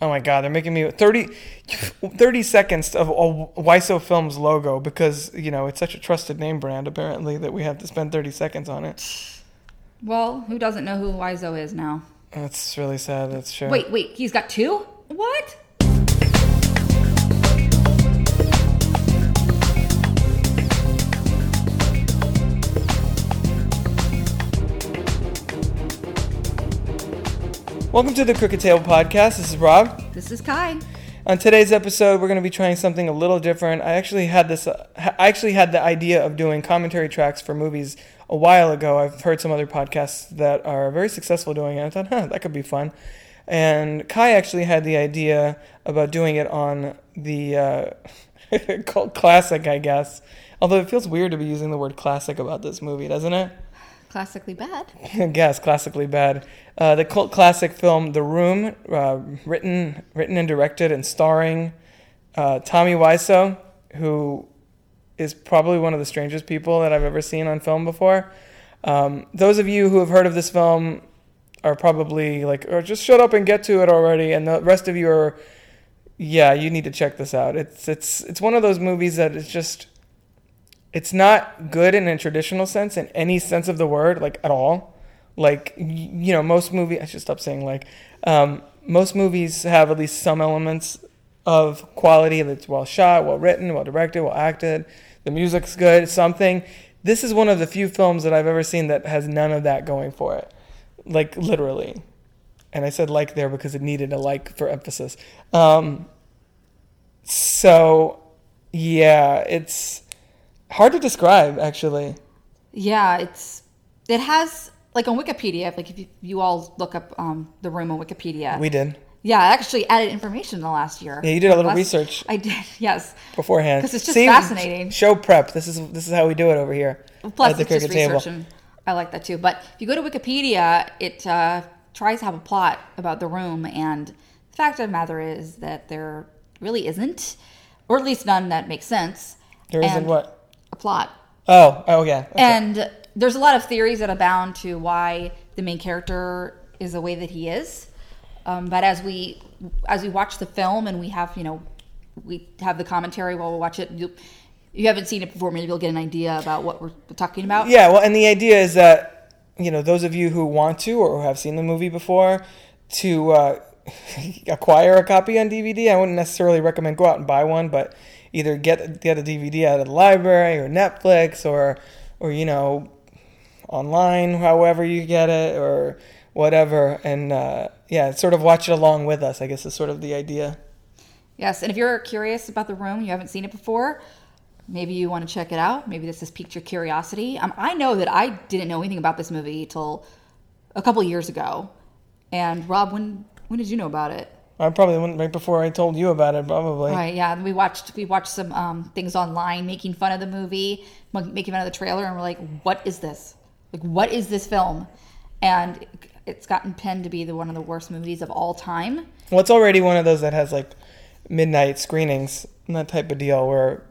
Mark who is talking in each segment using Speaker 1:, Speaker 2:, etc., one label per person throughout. Speaker 1: Oh my God, they're making me 30, 30 seconds of a Wiso Films logo because, you know, it's such a trusted name brand, apparently, that we have to spend 30 seconds on it.
Speaker 2: Well, who doesn't know who Wizo is now?
Speaker 1: That's really sad. That's true.
Speaker 2: Wait, wait, he's got two? What?
Speaker 1: Welcome to the Crooked Table Podcast. This is Rob.
Speaker 2: This is Kai.
Speaker 1: On today's episode, we're going to be trying something a little different. I actually had this. Uh, I actually had the idea of doing commentary tracks for movies a while ago. I've heard some other podcasts that are very successful doing it. I thought, huh, that could be fun. And Kai actually had the idea about doing it on the uh, cult classic, I guess. Although it feels weird to be using the word classic about this movie, doesn't it?
Speaker 2: Classically bad.
Speaker 1: I guess classically bad. Uh, the cult classic film *The Room*, uh, written, written and directed and starring uh, Tommy Wiseau, who is probably one of the strangest people that I've ever seen on film before. Um, those of you who have heard of this film are probably like, "Or just shut up and get to it already," and the rest of you are, yeah, you need to check this out. It's it's it's one of those movies that is just it's not good in a traditional sense in any sense of the word like at all like y- you know most movie i should stop saying like um, most movies have at least some elements of quality that's well shot well written well directed well acted the music's good something this is one of the few films that i've ever seen that has none of that going for it like literally and i said like there because it needed a like for emphasis um, so yeah it's hard to describe actually
Speaker 2: Yeah, it's it has like on Wikipedia. Like if you, you all look up um, the room on Wikipedia,
Speaker 1: we did
Speaker 2: yeah, I actually added information in the last year.
Speaker 1: Yeah, you did a little
Speaker 2: Last-
Speaker 1: research.
Speaker 2: I did. Yes.
Speaker 1: beforehand
Speaker 2: 'Cause it's just fascinating.
Speaker 1: show prep this is this is how we do it over here
Speaker 2: Plus, it's just research, and I like that too. But if you go to Wikipedia, it uh, tries to have a plot about the room, and the fact of the matter is that there really isn't, or at least none that makes sense.
Speaker 1: there isn't
Speaker 2: And
Speaker 1: what
Speaker 2: a plot.
Speaker 1: oh oh yeah okay.
Speaker 2: And there's a lot of theories that abound to why the main character is the way that he is. Um, but as we as we watch the film and we have you know we have the commentary while we watch it. You, you haven't seen it before, maybe you'll get an idea about what we're talking about.
Speaker 1: yeah well and the idea is that you know those of you who want to or who have seen the movie before to uh, acquire a copy on dvd i wouldn't necessarily recommend go out and buy one but either get get a dvd out of the library or netflix or or you know online, however you get it, or whatever. And uh, yeah, sort of watch it along with us, I guess is sort of the idea.
Speaker 2: Yes, and if you're curious about the room, you haven't seen it before, maybe you want to check it out. Maybe this has piqued your curiosity. Um, I know that I didn't know anything about this movie till a couple years ago. And Rob, when when did you know about it?
Speaker 1: I probably went right before I told you about it, probably.
Speaker 2: Right, yeah, we watched we watched some um, things online making fun of the movie, ma- making fun of the trailer, and we're like, "What is this? Like, what is this film?" And it's gotten penned to be the one of the worst movies of all time.
Speaker 1: Well, it's already one of those that has like midnight screenings and that type of deal where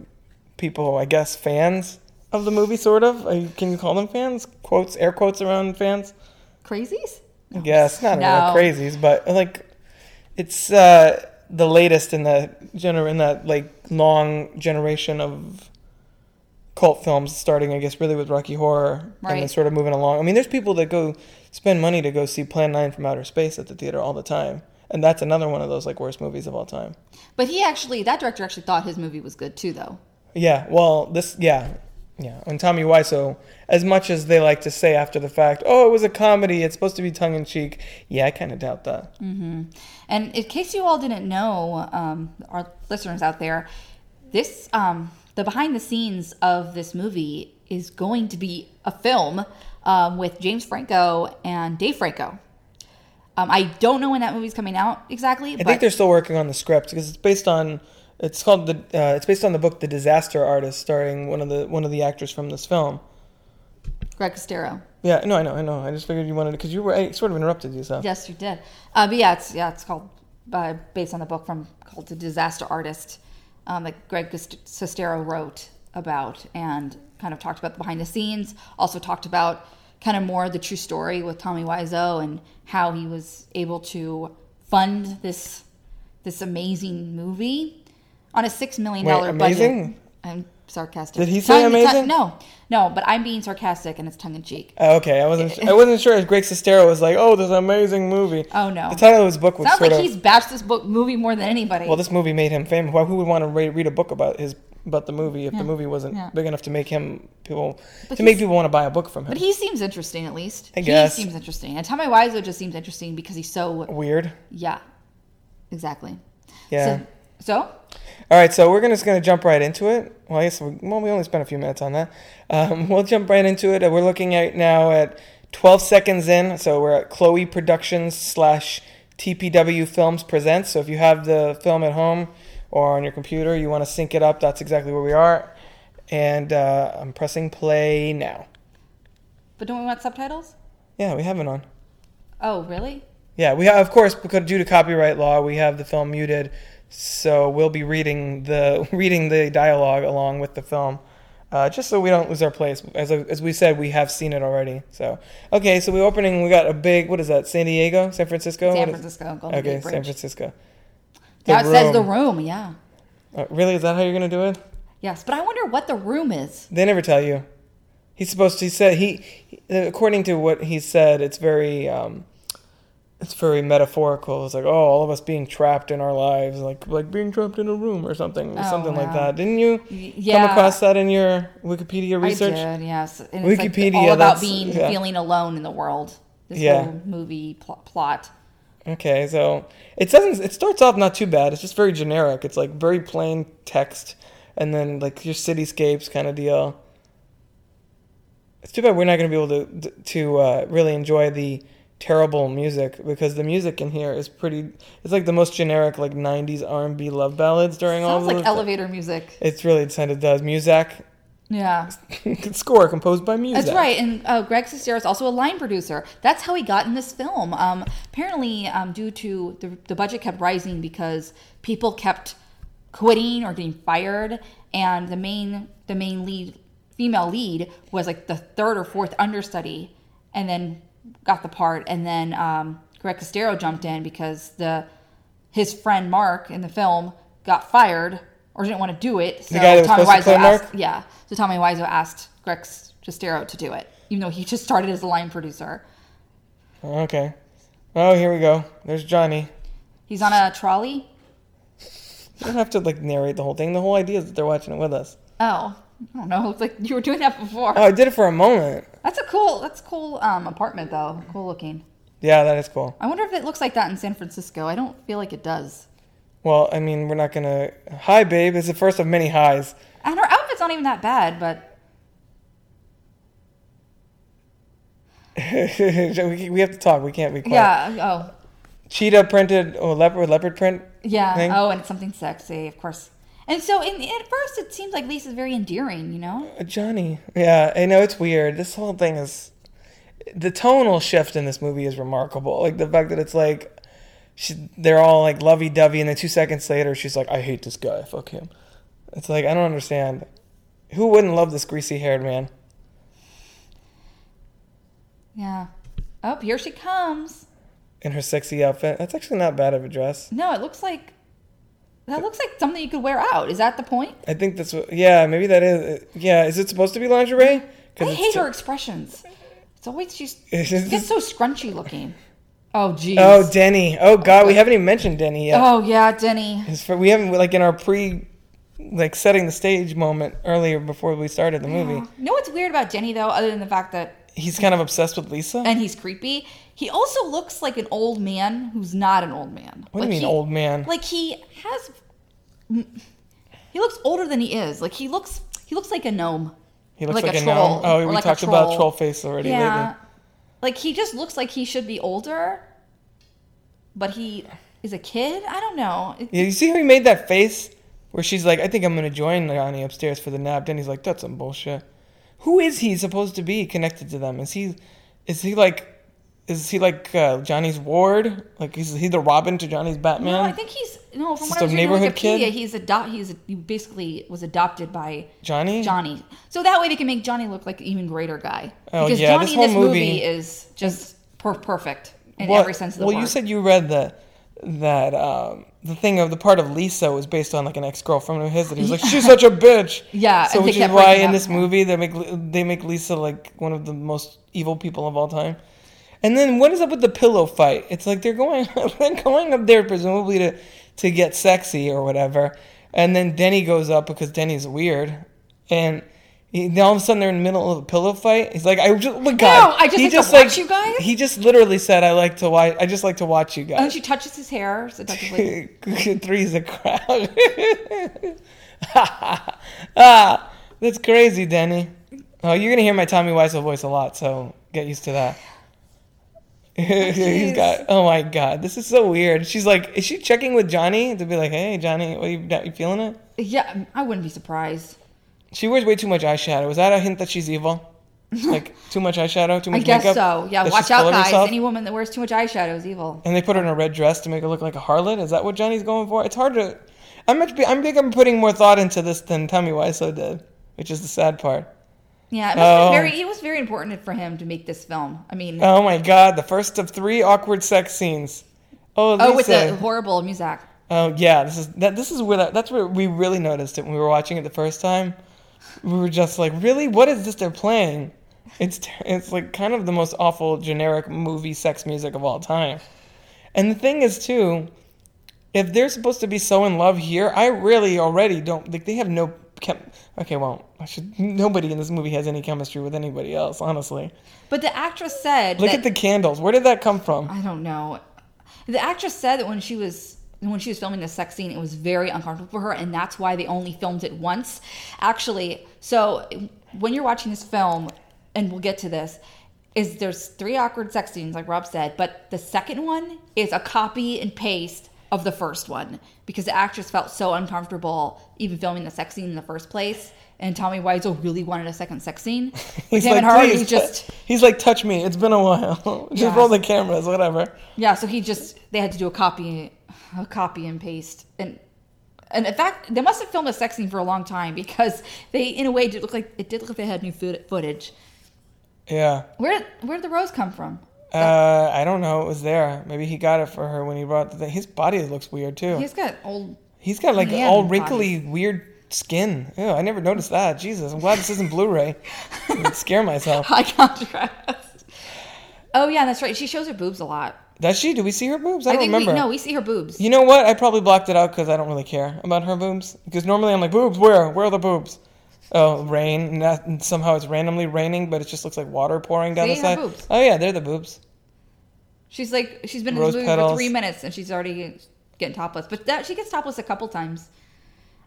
Speaker 1: people, I guess, fans of the movie, sort of. uh, Can you call them fans? Quotes, air quotes around fans?
Speaker 2: Crazies?
Speaker 1: I guess. Not
Speaker 2: No.
Speaker 1: really crazies, but like it's uh, the latest in the gener- in that like long generation of cult films, starting I guess really with Rocky Horror and then
Speaker 2: Right.
Speaker 1: sort of moving along. I mean, there's people that go spend money to go see Plan Nine from Outer Space at the theater all the time, and that's another one of those like worst movies of all time.
Speaker 2: But he actually, that director actually thought his movie was good too, though.
Speaker 1: Yeah, well, this yeah. Yeah, and Tommy Wiseau, as much as they like to say after the fact, oh, it was a comedy, it's supposed to be tongue in cheek. Yeah, I kind of doubt that.
Speaker 2: And in case you all didn't know, um, our listeners out there, this um, the behind the scenes of this movie is going to be a film um, with James Franco and Dave Franco. Um, I don't know when that movie's coming out exactly,
Speaker 1: I
Speaker 2: but
Speaker 1: think they're still working on the script because it's based on it's called the uh, it's based on the book The Disaster Artist, starring one of the one of the actors from this film.
Speaker 2: Greg Costero.
Speaker 1: Yeah, no, I know, I know. I just figured you wanted because you were I sort of interrupted you, so
Speaker 2: Yes, you did. Uh, but yeah, it's yeah, it's called uh, based on the book from called The Disaster Artist um, that Greg Cust- Sestero wrote about and kind of talked about the behind the scenes. Also talked about kind of more the true story with Tommy Wiseau and how he was able to fund this this amazing movie on a six million
Speaker 1: Wait,
Speaker 2: dollar budget.
Speaker 1: amazing?
Speaker 2: I'm sarcastic.
Speaker 1: Did he say
Speaker 2: Tongue- tongue-
Speaker 1: amazing?
Speaker 2: no, no, but I'm being sarcastic and it's tongue in cheek.
Speaker 1: Uh, okay, I wasn't. I wasn't sure if Greg Sestero was like, "Oh, this is an amazing movie."
Speaker 2: Oh, no.
Speaker 1: The title of his book was
Speaker 2: Sounds
Speaker 1: sort
Speaker 2: like
Speaker 1: of.
Speaker 2: he's bashed this book movie more than anybody.
Speaker 1: Well, this movie made him famous. Why? Who would want to read, read a book about his about the movie if the movie wasn't
Speaker 2: yeah.
Speaker 1: big enough to make him people
Speaker 2: But
Speaker 1: to make
Speaker 2: he's-
Speaker 1: people want to buy a book from him?
Speaker 2: but he seems interesting at least.
Speaker 1: I guess.
Speaker 2: He seems interesting. And Tommy Wiseau just seems interesting because he's so
Speaker 1: Weird.
Speaker 2: yeah. Exactly.
Speaker 1: Yeah.
Speaker 2: So, so
Speaker 1: All right, so we're gonna, just going to jump right into it. Well, I guess we, well, we only spent a few minutes on that. Um, we'll jump right into it. Uh, We're looking at now at 12 seconds in, so we're at Chloe Productions slash TPW Films Presents. So if you have the film at home or on your computer, you want to sync it up. That's exactly where we are. And uh, I'm pressing play now.
Speaker 2: but don't we want subtitles?
Speaker 1: Yeah, we have it on.
Speaker 2: Oh, really?
Speaker 1: Yeah, we have, of course, because due to copyright law, we have the film muted, so we'll be reading the reading the dialogue along with the film, uh, just so we don't lose our place. As as we said, we have seen it already. So okay, so we're opening. We got a big what is that? San Diego, San Francisco.
Speaker 2: San
Speaker 1: What is-
Speaker 2: Francisco, Golden
Speaker 1: Okay,
Speaker 2: Gate Bridge.
Speaker 1: San Francisco.
Speaker 2: now it says
Speaker 1: Room.
Speaker 2: the room, yeah.
Speaker 1: Uh, really, is that how you're gonna do it?
Speaker 2: Yes, but I wonder what the room is.
Speaker 1: They never tell you. He's supposed to. He said he, according to what he said, it's very, um, it's very metaphorical. It's like oh, all of us being trapped in our lives, like like being trapped in a room or something,
Speaker 2: Oh,
Speaker 1: something like
Speaker 2: wow.
Speaker 1: that. Didn't you
Speaker 2: Y- yeah.
Speaker 1: come across that in your Wikipedia research?
Speaker 2: I did, yes. And
Speaker 1: Wikipedia,
Speaker 2: It's like all about
Speaker 1: that's-
Speaker 2: being
Speaker 1: yeah.
Speaker 2: feeling alone in the world. This
Speaker 1: Yeah.
Speaker 2: whole movie pl- plot.
Speaker 1: Okay, so it doesn't. It starts off not too bad. It's just very generic. It's like very plain text, and then like your cityscapes kind of deal. It's too bad we're not going to be able to to uh, really enjoy the terrible music because the music in here is pretty. It's like the most generic like '90s R&B love ballads during all.
Speaker 2: Sounds like
Speaker 1: of the-
Speaker 2: elevator music.
Speaker 1: It's really it kind of does. Muzak
Speaker 2: Yeah.
Speaker 1: score composed by Muzak.
Speaker 2: That's right. And uh, Greg Sestero is also a line producer. That's how he got in this film. Um, apparently, um, due to the, the budget kept rising because people kept quitting or getting fired, and the main the main lead female lead was like the third or fourth understudy, and then got the part. And then um, Greg Sestero jumped in because the his friend Mark in the film got fired or didn't want to do it. So
Speaker 1: guy that was
Speaker 2: Tommy
Speaker 1: supposed to
Speaker 2: Wiseau
Speaker 1: play Mark?
Speaker 2: asked, yeah. So Tommy Wiseau asked Greg Sestero to do it, even though he just started as a line producer.
Speaker 1: Okay. Oh, here we go. There's Johnny.
Speaker 2: He's on a trolley.
Speaker 1: You don't have to like narrate the whole thing. The whole idea is that they're watching it with us.
Speaker 2: Oh, I don't know. It's like you were doing that before.
Speaker 1: Oh, I did it for a moment.
Speaker 2: That's a cool. That's a cool um, apartment though. Cool looking.
Speaker 1: Yeah, that is cool.
Speaker 2: I wonder if it looks like that in San Francisco. I don't feel like it does.
Speaker 1: Well, I mean, we're not gonna. Hi, babe is the first of many highs.
Speaker 2: And her outfit's not even that bad, but
Speaker 1: we we have to talk. We can't be quiet.
Speaker 2: yeah. Oh,
Speaker 1: Cheetah printed or leopard leopard print.
Speaker 2: yeah.
Speaker 1: Thing.
Speaker 2: Oh, and it's something sexy, of course. And so, in, at first, it seems like Lisa's very endearing. You know.
Speaker 1: Uh, Johnny. Yeah, I know it's weird. This whole thing is. The tonal shift in this movie is remarkable. Like the fact that it's like, she, they're all like lovey dovey, and then two seconds later she's like, "I hate this guy. Fuck him." It's like I don't understand. Who wouldn't love this greasy haired man?
Speaker 2: Yeah. Oh, here she comes.
Speaker 1: in her sexy outfit. That's actually not bad of a dress.
Speaker 2: No, it looks like that looks like something you could wear out. Is that the point?
Speaker 1: I think that's what. Yeah, maybe that is. Yeah, is it supposed to be lingerie?
Speaker 2: I
Speaker 1: it's
Speaker 2: hate
Speaker 1: t-
Speaker 2: her expressions. It's always she's
Speaker 1: It's
Speaker 2: she
Speaker 1: just-
Speaker 2: gets so scrunchy looking. Oh geez.
Speaker 1: Oh, Denny. Oh God, we haven't even mentioned Denny yet.
Speaker 2: Oh, yeah, Denny.
Speaker 1: His fir- we haven't like in our pre, like setting the stage moment earlier before we started the movie.
Speaker 2: You know what's weird about Denny though, other than the fact that
Speaker 1: He's kind of obsessed with Lisa.
Speaker 2: and he's creepy. He also looks like an old man who's not an old man.
Speaker 1: what
Speaker 2: like
Speaker 1: do you mean,
Speaker 2: he,
Speaker 1: old man?
Speaker 2: Like he has. He looks older than he is. Like he looks. He looks like a gnome.
Speaker 1: he looks
Speaker 2: like
Speaker 1: like,
Speaker 2: a
Speaker 1: a, gnome.
Speaker 2: troll,
Speaker 1: Oh,
Speaker 2: or
Speaker 1: we
Speaker 2: like a
Speaker 1: talked about
Speaker 2: troll.
Speaker 1: troll face already lately.
Speaker 2: Like he just looks like he should be older, but he is a kid. I don't know. It-
Speaker 1: Yeah, you see how he made that face where she's like, I think I'm going to join Nagani upstairs for the nap. Then he's like, that's some bullshit. Who is he supposed to be connected to them? Is he, is he like, is he like uh, Johnny's ward? Like, is he the Robin to Johnny's Batman?
Speaker 2: No, I think he's no. From
Speaker 1: Is
Speaker 2: what
Speaker 1: this
Speaker 2: I was
Speaker 1: a
Speaker 2: reading on Wikipedia,
Speaker 1: neighborhood kid?
Speaker 2: he's adopt. He's he basically was adopted by
Speaker 1: Johnny?
Speaker 2: Johnny. So that way they can make Johnny look like an even greater guy.
Speaker 1: Oh,
Speaker 2: because
Speaker 1: yeah,
Speaker 2: Johnny
Speaker 1: this
Speaker 2: in this
Speaker 1: whole
Speaker 2: movie,
Speaker 1: movie-
Speaker 2: is just per- perfect in
Speaker 1: Well-
Speaker 2: every sense of the
Speaker 1: well,
Speaker 2: word.
Speaker 1: you said you read the that um, the thing of the part of Lisa was based on like an ex girlfriend of his that he was like she's such a bitch.
Speaker 2: Yeah,
Speaker 1: So
Speaker 2: and they
Speaker 1: which is
Speaker 2: kept
Speaker 1: why
Speaker 2: breaking
Speaker 1: in
Speaker 2: up.
Speaker 1: this movie they make Li- they make Lisa like one of the most evil people of all time. And then what is up with the pillow fight? It's like they're going they're going up there presumably to to get sexy or whatever. And then Denny goes up because Denny's weird. And he, then all of a sudden they're in the middle of a pillow fight. He's like, I just, oh my god,
Speaker 2: I just
Speaker 1: he
Speaker 2: like to
Speaker 1: just
Speaker 2: watch you guys?
Speaker 1: He just literally said, I like to watch. I just like to watch you guys.
Speaker 2: And she touches his hair seductively.
Speaker 1: Three's a crowd. ah, that's crazy, Denny. Oh, you're gonna hear my Tommy Wiseau voice a lot, so get used to that.
Speaker 2: Oh,
Speaker 1: He's got. Oh my god, this is so weird. She's like, is she checking with Johnny to be like, hey, Johnny, what you, you feeling it?
Speaker 2: yeah, I wouldn't be surprised.
Speaker 1: She wears way too much eyeshadow. Is that a hint that she's evil? Like too much eyeshadow, too
Speaker 2: I
Speaker 1: much
Speaker 2: guess
Speaker 1: makeup.
Speaker 2: so. Yeah,
Speaker 1: that she's
Speaker 2: watch out,
Speaker 1: full of
Speaker 2: guys.
Speaker 1: herself?
Speaker 2: Any woman that wears too much eyeshadow is evil.
Speaker 1: And they put her in a red dress to make her look like a harlot. Is that what Johnny's going for? It's hard to. I'm much. I'm think I'm putting more thought into this than Tommy Wiseau did, which is the sad part.
Speaker 2: Yeah, it must
Speaker 1: Oh.
Speaker 2: been very. It was very important for him to make this film. I mean,
Speaker 1: Oh my God! The first of three awkward sex scenes. Oh, Lisa.
Speaker 2: oh, with the horrible music.
Speaker 1: Oh yeah, this is that. This is where that, that's where we really noticed it when we were watching it the first time. We were just like, really, what is this they're playing? It's ter- it's like kind of the most awful generic movie sex music of all time. And the thing is too, if they're supposed to be so in love here, I really already don't like. They have no chem- okay. Well, I should. Nobody in this movie has any chemistry with anybody else. Honestly,
Speaker 2: But the actress said,
Speaker 1: look
Speaker 2: that,
Speaker 1: at the candles. Where did that come from?
Speaker 2: I don't know. The actress said that when she was when she was filming the sex scene, it was very uncomfortable for her, and that's why they only filmed it once. Actually, so when you're watching this film, and we'll get to this, is there's three awkward sex scenes, like Rob said, but the second one is a copy and paste of the first one because the actress felt so uncomfortable even filming the sex scene in the first place. And Tommy Wiseau really wanted a second sex scene. With him and her,
Speaker 1: "Please
Speaker 2: he
Speaker 1: tou-
Speaker 2: just
Speaker 1: he's like, touch me. It's been a while. Just
Speaker 2: Yeah.
Speaker 1: roll the cameras, whatever.
Speaker 2: Yeah, so he just they had to do a copy a copy and paste and and in fact they must have filmed a sex scene for a long time because they in a way did look like it did look like they had new foot- footage.
Speaker 1: Yeah.
Speaker 2: Where where did the rose come from?
Speaker 1: Uh, I don't know. It was there. Maybe he got it for her when he brought the thing. His body looks weird too.
Speaker 2: He's got old
Speaker 1: He's got like
Speaker 2: Man
Speaker 1: all
Speaker 2: bodies.
Speaker 1: wrinkly, weird skin. Ew, I never noticed that. Jesus, I'm glad this isn't Blu-ray. I'd scare myself.
Speaker 2: high contrast. Oh yeah, that's right. She shows her boobs a lot.
Speaker 1: Does she? Do we see her boobs? I,
Speaker 2: I,
Speaker 1: don't
Speaker 2: think
Speaker 1: remember.
Speaker 2: we no, we see her boobs.
Speaker 1: You know what? I probably blocked it out because I don't really care about her boobs. Because normally I'm like, boobs, where? Where are the boobs? Oh, rain. And that- and somehow it's randomly raining, but it just looks like water pouring down
Speaker 2: See,
Speaker 1: the
Speaker 2: her
Speaker 1: side.
Speaker 2: boobs.
Speaker 1: Oh yeah, they're the boobs.
Speaker 2: She's like she's been in
Speaker 1: Rose
Speaker 2: the movie
Speaker 1: petals.
Speaker 2: for three minutes and she's already getting topless. But that she gets topless a couple times.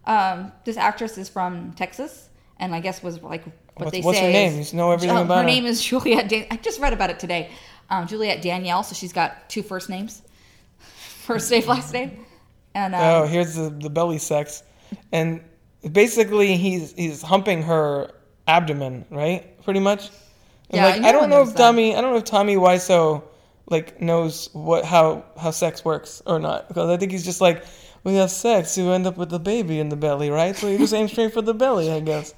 Speaker 2: Um, this actress is from Texas, and I guess was like what
Speaker 1: What's-
Speaker 2: they
Speaker 1: what's
Speaker 2: say.
Speaker 1: her name?
Speaker 2: is-
Speaker 1: You know everything
Speaker 2: Oh,
Speaker 1: about
Speaker 2: her.
Speaker 1: her.
Speaker 2: name is Juliet. Dan- I just read about it today. Um, Juliet Danielle. So she's got two first names, first name, last name, and uh,
Speaker 1: Oh, here's the, the belly sex, and basically he's he's humping her abdomen, right? Pretty much. And
Speaker 2: Yeah,
Speaker 1: like
Speaker 2: no
Speaker 1: I don't
Speaker 2: one
Speaker 1: know
Speaker 2: knows
Speaker 1: if
Speaker 2: that.
Speaker 1: Tommy, I don't know if Tommy Wiseau like knows what how how sex works or not because I think he's just like we have sex, you end up with the baby in the belly, right? So you just aim straight for the belly, I guess.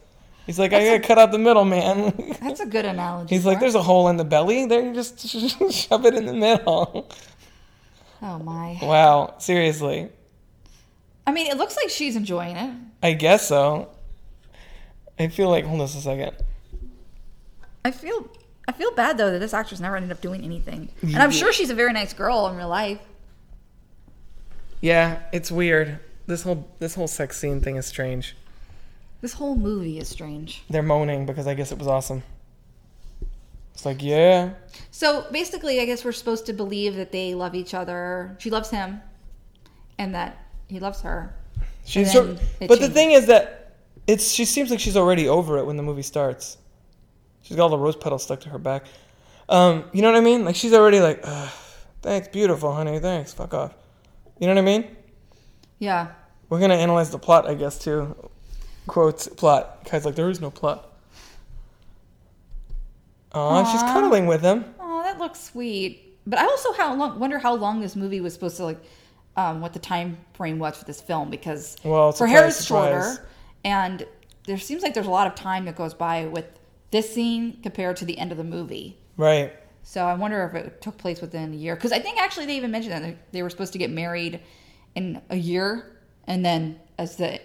Speaker 1: He's like, I gotta cut out the middle, man.
Speaker 2: that's a good analogy.
Speaker 1: He's like,
Speaker 2: for it.
Speaker 1: there's a hole in the belly. There, you just shove it in the middle.
Speaker 2: Oh my!
Speaker 1: wow, seriously.
Speaker 2: I mean, it looks like she's enjoying it.
Speaker 1: I guess so. I feel like hold on just a second.
Speaker 2: I feel I feel bad though that this actress never ended up doing anything, and I'm sure she's a very nice girl in real life.
Speaker 1: Yeah, it's weird. This whole this whole sex scene thing is strange.
Speaker 2: This whole movie is strange.
Speaker 1: They're moaning because I guess it was awesome. It's like yeah,
Speaker 2: So basically, I guess we're supposed to believe that they love each other. She loves him, and that he loves her.
Speaker 1: she's
Speaker 2: then
Speaker 1: so. But
Speaker 2: it
Speaker 1: the
Speaker 2: changes.
Speaker 1: thing is that it's she seems like she's already over it when the movie starts. She's got all the rose petals stuck to her back. Um, you know what I mean? Like she's already like, Ugh, thanks, beautiful honey, thanks, fuck off. You know what I mean?
Speaker 2: Yeah.
Speaker 1: We're gonna analyze the plot, I guess, too. Quotes plot. Guy's like, there is no plot. Aw, she's
Speaker 2: Aw.
Speaker 1: cuddling with him.
Speaker 2: Oh, that looks sweet. But I also how long wonder how long this movie was supposed to like, um, what the time frame was for this film because
Speaker 1: Well,
Speaker 2: her hair
Speaker 1: surprise,
Speaker 2: is
Speaker 1: surprise.
Speaker 2: shorter, and there seems like there's a lot of time that goes by with this scene compared to the end of the movie.
Speaker 1: Right.
Speaker 2: So I wonder if it took place within a year. Because I think actually they even mentioned that they- they were supposed to get married in a year, and then as the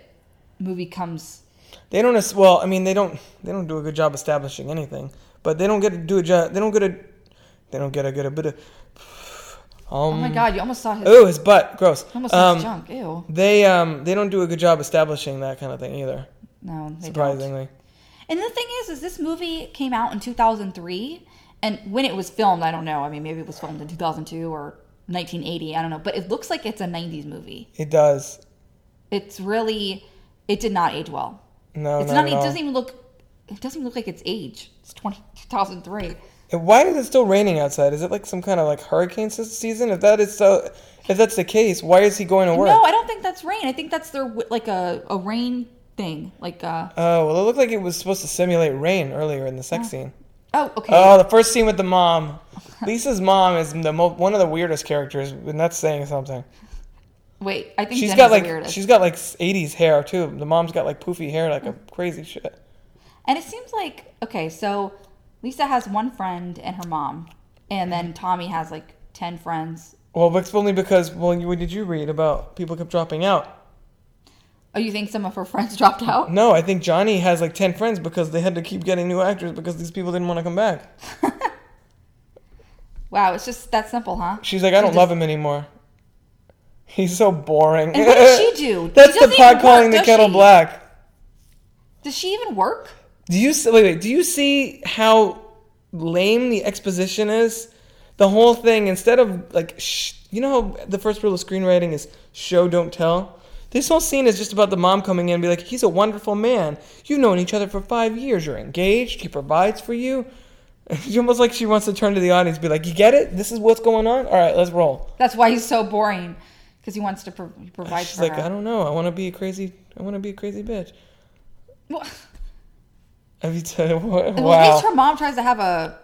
Speaker 2: movie comes,
Speaker 1: They don't. as- Well, I mean, they don't. They don't do a good job establishing anything. But they don't get to do a job. They don't get a. They don't get a good a bit of.
Speaker 2: oh my god, you almost saw his,
Speaker 1: Oh, his butt. Gross.
Speaker 2: almost saw his
Speaker 1: Um,
Speaker 2: junk. Ew.
Speaker 1: they um they don't do a good job establishing that kind of thing either.
Speaker 2: No, they don't.
Speaker 1: Surprisingly.
Speaker 2: And the thing is, is this movie came out in 2003, and when it was filmed, I don't know. I mean, maybe it was filmed in 2002 or 1980. I don't know, but it looks like it's a 90s movie.
Speaker 1: It does.
Speaker 2: It's really, it did not age well.
Speaker 1: No,
Speaker 2: It's
Speaker 1: Oh, not,
Speaker 2: not.
Speaker 1: at
Speaker 2: It
Speaker 1: all.
Speaker 2: doesn't even look. It doesn't even look like it's age. It's 20, 2003.
Speaker 1: And Why is it still raining outside? Is it like some kind of like hurricane se- season? If that is so, if that's the case, why is he going to work?
Speaker 2: No, I don't think that's rain. I think that's their w- like a, a rain thing. Like uh
Speaker 1: oh well, it looked like it was supposed to simulate rain earlier in the sex scene.
Speaker 2: oh okay.
Speaker 1: Oh, the first scene with the mom. Lisa's mom is the mo- one of the weirdest characters, and that's saying something.
Speaker 2: Wait, I think
Speaker 1: She's
Speaker 2: Jenna's
Speaker 1: got
Speaker 2: the
Speaker 1: like
Speaker 2: weirdest.
Speaker 1: she's got like '80s hair too. The mom's got like poofy hair, like a crazy shit.
Speaker 2: And it seems like okay, so Lisa has one friend and her mom, and then Tommy has like ten friends.
Speaker 1: Well, that's only because well, you, what did you read about people kept dropping out?
Speaker 2: Oh, you think some of her friends dropped out?
Speaker 1: No, I think Johnny has like ten friends because they had to keep getting new actors because these people didn't want to come back.
Speaker 2: Wow, it's just that simple, huh?
Speaker 1: She's like, I don't love him anymore. He's so boring.
Speaker 2: And what does she do?
Speaker 1: That's
Speaker 2: She
Speaker 1: the
Speaker 2: doesn't
Speaker 1: pot
Speaker 2: even
Speaker 1: calling
Speaker 2: work,
Speaker 1: the
Speaker 2: does
Speaker 1: kettle
Speaker 2: she?
Speaker 1: black.
Speaker 2: Does she even work?
Speaker 1: Do you see, wait, wait? Do you see how lame the exposition is? The whole thing, instead of like, sh- you know, how the first rule of screenwriting is show, don't tell. This whole scene is just about the mom coming in and be like, he's a wonderful man. You've known each other for five years. You're engaged. He provides for you. It's almost like she wants to turn to the audience, and be like, you get it? This is what's going on. All right, let's roll.
Speaker 2: That's why he's so boring, because he wants to pro- provide
Speaker 1: She's
Speaker 2: for
Speaker 1: like,
Speaker 2: her.
Speaker 1: I don't know. I want to be a crazy. I want to be a crazy bitch.
Speaker 2: Well,
Speaker 1: Have you t- wow.
Speaker 2: well, at least her mom tries to have a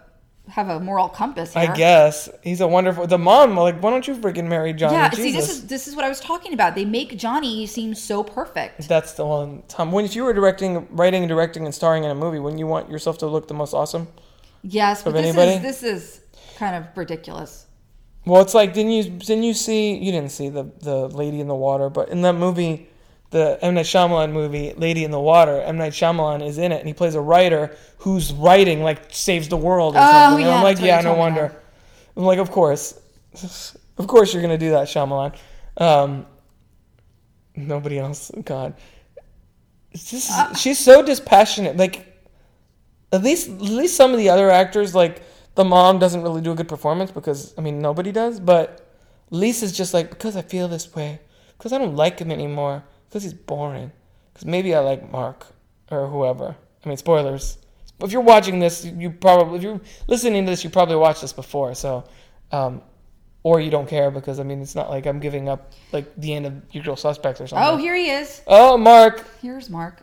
Speaker 2: have a moral compass here.
Speaker 1: I guess he's a wonderful. The mom, like, why don't you freaking marry Johnny?
Speaker 2: Yeah,
Speaker 1: Jesus.
Speaker 2: see, this is this is what I was talking about. They make Johnny seem so perfect.
Speaker 1: that's the one. Tom, when if you were directing, writing, and directing, and starring in a movie, wouldn't you want yourself to look the most awesome?
Speaker 2: Yes, but
Speaker 1: Of
Speaker 2: this
Speaker 1: anybody?
Speaker 2: is this is kind of ridiculous.
Speaker 1: Well, it's like didn't you didn't you see you didn't see the the lady in the water, but in that movie, the M Night Shyamalan movie, Lady in the Water, M Night Shyamalan is in it, and he plays a writer who's writing like saves the world or
Speaker 2: Oh,
Speaker 1: something.
Speaker 2: yeah,
Speaker 1: and I'm like,
Speaker 2: that's what you
Speaker 1: yeah, no
Speaker 2: told me
Speaker 1: wonder. I'm like, of course, of course you're gonna do that, Shyamalan. Um, nobody else, God, it's just, she's so dispassionate. Like, at least at least some of the other actors like the mom doesn't really do a good performance because I mean nobody does, but Lisa's just like because I feel this way because I don't like him anymore because he's boring because maybe I like Mark or whoever. I mean spoilers. If you're watching this, you probably if you're listening to this, you probably watched this before, so um, or you don't care because I mean it's not like I'm giving up like the end of Usual Suspects or
Speaker 2: Oh,
Speaker 1: something.
Speaker 2: here he is.
Speaker 1: Oh, Mark,
Speaker 2: Here's Mark.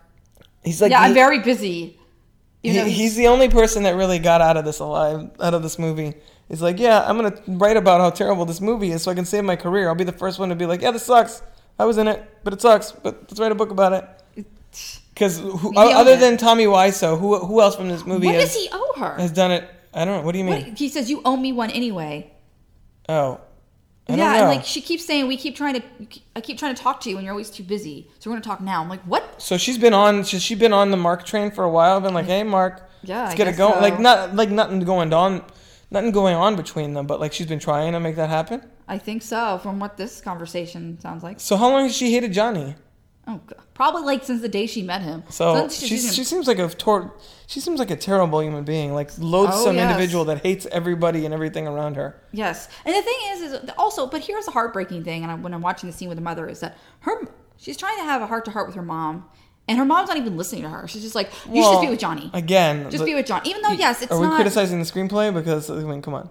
Speaker 1: he's like
Speaker 2: yeah,
Speaker 1: the-
Speaker 2: I'm very busy. You
Speaker 1: he,
Speaker 2: know,
Speaker 1: he's the only person that really got out of this alive, out of this movie. He's like, yeah, I'm gonna write about how terrible this movie is, so I can save my career. I'll be the first one to be like, yeah, this sucks. I was in it, but it sucks. But let's write a book about it. Because
Speaker 2: He owned
Speaker 1: other
Speaker 2: it.
Speaker 1: than Tommy Wiseau, who who else from this movie
Speaker 2: what
Speaker 1: has,
Speaker 2: does he owe her?
Speaker 1: has done it? I don't know. What do you mean?
Speaker 2: What, he says you owe me one anyway.
Speaker 1: Oh, I
Speaker 2: yeah,
Speaker 1: don't know.
Speaker 2: and like she keeps saying we keep trying to, I keep trying to talk to you, and you're always too busy. So we're gonna talk now. I'm like, what?
Speaker 1: so she's been on. She's she been on the Mark train for a while. Been like, hey, Mark,
Speaker 2: Yeah,
Speaker 1: let's
Speaker 2: I
Speaker 1: get it
Speaker 2: guess
Speaker 1: going.
Speaker 2: so.
Speaker 1: Like not like nothing going on, nothing going on between them. But like she's been trying to make that happen.
Speaker 2: I think so. From what this conversation sounds like,
Speaker 1: So how long has she hated Johnny?
Speaker 2: oh, God. probably like since the day she met him.
Speaker 1: So
Speaker 2: Since
Speaker 1: she
Speaker 2: she's
Speaker 1: she
Speaker 2: in-
Speaker 1: seems like a tor- she seems like a terrible human being, like loathsome
Speaker 2: Oh, yes.
Speaker 1: individual that hates everybody and everything around her.
Speaker 2: yes, and the thing is, is also, but here's the heartbreaking thing, and I, when I'm watching the scene with the mother, is that her, she's trying to have a heart to heart with her mom, and her mom's not even listening to her. She's just like, you should
Speaker 1: Well,
Speaker 2: just be with Johnny.
Speaker 1: again.
Speaker 2: Just
Speaker 1: the-
Speaker 2: be with John. Even though, yes, it's
Speaker 1: are we
Speaker 2: not.
Speaker 1: criticizing the screenplay because I mean, come on,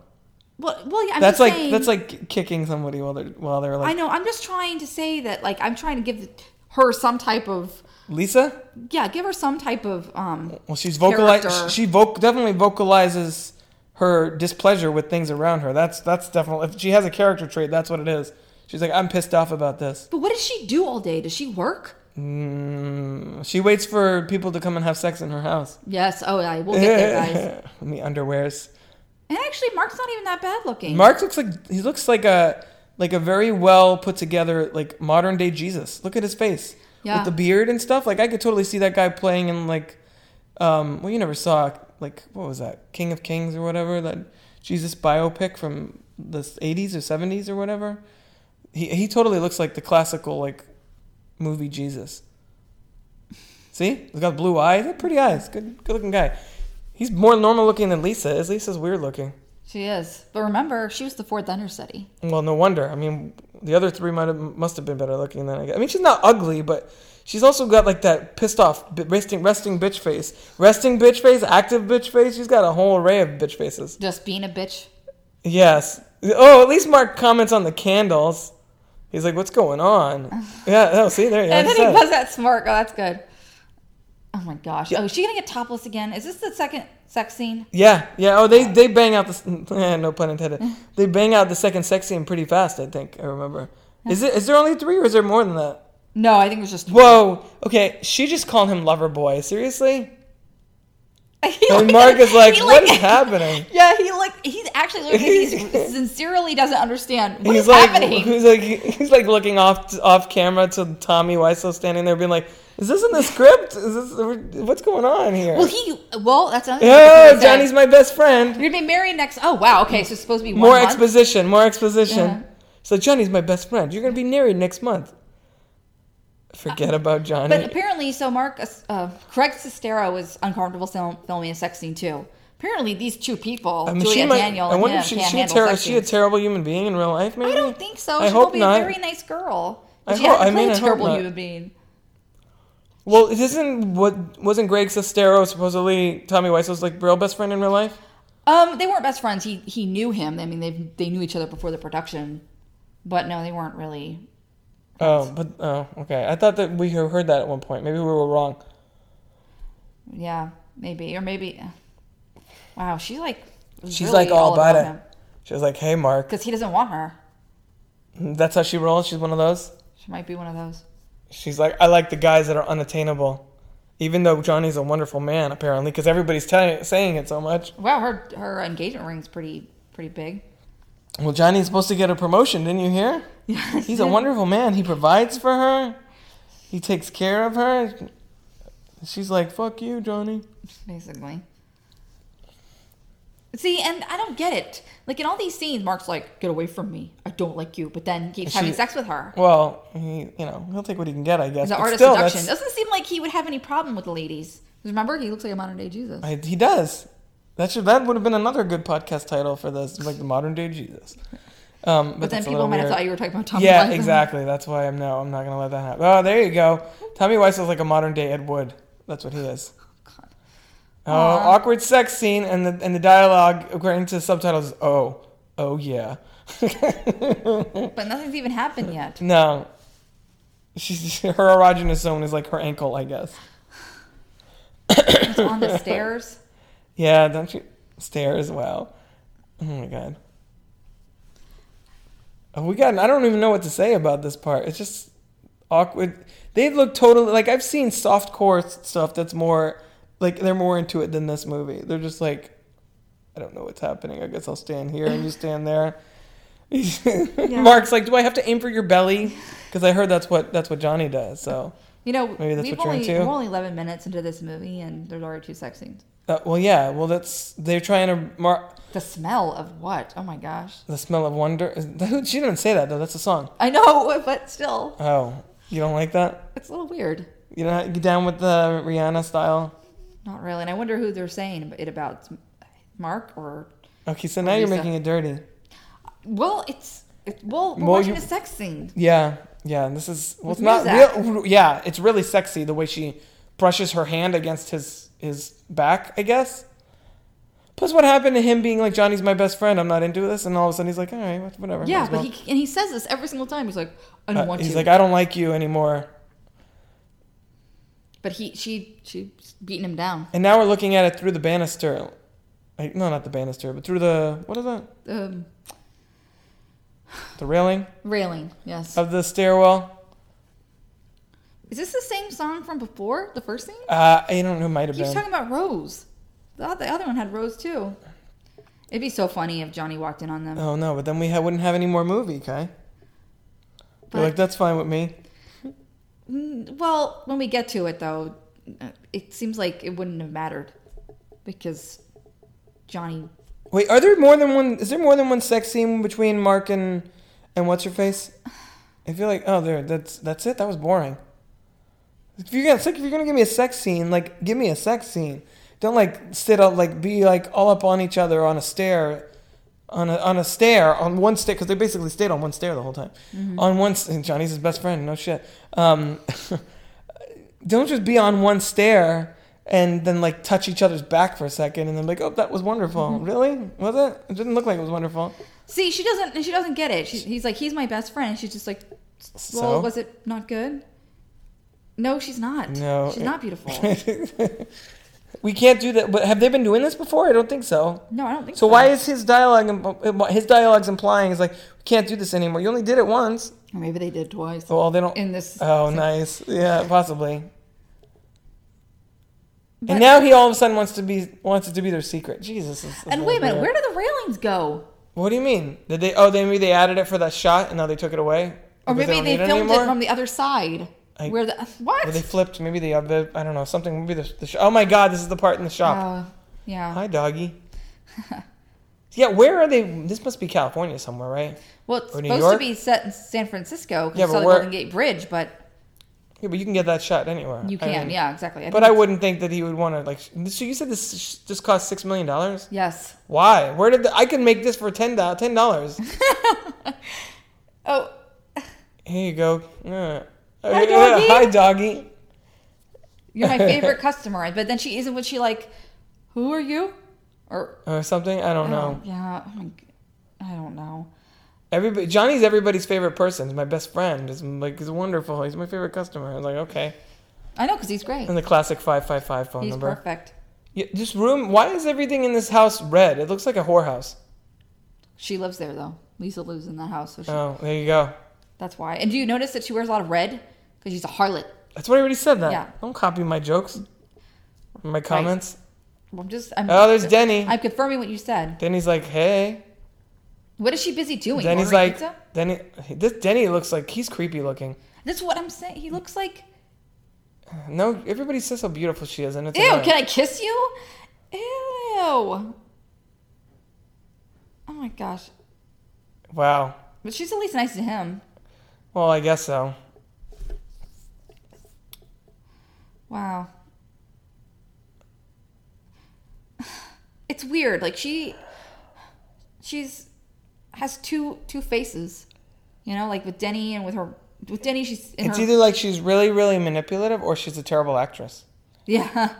Speaker 2: well, well, yeah, I'm
Speaker 1: that's
Speaker 2: just
Speaker 1: like
Speaker 2: saying,
Speaker 1: that's like kicking somebody while they're while they're
Speaker 2: I
Speaker 1: like
Speaker 2: know. I'm just trying to say that, like, I'm trying to give her some type of,
Speaker 1: Lisa.
Speaker 2: yeah, give her some type of, um,
Speaker 1: Well, she's
Speaker 2: Character.
Speaker 1: vocalized. She voc- definitely vocalizes her displeasure with things around her. That's that's definitely if she has a character trait, that's what it is. She's like, I'm pissed off about this.
Speaker 2: but what does she do all day? Does she work?
Speaker 1: Mm, she waits for people to come and have sex in her house.
Speaker 2: Yes. Oh, I will get there, guys.
Speaker 1: In the underwears.
Speaker 2: And actually, Mark's not even that bad looking.
Speaker 1: Mark looks like he looks like a like a very well put together like modern day Jesus. Look at his face
Speaker 2: Yeah.
Speaker 1: with the beard and stuff. Like I could totally see that guy playing in like um well you never saw like what was that? King of Kings or whatever that Jesus biopic from the 80s or 70s or whatever. He he totally looks like the classical like movie Jesus. See? He's got blue eyes. He had Pretty eyes. Good good looking guy. He's more normal looking than Lisa. Is Lisa's weird looking?
Speaker 2: She is. But remember, she was the Ford Thunder study.
Speaker 1: Well, no wonder. I mean, the other three might have must have been better looking than I guess. I mean, she's not ugly, but she's also got like that pissed off b- resting resting bitch face, resting bitch face, active bitch face. She's got a whole array of bitch faces.
Speaker 2: Just being a bitch.
Speaker 1: Yes. Oh, at least Mark comments on the candles. He's like, "What's going on?" Yeah. Oh, see there. Yeah,
Speaker 2: and
Speaker 1: that's
Speaker 2: then he
Speaker 1: it.
Speaker 2: does that smirk. Oh, that's good. Oh my gosh. Oh, is she gonna get topless again? Is this the second sex scene?
Speaker 1: yeah. Yeah. Oh, they they bang out the s- no pun intended. They bang out the second sex scene pretty fast. I think I remember. Is it is there only three or is there more than that?
Speaker 2: No, I think it was just.
Speaker 1: Whoa. Okay, she just called him lover boy. Seriously?
Speaker 2: He
Speaker 1: And
Speaker 2: like-
Speaker 1: Mark is like,
Speaker 2: he
Speaker 1: what is happening?
Speaker 2: Yeah, he like he actually looks like he sincerely doesn't understand what is
Speaker 1: he's like,
Speaker 2: happening.
Speaker 1: he's like, he's like looking off off camera to Tommy Wiseau standing there, being like, "Is this in the script? Is this what's going on here?"
Speaker 2: Well, he well that's another. thing I was
Speaker 1: oh,
Speaker 2: gonna say.
Speaker 1: Johnny's my best friend.
Speaker 2: You're gonna be married next. Oh wow. Okay, so it's supposed to be one
Speaker 1: More
Speaker 2: month?
Speaker 1: exposition. More exposition.
Speaker 2: Yeah.
Speaker 1: So Johnny's my best friend. You're gonna be married next month. Forget about Johnny.
Speaker 2: Uh, But apparently, so Mark, uh, Craig Sestero was uncomfortable film, filming a sex scene too. Apparently, these two people,
Speaker 1: I mean,
Speaker 2: Julia
Speaker 1: she might.
Speaker 2: Daniel
Speaker 1: I
Speaker 2: and
Speaker 1: wonder
Speaker 2: him,
Speaker 1: if she,
Speaker 2: can't
Speaker 1: she, a
Speaker 2: handle
Speaker 1: terri-
Speaker 2: sex
Speaker 1: is she a
Speaker 2: scenes.
Speaker 1: terrible human being in real life. Maybe
Speaker 2: I don't think so.
Speaker 1: I
Speaker 2: she
Speaker 1: hope
Speaker 2: will be
Speaker 1: not.
Speaker 2: a very nice girl.
Speaker 1: I
Speaker 2: But she had
Speaker 1: hope- I
Speaker 2: to play
Speaker 1: mean, I
Speaker 2: a
Speaker 1: hope
Speaker 2: terrible
Speaker 1: not.
Speaker 2: human being.
Speaker 1: Well, isn't what wasn't Greg Sestero supposedly Tommy Wiseau's like real best friend in real life?
Speaker 2: Um, they weren't best friends. He he knew him. I mean, they they knew each other before the production, but no, they weren't really.
Speaker 1: Oh, but oh, okay. I thought that we had heard that at one point. Maybe we were wrong.
Speaker 2: Yeah, maybe or maybe. Wow, she's like.
Speaker 1: She's like all about it. She was like, "Hey, Mark."
Speaker 2: because he doesn't want her.
Speaker 1: That's how she rolls. She's one of those.
Speaker 2: She might be one of those.
Speaker 1: She's like, "I like the guys that are unattainable," even though Johnny's a wonderful man apparently, because everybody's telling saying it so much.
Speaker 2: Wow, her her engagement ring's pretty pretty big.
Speaker 1: Well, Johnny's supposed to get a promotion, didn't you hear?
Speaker 2: Yes.
Speaker 1: He's a wonderful man. He provides for her. He takes care of her. She's like, "Fuck you, Johnny."
Speaker 2: basically. See, and I don't get it. Like in all these scenes, Mark's like, "Get away from me! I don't like you," but then keeps
Speaker 1: She-
Speaker 2: having sex with her.
Speaker 1: Well, he, you know, he'll take what he can get, I guess.
Speaker 2: It's an
Speaker 1: But
Speaker 2: art of
Speaker 1: still,
Speaker 2: seduction.
Speaker 1: that's-
Speaker 2: Doesn't seem like he would have any problem with the ladies. 'Cause Remember, he looks like a modern day Jesus.
Speaker 1: I, he does. That should that would have been another good podcast title for this, like the modern day Jesus. Um, but,
Speaker 2: but then
Speaker 1: that's a
Speaker 2: people
Speaker 1: little
Speaker 2: might have
Speaker 1: weird.
Speaker 2: thought you were talking about Tommy.
Speaker 1: Yeah,
Speaker 2: Wiseau.
Speaker 1: exactly. That's why I'm no. I'm not gonna let that happen. Oh, there you go. Tommy Wiseau's like a modern day Ed Wood. That's what he is.
Speaker 2: God.
Speaker 1: Oh, awkward sex scene, and the and the dialogue according to subtitles. is, Oh, oh yeah.
Speaker 2: But nothing's even happened yet.
Speaker 1: No. She's, her erogenous zone is like her ankle, I guess.
Speaker 2: It's on the stairs.
Speaker 1: Yeah, don't you stare as well? Oh my god. Oh, We got. I don't even know what to say about this part. It's just awkward. They look totally like I've seen soft core stuff that's more like they're more into it than this movie. They're just like, I don't know what's happening. I guess I'll stand here and you stand there. Mark's like, do I have to aim for your belly? Because I heard that's what that's what Johnny does. So,
Speaker 2: You know,
Speaker 1: Maybe that's
Speaker 2: we've
Speaker 1: what you're
Speaker 2: only
Speaker 1: into.
Speaker 2: we're only eleven minutes into this movie, and there's already two sex scenes.
Speaker 1: uh, well, yeah. Well, that's they're trying to mark.
Speaker 2: The smell of what? Oh my gosh!
Speaker 1: The smell of wonder. Is- She didn't say that though. That's a song.
Speaker 2: I know, but still,
Speaker 1: Oh, you don't like that?
Speaker 2: it's a little weird.
Speaker 1: You don't get down with the Rihanna style.
Speaker 2: Not really. And I wonder who they're saying it about. It's Mark or
Speaker 1: Okay, so now you're
Speaker 2: Lisa.
Speaker 1: making it dirty.
Speaker 2: well, it's it, well we're
Speaker 1: Well,
Speaker 2: watching
Speaker 1: you-
Speaker 2: a sex scene.
Speaker 1: Yeah, yeah. This is well, it's
Speaker 2: With
Speaker 1: not
Speaker 2: Muzak.
Speaker 1: real. Yeah, it's really sexy the way she brushes her hand against his his back. I guess. Plus, what happened to him being like Johnny's my best friend? I'm not into this, and all of a sudden he's like, all right, what- whatever.
Speaker 2: Yeah,
Speaker 1: might as
Speaker 2: but
Speaker 1: well.
Speaker 2: he and he says this every single time. He's like, I
Speaker 1: Uh,
Speaker 2: don't want
Speaker 1: he's
Speaker 2: to.
Speaker 1: like, I don't like you anymore. uh,
Speaker 2: but he she she's beating him down.
Speaker 1: And now we're looking at it through the banister. Like, no, not the banister, but through the what is that?
Speaker 2: Um,
Speaker 1: The railing
Speaker 2: railing. Yes.
Speaker 1: of the stairwell.
Speaker 2: Is this the same song from before the first scene?
Speaker 1: Uh, I don't know. It might have
Speaker 2: He keeps
Speaker 1: been.
Speaker 2: talking about Rose. The oth- the other one had Rose too. It'd be so funny if Johnny walked in on them.
Speaker 1: Uh, Oh no! But then we ha- wouldn't have any more movie, Kai. You're
Speaker 2: But- mm,
Speaker 1: like, that's fine with me.
Speaker 2: Well, when we get to it, though, uh, it seems like it wouldn't have mattered because Johnny.
Speaker 1: Wait, are there more than one? Is there more than one sex scene between Mark and and what's her face? I feel like oh, there. That's that's it. That was boring. If you're gonna it's like, if you're gonna give me a sex scene, like give me a sex scene. Don't like sit up, like be like all up on each other on a stair, on a on a stair on one stair because they basically stayed on one stair the whole time. On one, s- and Johnny's his best friend. No shit. Um, don't just be on one stair and then like touch each other's back for a second and then like, oh, that was wonderful. Really? Was it? It didn't look like it was wonderful.
Speaker 2: See, she doesn't. She doesn't get it. She, he's like, he's my best friend. She's just like, well,
Speaker 1: So?
Speaker 2: was it not good? No, she's not.
Speaker 1: No,
Speaker 2: she's
Speaker 1: it-
Speaker 2: not beautiful.
Speaker 1: we can't do that. But have they been doing this before? I don't think so.
Speaker 2: no, I don't think
Speaker 1: So
Speaker 2: so.
Speaker 1: why is his dialogue im- his dialogue's implying is like we can't do this anymore? You only did it once.
Speaker 2: Or maybe they did twice
Speaker 1: Well, they don't.
Speaker 2: in this.
Speaker 1: Oh, nice. Yeah, possibly.
Speaker 2: But-
Speaker 1: and now he all of a sudden wants to be wants it to be their secret. Jesus. this is
Speaker 2: and wait a minute,
Speaker 1: weird.
Speaker 2: where do the railings go?
Speaker 1: What do you mean? Did they? Oh, they maybe they added it for that shot, and now they took it away.
Speaker 2: Or
Speaker 1: Because
Speaker 2: maybe
Speaker 1: don't
Speaker 2: they,
Speaker 1: need
Speaker 2: filmed it
Speaker 1: anymore?
Speaker 2: from the other side.
Speaker 1: I-
Speaker 2: where the what?
Speaker 1: Or they flipped. Maybe they. uh, I don't know. Something. Maybe the. the sh- oh my God! This is the part in the shop.
Speaker 2: Uh, yeah.
Speaker 1: Hi, doggy. yeah, where are they? This must be California somewhere, right?
Speaker 2: well, it's
Speaker 1: or New
Speaker 2: supposed to
Speaker 1: York?
Speaker 2: be set in San Francisco because
Speaker 1: Yeah,
Speaker 2: it's
Speaker 1: but
Speaker 2: on the
Speaker 1: where-
Speaker 2: Golden Gate Bridge, but
Speaker 1: Yeah, but you can get that shot anywhere.
Speaker 2: you
Speaker 1: I
Speaker 2: can.
Speaker 1: mean,
Speaker 2: yeah, exactly. I
Speaker 1: But
Speaker 2: think
Speaker 1: I
Speaker 2: it's-
Speaker 1: wouldn't think that he would want to like. sh- So you said this sh- just cost six million dollars.
Speaker 2: Yes.
Speaker 1: Why? Where did the, I can make this for ten dollars? Ten dollars.
Speaker 2: Oh,
Speaker 1: Here you go. Uh,
Speaker 2: Hi,
Speaker 1: uh,
Speaker 2: doggy.
Speaker 1: Hi, doggy.
Speaker 2: you're my favorite customer. But then she isn't. Was she like, who are you? Or
Speaker 1: Or something. I don't know.
Speaker 2: yeah, oh my g- I don't know. Oh.
Speaker 1: Everybody, Johnny's everybody's favorite person. He's my best friend. He's like he's wonderful. He's my favorite customer. I was like, okay.
Speaker 2: I know because he's great.
Speaker 1: And the classic five five five phone
Speaker 2: He's
Speaker 1: number.
Speaker 2: perfect.
Speaker 1: Yeah, this room. Why is everything in this house red? It looks like a whorehouse.
Speaker 2: She lives there though. Lisa lives in that house, so she,
Speaker 1: Oh, there you go.
Speaker 2: that's why. And do you notice that she wears a lot of red because she's a harlot?
Speaker 1: That's what I already said. That.
Speaker 2: Yeah.
Speaker 1: Don't copy my jokes. My comments.
Speaker 2: I'm just. I'm,
Speaker 1: Oh, there's Denny.
Speaker 2: I'm confirming what you said.
Speaker 1: Denny's like, hey.
Speaker 2: What is she busy doing?
Speaker 1: Denny's
Speaker 2: Ordering
Speaker 1: like,
Speaker 2: pizza?
Speaker 1: Denny. This Denny looks like he's creepy looking.
Speaker 2: That's what I'm saying. He looks like.
Speaker 1: No, everybody says how beautiful she is, and it's
Speaker 2: Ew!
Speaker 1: annoying.
Speaker 2: Can I kiss you? Ew! Oh my gosh!
Speaker 1: wow.
Speaker 2: But she's at least nice to him.
Speaker 1: Well, I guess so.
Speaker 2: Wow. It's weird. Like she she's has two two faces. You know, like with Denny and with her with Denny she's in
Speaker 1: It's
Speaker 2: her
Speaker 1: either like she's really, really manipulative, or she's a terrible actress.
Speaker 2: Yeah.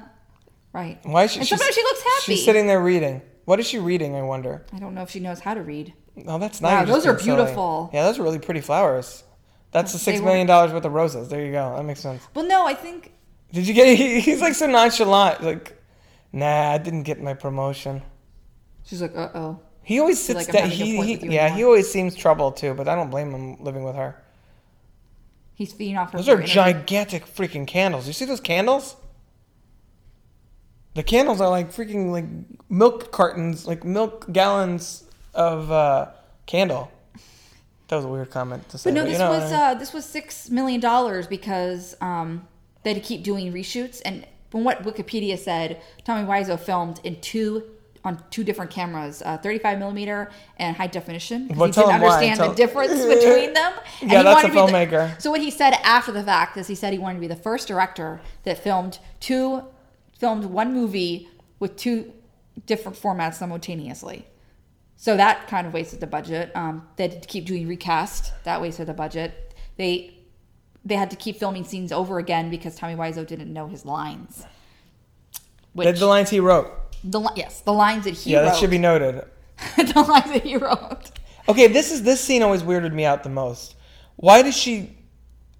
Speaker 2: Right.
Speaker 1: Why is she?
Speaker 2: And
Speaker 1: she's-
Speaker 2: sometimes she looks happy.
Speaker 1: She's sitting there reading. What is she reading? I wonder.
Speaker 2: I don't know if she knows how to read.
Speaker 1: Oh, that's
Speaker 2: Wow,
Speaker 1: nice.
Speaker 2: those are beautiful.
Speaker 1: Yeah, those are really pretty flowers. That's the
Speaker 2: They
Speaker 1: six million dollars worth of roses. There you go. That makes sense.
Speaker 2: Well no, I think
Speaker 1: Did you get? He, he's like so nonchalant. Like, nah, I didn't get my promotion.
Speaker 2: she's like, uh oh.
Speaker 1: He always
Speaker 2: Feel like
Speaker 1: sits
Speaker 2: I'm
Speaker 1: down.
Speaker 2: having a
Speaker 1: He,
Speaker 2: point
Speaker 1: he-
Speaker 2: with you
Speaker 1: yeah,
Speaker 2: anymore.
Speaker 1: he always seems troubled too. But I don't blame him living with her.
Speaker 2: He's feeding off her.
Speaker 1: Those are
Speaker 2: brain.
Speaker 1: gigantic freaking candles. You see those candles? The candles are like freaking like milk cartons, like milk gallons of uh, candle. That was a weird comment to say.
Speaker 2: But no,
Speaker 1: you
Speaker 2: this
Speaker 1: know what
Speaker 2: was
Speaker 1: I mean.
Speaker 2: uh, this was six million dollars because um, they had to keep doing reshoots. And from what Wikipedia said, Tommy Wiseau filmed in two on two different cameras, uh, 35 millimeter and high definition. 'cause
Speaker 1: Well,
Speaker 2: he
Speaker 1: tell
Speaker 2: didn't
Speaker 1: him why,
Speaker 2: understand
Speaker 1: tell-
Speaker 2: the difference between them. And
Speaker 1: Yeah,
Speaker 2: he
Speaker 1: that's
Speaker 2: wanted
Speaker 1: a
Speaker 2: to be the-
Speaker 1: filmmaker.
Speaker 2: so what he said after the fact is he said he wanted to be the first director that filmed two filmed one movie with two different formats simultaneously. So that kind of wasted the budget. Um, they had to keep doing recast. That wasted the budget. They they had to keep filming scenes over again because Tommy Wiseau didn't know his lines. Which
Speaker 1: That's the
Speaker 2: the,
Speaker 1: lines he wrote.
Speaker 2: li- yes, the lines that he
Speaker 1: Yeah,
Speaker 2: wrote.
Speaker 1: that should be noted.
Speaker 2: the lines that he wrote.
Speaker 1: Okay, this is this scene always weirded me out the most. Why does she?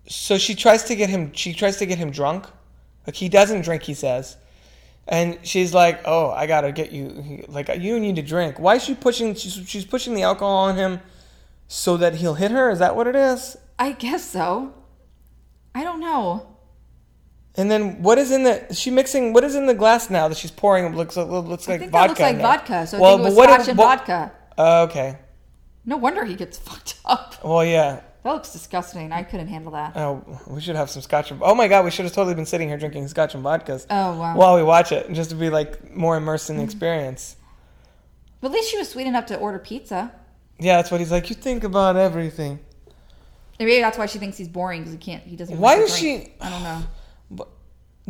Speaker 1: So she tries to get him. She tries to get him drunk. Like he doesn't drink. He says, and she's like, "Oh, I gotta get you. Like you need to drink." Why is she pushing? She's, she's pushing the alcohol on him so that he'll hit her. Is that what it is?
Speaker 2: I guess so. I don't know.
Speaker 1: And then what is in the? Is she mixing? What is in the glass now that she's pouring? It Looks looks like
Speaker 2: I
Speaker 1: vodka.
Speaker 2: think that looks like
Speaker 1: in there.
Speaker 2: vodka. So I
Speaker 1: Well,
Speaker 2: think it was
Speaker 1: but what-
Speaker 2: scotch and
Speaker 1: what-
Speaker 2: vodka.
Speaker 1: Uh, okay.
Speaker 2: No wonder he gets fucked up.
Speaker 1: Well, yeah.
Speaker 2: That looks disgusting. I couldn't handle that.
Speaker 1: Oh, we should have some scotch and oh my god, we should have totally been sitting here drinking scotch and vodkas
Speaker 2: Oh wow.
Speaker 1: while we watch it, just to be like more immersed in the experience.
Speaker 2: but at least she was sweet enough to order pizza.
Speaker 1: Yeah, that's what he's like. You think about everything.
Speaker 2: And maybe that's why she thinks he's boring because he can't. He doesn't.
Speaker 1: Why
Speaker 2: want to
Speaker 1: does
Speaker 2: drink.
Speaker 1: she-
Speaker 2: I don't know.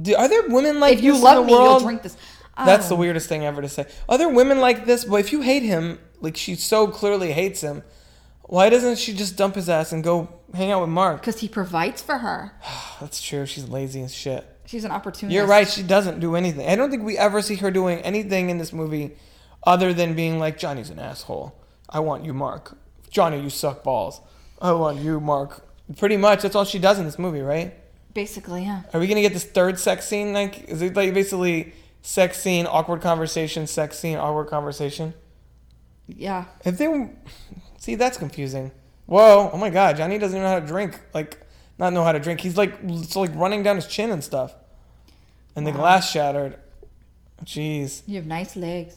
Speaker 1: Do, are there women like
Speaker 2: If you
Speaker 1: this
Speaker 2: love
Speaker 1: in
Speaker 2: me,
Speaker 1: the world?
Speaker 2: you'll drink this. Oh, I
Speaker 1: That's the
Speaker 2: don't know.
Speaker 1: weirdest thing ever to say. Are there women like this? But if you hate him, like she so clearly hates him, why doesn't she just dump his ass and go hang out with Mark?
Speaker 2: Because he provides for her.
Speaker 1: That's true. She's lazy as shit.
Speaker 2: She's an opportunist.
Speaker 1: You're right. She doesn't do anything. I don't think we ever see her doing anything in this movie other than being like, Johnny's an asshole. I want you, Mark. Johnny, you suck balls. I want you, Mark. Pretty much, that's all she does in this movie, right?
Speaker 2: Basically, yeah.
Speaker 1: Are we gonna get this third sex scene? Like, is it like basically sex scene, awkward conversation, sex scene, awkward conversation?
Speaker 2: Yeah.
Speaker 1: If they see, that's confusing. Whoa! Oh my God, Johnny doesn't even know how to drink. Like, not know how to drink. He's like, it's like running down his chin and stuff. And the
Speaker 2: Wow.
Speaker 1: glass shattered. Jeez.
Speaker 2: You have nice legs.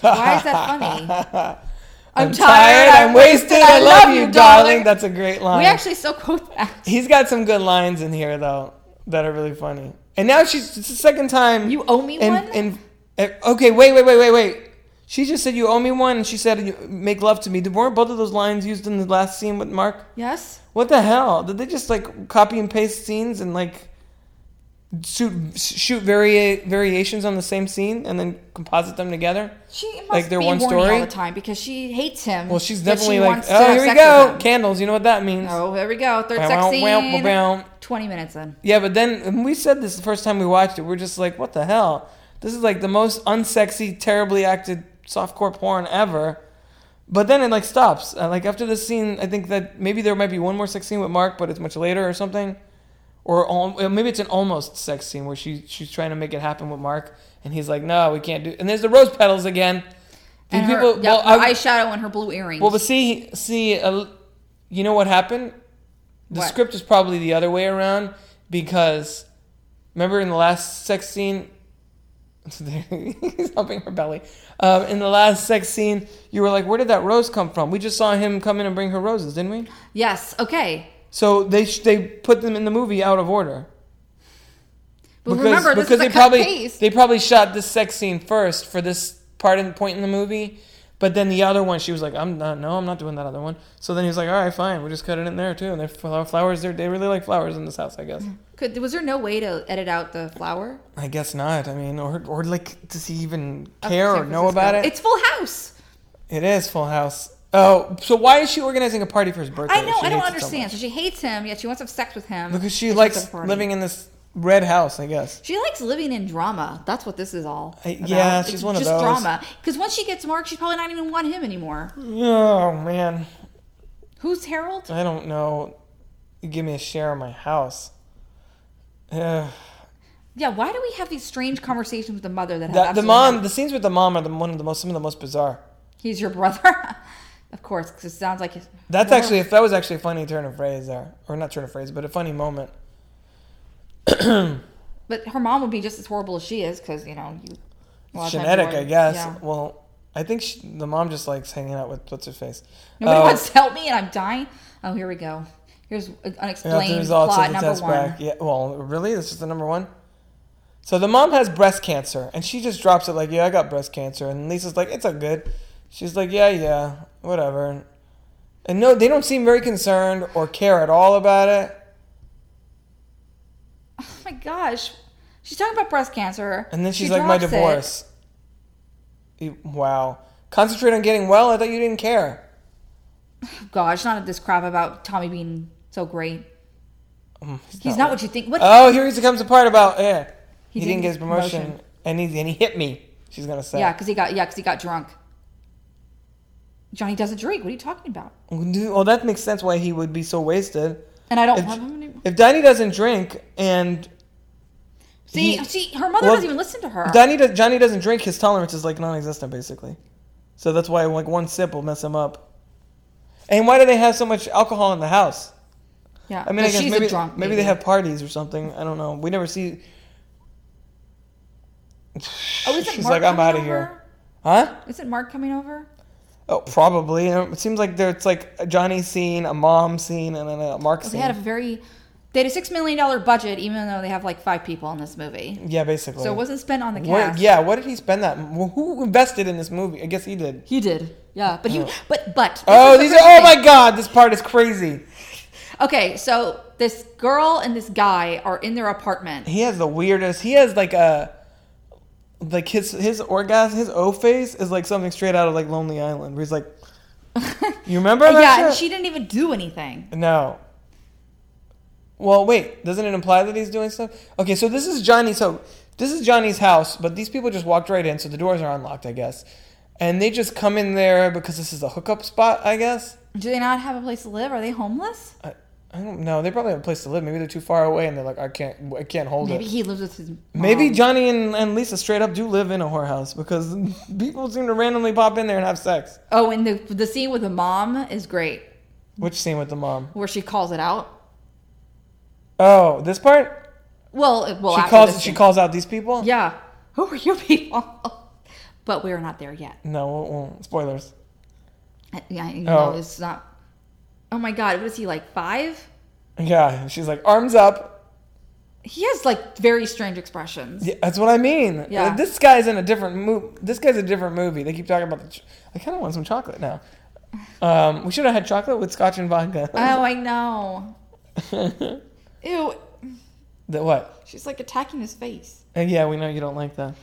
Speaker 2: Why is that funny?
Speaker 1: I'm, tired. I'm wasted. I love you, darling. That's a great line.
Speaker 2: We actually still quote that.
Speaker 1: He's got some good lines in here though that are really funny. And now she's it's the second time
Speaker 2: You owe me
Speaker 1: and,
Speaker 2: one?
Speaker 1: And, and- okay, wait, wait, wait, wait, wait. She just said you owe me one, and she said you make love to me. Did- Weren't both of those lines used in the last scene with Mark?
Speaker 2: Yes.
Speaker 1: What the hell? Did they just like copy and paste scenes and like shoot shoot vari- variations on the same scene and then composite them together?
Speaker 2: She must
Speaker 1: Like, they're
Speaker 2: be
Speaker 1: one
Speaker 2: warning
Speaker 1: story?
Speaker 2: all the time because she hates him.
Speaker 1: Well, she's
Speaker 2: but she
Speaker 1: definitely like,
Speaker 2: wants to
Speaker 1: oh,
Speaker 2: have
Speaker 1: here we
Speaker 2: sex with
Speaker 1: go,
Speaker 2: him."
Speaker 1: candles. You know what that means?
Speaker 2: Oh, there we go. Third
Speaker 1: Wow,
Speaker 2: sex
Speaker 1: wow, wow,
Speaker 2: scene.
Speaker 1: wow.
Speaker 2: Twenty minutes in.
Speaker 1: Yeah, but then and we said this the first time we watched it. We're just like, what the hell? This is like the most unsexy, terribly acted softcore porn ever. But then it like stops. Uh, like after this scene, I think that maybe there might be one more sex scene with Mark, but it's much later or something. Or al- uh, maybe it's an almost sex scene where she she's trying to make it happen with Mark, and he's like, no, we can't do. And there's the rose petals again. These
Speaker 2: And her,
Speaker 1: people-
Speaker 2: yep,
Speaker 1: well,
Speaker 2: her
Speaker 1: I-
Speaker 2: eyeshadow and her blue earrings.
Speaker 1: well, but see, see, uh, you know what happened? The
Speaker 2: What?
Speaker 1: script is probably the other way around because remember in the last sex scene, he's humping her belly. Um, in the last sex scene, you were like, "Where did that rose come from?" We just saw him come in and bring her roses, didn't we?
Speaker 2: yes. Okay.
Speaker 1: So they sh- they put them in the movie out of order.
Speaker 2: But remember, this is a
Speaker 1: they
Speaker 2: cut
Speaker 1: probably
Speaker 2: paste.
Speaker 1: they probably shot this sex scene first for this part and point in the movie, but then the other one she was like, "I'm not, no, I'm not doing that other one." So then he was like, "All right, fine, we just cut it in there too." And they're flower- flowers. They're, they really like flowers in this house, I guess.
Speaker 2: Could, was there no way to edit out the flower?
Speaker 1: I guess not. I mean, or or like, does he even
Speaker 2: of
Speaker 1: care or
Speaker 2: San
Speaker 1: know about it?
Speaker 2: Francisco? It's Full House.
Speaker 1: It is Full House. Oh, so why is she organizing a party for his birthday?
Speaker 2: I
Speaker 1: if
Speaker 2: know.
Speaker 1: she
Speaker 2: I don't
Speaker 1: hates it so
Speaker 2: understand. So she hates him, yet she wants to have sex with him.
Speaker 1: much? because she
Speaker 2: and
Speaker 1: likes
Speaker 2: wants a party.
Speaker 1: living in this red house, I guess.
Speaker 2: She likes living in drama. That's what this is all.
Speaker 1: I-
Speaker 2: about.
Speaker 1: yeah, she's one of those.
Speaker 2: drama. Because once she gets Mark, she's probably not even want him anymore.
Speaker 1: Oh man,
Speaker 2: Who's Harold?
Speaker 1: I don't know. You give me a share of my house. Ugh.
Speaker 2: Yeah. Why do we have these strange conversations with the mother that have
Speaker 1: that, the
Speaker 2: absolutely
Speaker 1: mom,
Speaker 2: no-
Speaker 1: the scenes with the mom are the, one of the most, some of the most bizarre.
Speaker 2: He's your brother, of course. Because it sounds like his-
Speaker 1: That's
Speaker 2: Well,
Speaker 1: actually, that was actually a funny turn of phrase there, or not turn of phrase, but a funny moment.
Speaker 2: But her mom would be just as horrible as she is, because you know you. a lot of times you
Speaker 1: Genetic,
Speaker 2: are-
Speaker 1: I guess.
Speaker 2: yeah.
Speaker 1: Well, I think she, the mom just likes hanging out with what's her face.
Speaker 2: Nobody
Speaker 1: Uh,
Speaker 2: wants to help me, and I'm dying. Oh, here we go. Here's
Speaker 1: you know, the
Speaker 2: unexplained
Speaker 1: results of
Speaker 2: plot
Speaker 1: the
Speaker 2: number
Speaker 1: test
Speaker 2: one.
Speaker 1: back. Yeah. Well, really, this is the number one. So the mom has breast cancer, and she just drops it like, "Yeah, I got breast cancer." And Lisa's like, "It's all good." She's like, "Yeah, yeah, whatever." And no, they don't seem very concerned or care at all about it.
Speaker 2: Oh my gosh, she's talking about breast cancer.
Speaker 1: And then
Speaker 2: She
Speaker 1: she's like, "My
Speaker 2: drops it.
Speaker 1: divorce." E- Wow. Concentrate on getting well. I thought you didn't care.
Speaker 2: Oh Gosh, not this crap about Tommy being so great.
Speaker 1: Mm,
Speaker 2: He's not what you think. What?
Speaker 1: Oh, here he comes apart about yeah. He,
Speaker 2: He
Speaker 1: didn't, get his promotion, and he and he hit me. She's gonna say,
Speaker 2: yeah, because he got yeah, because he got drunk. Johnny doesn't drink. What are you talking about?
Speaker 1: Well, that makes sense why he would be so wasted.
Speaker 2: And I don't
Speaker 1: If-
Speaker 2: love him anymore.
Speaker 1: If Danny doesn't drink and
Speaker 2: See,
Speaker 1: he-
Speaker 2: see, her mother
Speaker 1: well,
Speaker 2: doesn't even listen to her.
Speaker 1: Danny does, Johnny doesn't drink, his tolerance is like non-existent basically. So that's why like one sip will mess him up. And why do they have so much alcohol in the house?
Speaker 2: yeah,
Speaker 1: I mean, I
Speaker 2: But
Speaker 1: guess
Speaker 2: she's
Speaker 1: maybe
Speaker 2: a drunk.
Speaker 1: maybe they have parties or something. I don't know. We never see.
Speaker 2: Oh, isn't
Speaker 1: She's like,
Speaker 2: Mark
Speaker 1: I'm
Speaker 2: Oh, coming
Speaker 1: out of
Speaker 2: over?
Speaker 1: here, huh?
Speaker 2: Isn't Mark coming over?
Speaker 1: Oh, probably. Um, It seems like there it's like a Johnny scene, a mom scene, and then a Mark
Speaker 2: They
Speaker 1: scene.
Speaker 2: had a very they had a six million dollar budget, even though they have like five people in this movie.
Speaker 1: yeah, basically.
Speaker 2: So it wasn't spent on the
Speaker 1: What-
Speaker 2: cast.
Speaker 1: yeah, what did he spend that? Who invested in this movie? I guess he did.
Speaker 2: He did. Yeah, but he but but this
Speaker 1: Oh,
Speaker 2: is
Speaker 1: these
Speaker 2: the
Speaker 1: are.
Speaker 2: first
Speaker 1: Oh
Speaker 2: thing.
Speaker 1: my God, this part is crazy.
Speaker 2: Okay, so this girl and this guy are in their apartment.
Speaker 1: He has the weirdest. He has like a, like his his orgasm, his O face is like something straight out of like Lonely Island, where he's like, you remember? That
Speaker 2: yeah, and
Speaker 1: shit?
Speaker 2: she didn't even do anything.
Speaker 1: No. Well, wait. Doesn't it imply that he's doing stuff? Okay, so this is Johnny. So this is Johnny's house, but these people just walked right in, so the doors are unlocked, I guess. And they just come in there because this is a hookup spot, I guess.
Speaker 2: Do they not have a place to live? Are they homeless?
Speaker 1: I, I don't know. They probably have a place to live. Maybe they're too far away, and they're like, I can't, I can't hold
Speaker 2: Maybe
Speaker 1: it.
Speaker 2: he lives with his mom.
Speaker 1: Maybe Johnny and, and Lisa straight up do live in a whorehouse because people seem to randomly pop in there and have sex.
Speaker 2: Oh, and the the scene with the mom is great,
Speaker 1: Which scene with the mom?
Speaker 2: where she calls it out.
Speaker 1: Oh, this part?
Speaker 2: Well, it- well,
Speaker 1: She
Speaker 2: after
Speaker 1: calls.
Speaker 2: this
Speaker 1: She
Speaker 2: scene.
Speaker 1: calls out these people.
Speaker 2: Yeah, who are you people? but we are not there yet. Uh,
Speaker 1: No, won't- won't. spoilers.
Speaker 2: Yeah, you
Speaker 1: Oh.
Speaker 2: know, it's not. Oh my God, what is he like five?
Speaker 1: Yeah, and she's like arms up.
Speaker 2: He has like very strange expressions.
Speaker 1: Yeah, that's what I mean.
Speaker 2: Yeah.
Speaker 1: Uh, This guy's in a different movie. This guy's a different movie. They keep talking about the. Ch- I kind of want some chocolate now. Um, we should have had chocolate with scotch and vodka.
Speaker 2: Oh, I know. Ew.
Speaker 1: the, what?
Speaker 2: She's like attacking his face.
Speaker 1: Uh, yeah, we know you don't like that.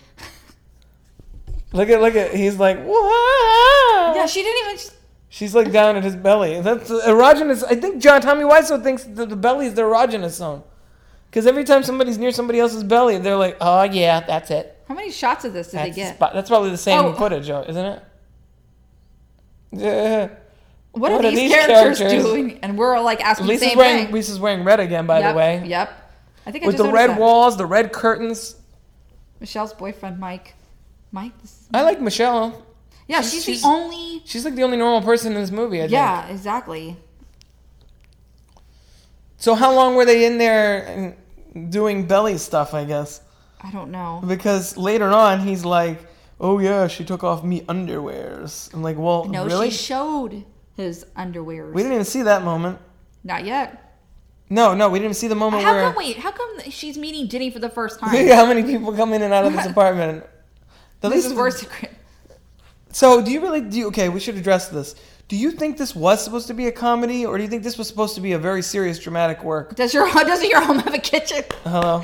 Speaker 1: look at look at. He's like wow.
Speaker 2: Yeah, she didn't even. Just,
Speaker 1: She's like down at his belly. That's the erogenous. I think John Tommy Wiseau thinks that the belly is the erogenous zone. Because every time somebody's near somebody else's belly, they're like, oh yeah, that's it.
Speaker 2: how many shots of this did
Speaker 1: That's,
Speaker 2: they
Speaker 1: the
Speaker 2: get?
Speaker 1: spot- that's probably the same
Speaker 2: Oh.
Speaker 1: footage, uh, isn't it? Yeah.
Speaker 2: What,
Speaker 1: what
Speaker 2: are, these, characters,
Speaker 1: characters?
Speaker 2: doing? And we're like asking the
Speaker 1: Lisa's
Speaker 2: same
Speaker 1: wearing
Speaker 2: thing.
Speaker 1: Lisa's wearing red again, by
Speaker 2: yep,
Speaker 1: the way.
Speaker 2: Yep. I think I
Speaker 1: With
Speaker 2: just
Speaker 1: the
Speaker 2: noticed
Speaker 1: red
Speaker 2: that.
Speaker 1: walls, the red curtains.
Speaker 2: Michelle's boyfriend, Mike. Mike. This is,
Speaker 1: I like Michelle.
Speaker 2: yeah,
Speaker 1: she's-
Speaker 2: she's,
Speaker 1: she's-
Speaker 2: the only.
Speaker 1: She's like the only normal person in this movie. I Think.
Speaker 2: Yeah, exactly.
Speaker 1: So how long were they in there and doing belly stuff? I guess
Speaker 2: I don't know.
Speaker 1: because later on he's like, "Oh yeah, she took off me underwears." I'm like, "Well,
Speaker 2: No,
Speaker 1: really?
Speaker 2: she showed his underwear.
Speaker 1: we didn't even see that moment."
Speaker 2: Not yet.
Speaker 1: No, no, we didn't even see the moment
Speaker 2: How
Speaker 1: where.
Speaker 2: come? Wait, how come she's meeting Jenny for the first time?
Speaker 1: Look at how many people come in and out of this apartment. The
Speaker 2: This
Speaker 1: least-
Speaker 2: is worse. than-
Speaker 1: So, do you really do? You, okay, we should address this. Do you think this was supposed to be a comedy, or do you think this was supposed to be a very serious dramatic work?
Speaker 2: Does your doesn't your home have a kitchen?
Speaker 1: Hello.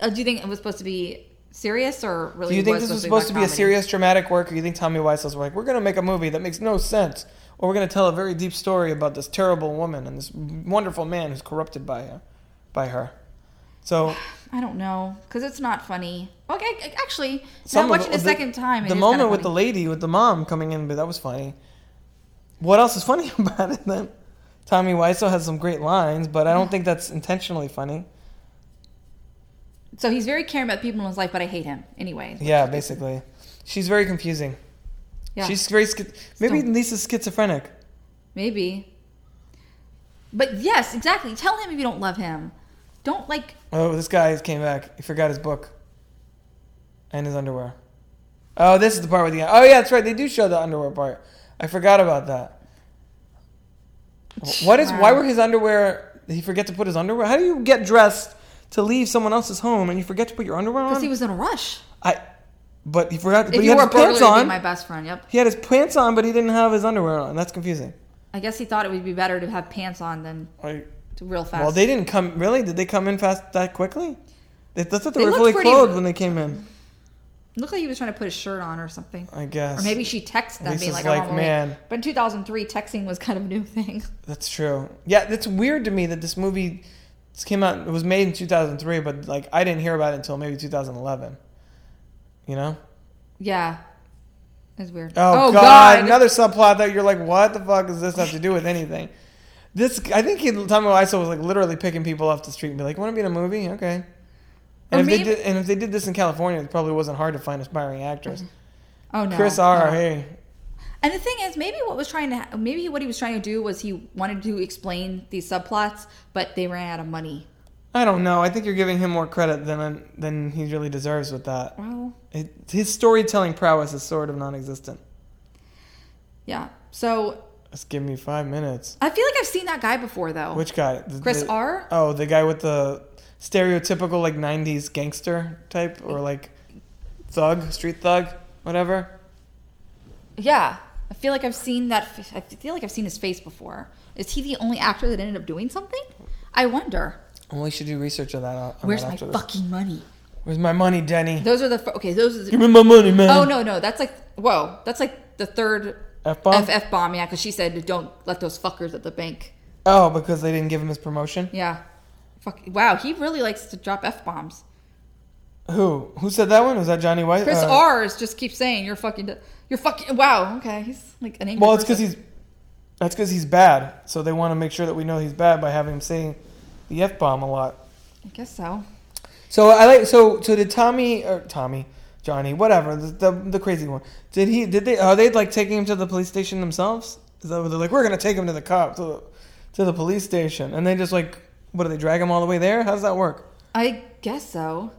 Speaker 2: Uh, Do you think it was supposed to be serious or really?
Speaker 1: Do you think
Speaker 2: was
Speaker 1: this was supposed to be a
Speaker 2: comedy?
Speaker 1: serious dramatic work, or you think Tommy Wiseau's like, we're going to make a movie that makes no sense, or we're going to tell a very deep story about this terrible woman and this wonderful man who's corrupted by her, by her? So
Speaker 2: I don't know because it's not funny. Okay, ac- actually,
Speaker 1: Some
Speaker 2: now
Speaker 1: of
Speaker 2: watching
Speaker 1: it-
Speaker 2: the, second time, it
Speaker 1: the
Speaker 2: is
Speaker 1: moment
Speaker 2: kinda
Speaker 1: with the
Speaker 2: funny.
Speaker 1: lady with the mom coming in, but that was funny. What else is funny about it then? Tommy Wiseau has some great lines, but I don't think that's intentionally funny.
Speaker 2: so he's very caring about people in his life, but I hate him anyway.
Speaker 1: Yeah, basically, she's very confusing.
Speaker 2: Yeah,
Speaker 1: She's very schi- maybe
Speaker 2: Still.
Speaker 1: Lisa's schizophrenic.
Speaker 2: maybe. But yes, exactly. Tell him if you don't love him. Don't like.
Speaker 1: Oh, this guy came back. He forgot his book and his underwear. Oh, this is the part with the oh yeah, that's right. They do show the underwear part. I forgot about that. What is why
Speaker 2: Wow.
Speaker 1: were his underwear? Did he forget to put his underwear? How do you get dressed to leave someone else's home and you forget to put your underwear on?
Speaker 2: Because he was in a rush.
Speaker 1: I, but he forgot. But
Speaker 2: If
Speaker 1: he
Speaker 2: you
Speaker 1: had
Speaker 2: were a
Speaker 1: his pants
Speaker 2: burglar, you'd be
Speaker 1: on.
Speaker 2: my best friend. Yep.
Speaker 1: He had his pants on, but he didn't have his underwear on. That's confusing.
Speaker 2: I guess he thought it would be better to have pants on than
Speaker 1: I,
Speaker 2: to real fast.
Speaker 1: well, they didn't come. Really, did they come in fast that quickly? They, that's what they,
Speaker 2: They
Speaker 1: were
Speaker 2: looked
Speaker 1: fully
Speaker 2: pretty-
Speaker 1: clothed when they came in.
Speaker 2: Looked like he was trying to put his shirt on or something.
Speaker 1: I guess.
Speaker 2: Or maybe she texted them
Speaker 1: Lisa's
Speaker 2: being like,
Speaker 1: like,
Speaker 2: I want
Speaker 1: "Man."
Speaker 2: man. But in 2003, texting was kind of a new thing.
Speaker 1: That's true. Yeah, that's weird to me that this movie this came out. It was made in 2003, but like I didn't hear about it until maybe 2011. You know?
Speaker 2: Yeah. It's weird.
Speaker 1: Oh, God, another subplot that you're like, what the fuck does this have to do with anything? This, I think, he, Tommy Wiseau was like literally picking people off the street and be like, "Want to be in a movie? Okay." And if,
Speaker 2: Or
Speaker 1: they
Speaker 2: maybe-
Speaker 1: did, and if they did this in California, it probably wasn't hard to find aspiring actors.
Speaker 2: Oh, no.
Speaker 1: Chris R.
Speaker 2: no.
Speaker 1: Hey,
Speaker 2: And the thing is, maybe what was trying to ha- maybe what he was trying to do was he wanted to explain these subplots, but they ran out of money.
Speaker 1: I don't know. I think you're giving him more credit than than he really deserves with that.
Speaker 2: Well,
Speaker 1: It, his storytelling prowess is sort of non-existent.
Speaker 2: yeah. So
Speaker 1: Just give me five minutes.
Speaker 2: I feel like I've seen that guy before though.
Speaker 1: Which guy? The-
Speaker 2: Chris
Speaker 1: the-
Speaker 2: R?
Speaker 1: Oh, the guy with the stereotypical like '90s gangster type, or like thug, street thug, whatever.
Speaker 2: Yeah, I feel like I've seen that. f- I feel like I've seen his face before. Is he the only actor that ended up doing something? I wonder.
Speaker 1: Well, Oh, we should do research on that. On that
Speaker 2: Where's my
Speaker 1: after this.
Speaker 2: fucking money?
Speaker 1: Where's my money, Denny?
Speaker 2: Those are the fir- okay. Those are the,
Speaker 1: Give me my money, man.
Speaker 2: oh no no that's like whoa that's like the third
Speaker 1: F bomb.
Speaker 2: FF bomb yeah because she said don't let those fuckers at the bank
Speaker 1: Oh, because they didn't give him his promotion.
Speaker 2: yeah fuck wow he really likes to drop F bombs
Speaker 1: Who? Who said that one? Was that Johnny White?
Speaker 2: Chris
Speaker 1: Uh,
Speaker 2: R's just keeps saying you're fucking d- you're fucking wow okay he's like an angry
Speaker 1: Well, it's because
Speaker 2: person.
Speaker 1: he's. That's because he's bad. So they want to make sure that we know he's bad by having him saying the f bomb a lot.
Speaker 2: I guess so
Speaker 1: So I like so so did Tommy or Tommy Johnny whatever the, the the crazy one did he did they are they like taking him to the police station themselves is that what they're like we're gonna take him to the cop to the, to the police station and they just like what do they drag him all the way there how does that work
Speaker 2: I guess so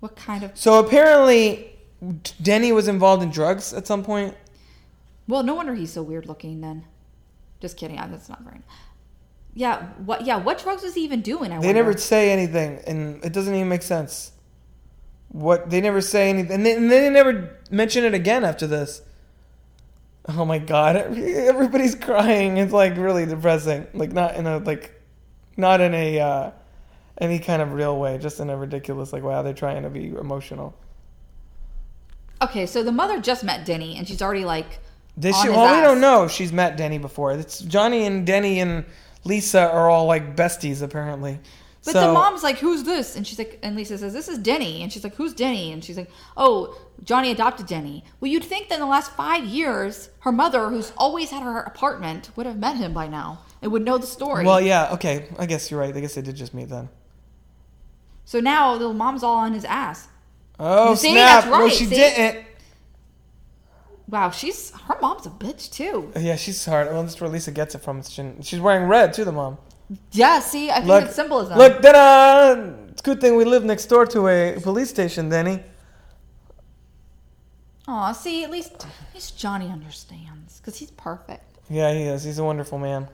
Speaker 2: what kind of
Speaker 1: so apparently Denny was involved in drugs at some point
Speaker 2: well no wonder he's so weird looking then just kidding I- that's not very yeah what yeah what drugs was he even doing I
Speaker 1: they
Speaker 2: wonder.
Speaker 1: never say anything and it doesn't even make sense what they never say anything and, they, and they never mention it again after this oh my god everybody's crying it's like really depressing like not in a like not in a uh any kind of real way just in a ridiculous like wow they're trying to be emotional
Speaker 2: okay so the mother just met Denny and she's already like
Speaker 1: did
Speaker 2: On
Speaker 1: she
Speaker 2: his
Speaker 1: well we
Speaker 2: ass.
Speaker 1: don't know if she's met denny before it's johnny and denny and lisa are all like besties apparently
Speaker 2: But
Speaker 1: So-
Speaker 2: the mom's like, "Who's this?" And she's like, and Lisa says, "This is Denny." And she's like, "Who's Denny?" And she's like, "Oh, Johnny adopted Denny." Well, you'd think that in the last five years, her mother, who's always at her apartment, would have met him by now and would know the story.
Speaker 1: well yeah okay i guess you're right i guess they did just meet then
Speaker 2: so now the mom's all on his ass.
Speaker 1: Oh
Speaker 2: You see?
Speaker 1: snap!
Speaker 2: That's
Speaker 1: No,
Speaker 2: right,
Speaker 1: she
Speaker 2: see?
Speaker 1: didn't.
Speaker 2: Wow, she's her mom's a bitch too.
Speaker 1: Yeah, she's hard. Well, that's where Lisa gets it from. She- She's wearing red too. The mom.
Speaker 2: Yeah, see, I think
Speaker 1: Look,
Speaker 2: it's symbolism.
Speaker 1: Look, ta-da! It's a good thing we live next door to a police station, Denny.
Speaker 2: Aw, see, at least at least Johnny understands because he's perfect.
Speaker 1: Yeah, he is. He's a wonderful man.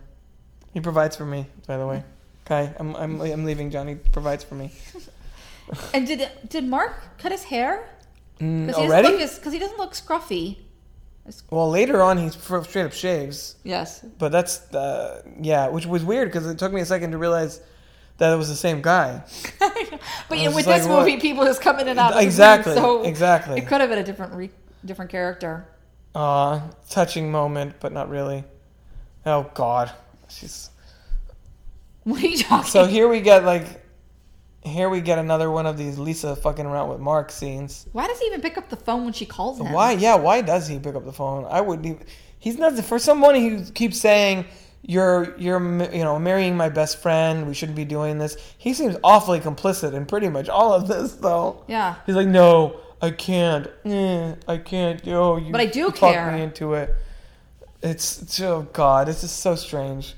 Speaker 1: He provides for me, by the way. Kai, I'm I'm I'm leaving. Johnny provides for me.
Speaker 2: And did did Mark cut his hair?
Speaker 1: Mm,
Speaker 2: Because
Speaker 1: already?
Speaker 2: Because he doesn't look scruffy.
Speaker 1: Well, later on, he fr- straight up shaves.
Speaker 2: Yes,
Speaker 1: But that's uh, yeah, which was weird because it took me a second to realize that it was the same guy.
Speaker 2: but
Speaker 1: I
Speaker 2: yeah,
Speaker 1: was just
Speaker 2: with this
Speaker 1: like,
Speaker 2: movie,
Speaker 1: what?
Speaker 2: people just come in and out. of the room,
Speaker 1: Exactly,
Speaker 2: so
Speaker 1: exactly.
Speaker 2: It could have been a different, re- different character.
Speaker 1: Aw, touching moment, but not really. Oh God, she's
Speaker 2: What are you talking?
Speaker 1: so here we get like, here we get another one of these Lisa fucking around with Mark scenes.
Speaker 2: Why does he even pick up the phone when she calls him?
Speaker 1: Why? Yeah, why does he pick up the phone? I wouldn't even. He's not the for someone who keeps saying you're you're m- you know marrying my best friend. We shouldn't be doing this. He seems awfully complicit in pretty much all of this though.
Speaker 2: Yeah.
Speaker 1: He's like, no, I can't. Eh, I can't. Yo, you.
Speaker 2: But I do
Speaker 1: you
Speaker 2: care."
Speaker 1: Talk me into it. It's it's- oh god, it's just so strange.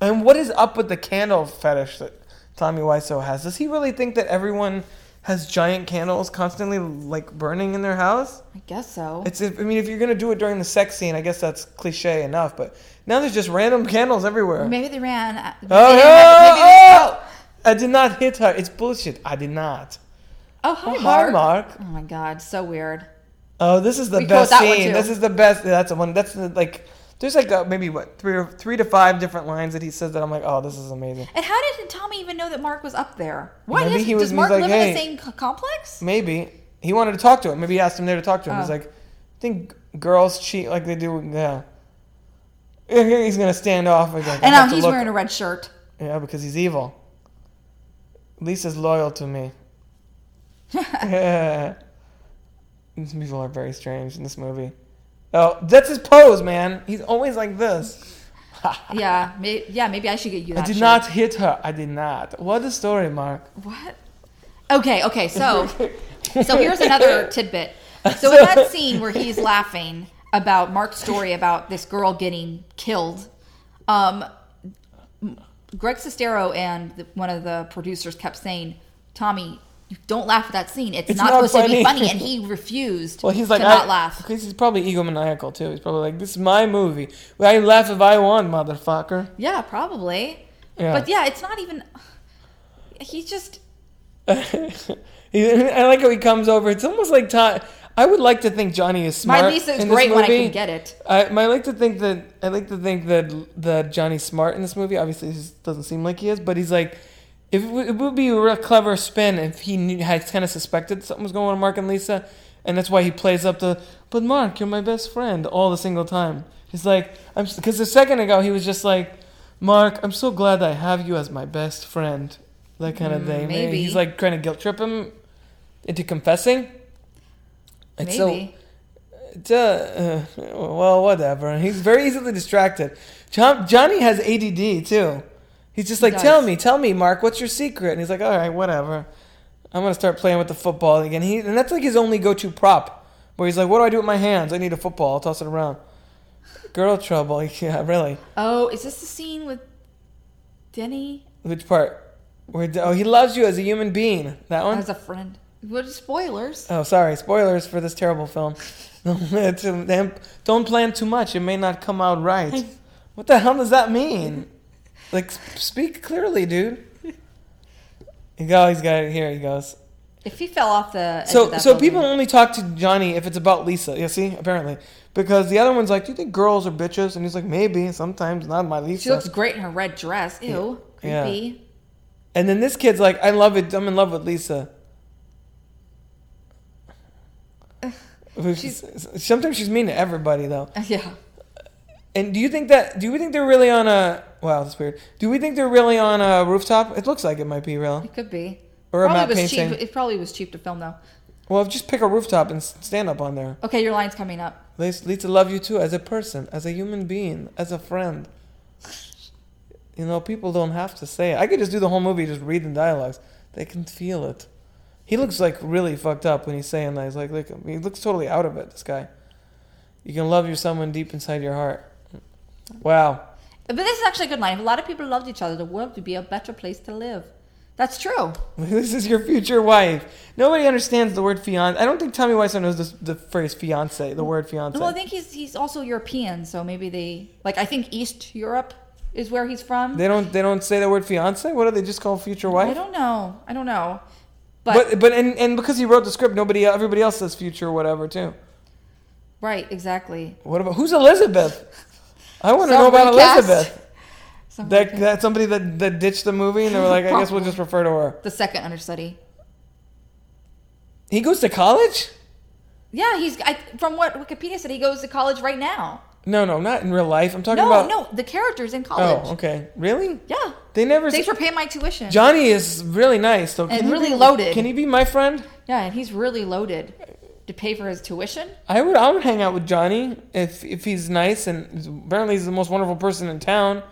Speaker 1: And what is up with the candle fetish that Tommy Wiseau has? Does he really think that everyone has giant candles constantly like burning in their house?
Speaker 2: I guess so.
Speaker 1: It's I mean, if you're gonna do it during the sex scene, I guess that's cliche enough. But now there's just random candles everywhere.
Speaker 2: maybe they ran. a-
Speaker 1: Oh,
Speaker 2: maybe-
Speaker 1: yeah!
Speaker 2: maybe they-
Speaker 1: oh! I did not hit her. It's bullshit. I did not.
Speaker 2: oh, hi,
Speaker 1: Oh,
Speaker 2: Mark.
Speaker 1: hi, Mark.
Speaker 2: Oh my God, so weird.
Speaker 1: Oh, this is the
Speaker 2: We quote
Speaker 1: best
Speaker 2: that one,
Speaker 1: scene.
Speaker 2: too.
Speaker 1: This is the best. yeah, That's the one. That's the, like. There's like uh maybe what three or three to five different lines that he says that I'm like, oh, this is amazing.
Speaker 2: And how did Tommy even know that Mark was up there? Why
Speaker 1: Maybe
Speaker 2: does,
Speaker 1: he was-
Speaker 2: does
Speaker 1: he's
Speaker 2: Mark
Speaker 1: like,
Speaker 2: live in
Speaker 1: "Hey." Mm,
Speaker 2: the same co- complex?
Speaker 1: Maybe he wanted to talk to him. Maybe he asked him there to talk to him. He's
Speaker 2: Oh.
Speaker 1: like, I think girls cheat like they do. Yeah. He's gonna stand off. He's like, I
Speaker 2: And now
Speaker 1: have to
Speaker 2: he's
Speaker 1: look.
Speaker 2: wearing a red shirt.
Speaker 1: Yeah, because he's evil. Lisa's loyal to me. yeah. These people are very strange in this movie. Oh, that's his pose, man. He's always like this.
Speaker 2: Yeah, may, yeah. Maybe I should get you that.
Speaker 1: I did
Speaker 2: shirt.
Speaker 1: not hit her. I did not. What a story, Mark.
Speaker 2: What? Okay, okay. So, so here's another tidbit. So in that scene where he's laughing about Mark's story about this girl getting killed, um, Greg Sestero and the, one of the producers kept saying, "Tommy, don't laugh at that scene. It's,
Speaker 1: It's
Speaker 2: not,
Speaker 1: not
Speaker 2: supposed to be
Speaker 1: funny."
Speaker 2: funny, and he refused
Speaker 1: Well, he's like,
Speaker 2: to not
Speaker 1: I-
Speaker 2: laugh.
Speaker 1: Because he's probably egomaniacal too. He's probably like, "This is my movie. I laugh if I want, motherfucker."
Speaker 2: Yeah, probably.
Speaker 1: Yeah.
Speaker 2: But yeah, it's not even. He's just.
Speaker 1: He- I like how he comes over. It's almost like Tom. I would like to think Johnny is
Speaker 2: My
Speaker 1: smart.
Speaker 2: Lisa is
Speaker 1: in this
Speaker 2: great when I
Speaker 1: movie.
Speaker 2: can get it.
Speaker 1: I, I like to think that I like to think that that Johnny's smart in this movie. Obviously, he doesn't seem like he is, but he's like, if it, w- it would be a real clever spin if he knew, had kind of suspected something was going on with Mark and Lisa, and that's why he plays up the "But Mark, you're my best friend" all the single time. He's like, I'm because a second ago he was just like, "Mark, I'm so glad I have you as my best friend," that kind of thing.
Speaker 2: Mm, maybe.
Speaker 1: he's like trying to guilt trip him into confessing.
Speaker 2: Maybe.
Speaker 1: It's so- Duh, uh, well, whatever. He's very easily distracted. John, Johnny has ADD too. He's just like,
Speaker 2: does.
Speaker 1: tell me, tell me, Mark, what's your secret? And he's like, all right, whatever. I'm gonna start playing with the football again. He and that's like his only go-to prop, where he's like, what do I do with my hands? I need a football. I'll toss it around. Girl trouble. Yeah, really.
Speaker 2: oh, is this the scene with Denny
Speaker 1: Which part? Where? Oh, he loves you as a human being. That one.
Speaker 2: as a friend? What spoilers?
Speaker 1: Oh, sorry. Spoilers for this terrible film. It's- um, Don't plan too much. It may not come out right. What the hell does that mean? Like, s- speak clearly, dude. You go. He's got it. Here he goes.
Speaker 2: If he fell off the edge of
Speaker 1: So,
Speaker 2: that
Speaker 1: so
Speaker 2: building-
Speaker 1: people only talk to Johnny if it's about Lisa. You see, apparently, because the other one's like, "Do you think girls are bitches?" And he's like, "Maybe sometimes, not my Lisa."
Speaker 2: She looks great in her red dress. Ew,
Speaker 1: Yeah.
Speaker 2: creepy.
Speaker 1: And then this kid's like, I love it. I'm in love with Lisa.
Speaker 2: she's-
Speaker 1: Sometimes she's mean to everybody, though.
Speaker 2: Yeah.
Speaker 1: And do you think that? Do we think they're really on a? Wow, that's weird. Do we think they're really on a rooftop? It looks like it might be real.
Speaker 2: it could be.
Speaker 1: Or a
Speaker 2: probably
Speaker 1: matte
Speaker 2: was
Speaker 1: painting.
Speaker 2: cheap. It probably was cheap to film though.
Speaker 1: Well, just pick a rooftop and s- stand up on there.
Speaker 2: Okay, your line's coming up.
Speaker 1: Lisa, Lisa love you too, as a person, as a human being, as a friend. You know, people don't have to say it. I could just do the whole movie, just reading dialogues. They can feel it. He looks like really fucked up when he's saying that. He's like, look, he looks totally out of it. This guy. You can love your someone deep inside your heart. Wow.
Speaker 2: But this is actually a good line. If a lot of people loved each other, the world would be a better place to live. That's true.
Speaker 1: This is your future wife. Nobody understands the word fiance. I don't think Tommy Wiseau knows this, the phrase fiance, the word fiance.
Speaker 2: Well, I think he's he's also European, so maybe they like I think East Europe is where he's from.
Speaker 1: they don't. They don't say the word fiance. What do they just call future wife?
Speaker 2: I don't know. I don't know. But,
Speaker 1: But but and, and because he wrote the script, nobody everybody else says future or whatever too.
Speaker 2: right, exactly.
Speaker 1: What about who's Elizabeth? I want to
Speaker 2: Some
Speaker 1: know about
Speaker 2: recast.
Speaker 1: Elizabeth.
Speaker 2: Some
Speaker 1: That that somebody that, that ditched the movie and they were like, I guess we'll
Speaker 2: Probably.
Speaker 1: just refer to her.
Speaker 2: the second understudy.
Speaker 1: He goes to college?
Speaker 2: Yeah, he's I, from what Wikipedia said he goes to college right now.
Speaker 1: No, no, not in real life. I'm talking
Speaker 2: No,
Speaker 1: about.
Speaker 2: no, the character's in college.
Speaker 1: Oh, okay. Really?
Speaker 2: Yeah.
Speaker 1: They never.
Speaker 2: Thanks for paying my tuition.
Speaker 1: Johnny is really nice though.
Speaker 2: And
Speaker 1: Can he
Speaker 2: really
Speaker 1: be-
Speaker 2: loaded.
Speaker 1: Can he be my friend?
Speaker 2: yeah, and he's really loaded to pay for his tuition.
Speaker 1: I would I would hang out with Johnny if if he's nice and apparently he's the most wonderful person in town.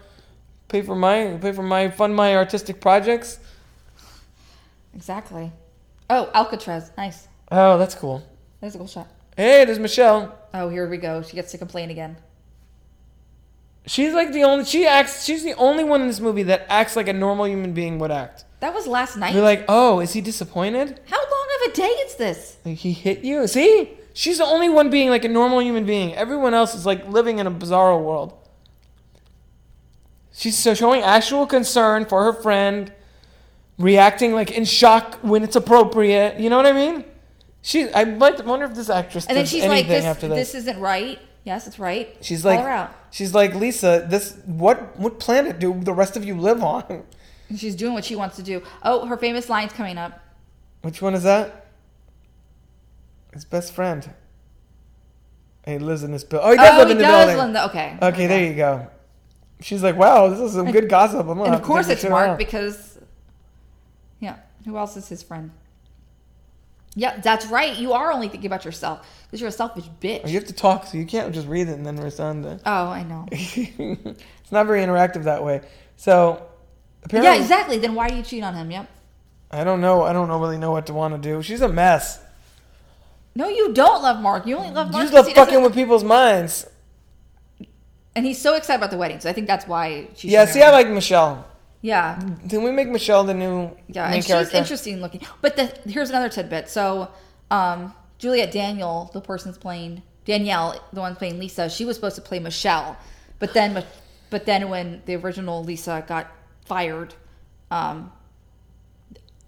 Speaker 1: Pay for my pay for my fund my artistic projects.
Speaker 2: Exactly. Oh, Alcatraz. Nice.
Speaker 1: Oh, that's cool.
Speaker 2: There's a cool shot.
Speaker 1: Hey, there's Michelle.
Speaker 2: Oh, here we go. She gets to complain again.
Speaker 1: She's like the only she acts she's the only one in this movie that acts like a normal human being would act.
Speaker 2: That was last night.
Speaker 1: You're like, oh, is he disappointed?
Speaker 2: How long of a day is this?
Speaker 1: Like he hit you? See? She's the only one being like a normal human being. Everyone else is like living in a bizarro world. She's so showing actual concern for her friend, reacting like in shock when it's appropriate. You know what I mean? She I might wonder if this actress
Speaker 2: And then
Speaker 1: did
Speaker 2: she's
Speaker 1: anything
Speaker 2: like, this,
Speaker 1: after
Speaker 2: this. isn't right. Yes, it's right.
Speaker 1: She's
Speaker 2: Call
Speaker 1: like,
Speaker 2: her out.
Speaker 1: she's like Lisa. This what what planet do the rest of you live on?
Speaker 2: And she's doing what she wants to do. Oh, her famous line's coming up.
Speaker 1: Which one is that? His best friend. And he lives in this building. Oh, he does
Speaker 2: oh,
Speaker 1: live
Speaker 2: he
Speaker 1: in the
Speaker 2: does
Speaker 1: building.
Speaker 2: live in the- okay.
Speaker 1: okay, there you go. She's like, wow, this is some good gossip. I'm gonna
Speaker 2: And
Speaker 1: have
Speaker 2: of
Speaker 1: to
Speaker 2: course
Speaker 1: take
Speaker 2: it's
Speaker 1: this shit
Speaker 2: Mark
Speaker 1: around.
Speaker 2: because, yeah, who else is his friend? Yep, that's right. You are only thinking about yourself because you're a selfish bitch.
Speaker 1: you have to talk, so you can't just read it and then respond. to-
Speaker 2: oh, I know.
Speaker 1: it's not very interactive that way. So apparently,
Speaker 2: Yeah, exactly. Then why do you cheat on him? Yep.
Speaker 1: I don't know. I don't know- really know what to want to do. She's a mess.
Speaker 2: No, you don't love Mark. You only love
Speaker 1: You
Speaker 2: Mark.
Speaker 1: just
Speaker 2: 'cause
Speaker 1: love
Speaker 2: he doesn't-
Speaker 1: fucking with people's minds.
Speaker 2: and he's so excited about the wedding, so I think that's why she.
Speaker 1: Yeah, see, I like Michelle.
Speaker 2: Yeah.
Speaker 1: Can we make Michelle the new
Speaker 2: Yeah,
Speaker 1: main
Speaker 2: and she's
Speaker 1: character?
Speaker 2: interesting looking. But the, here's another tidbit. So, um, Juliet Daniel, the person's playing Danielle, the one playing Lisa, she was supposed to play Michelle, but then, but then when the original Lisa got fired, um,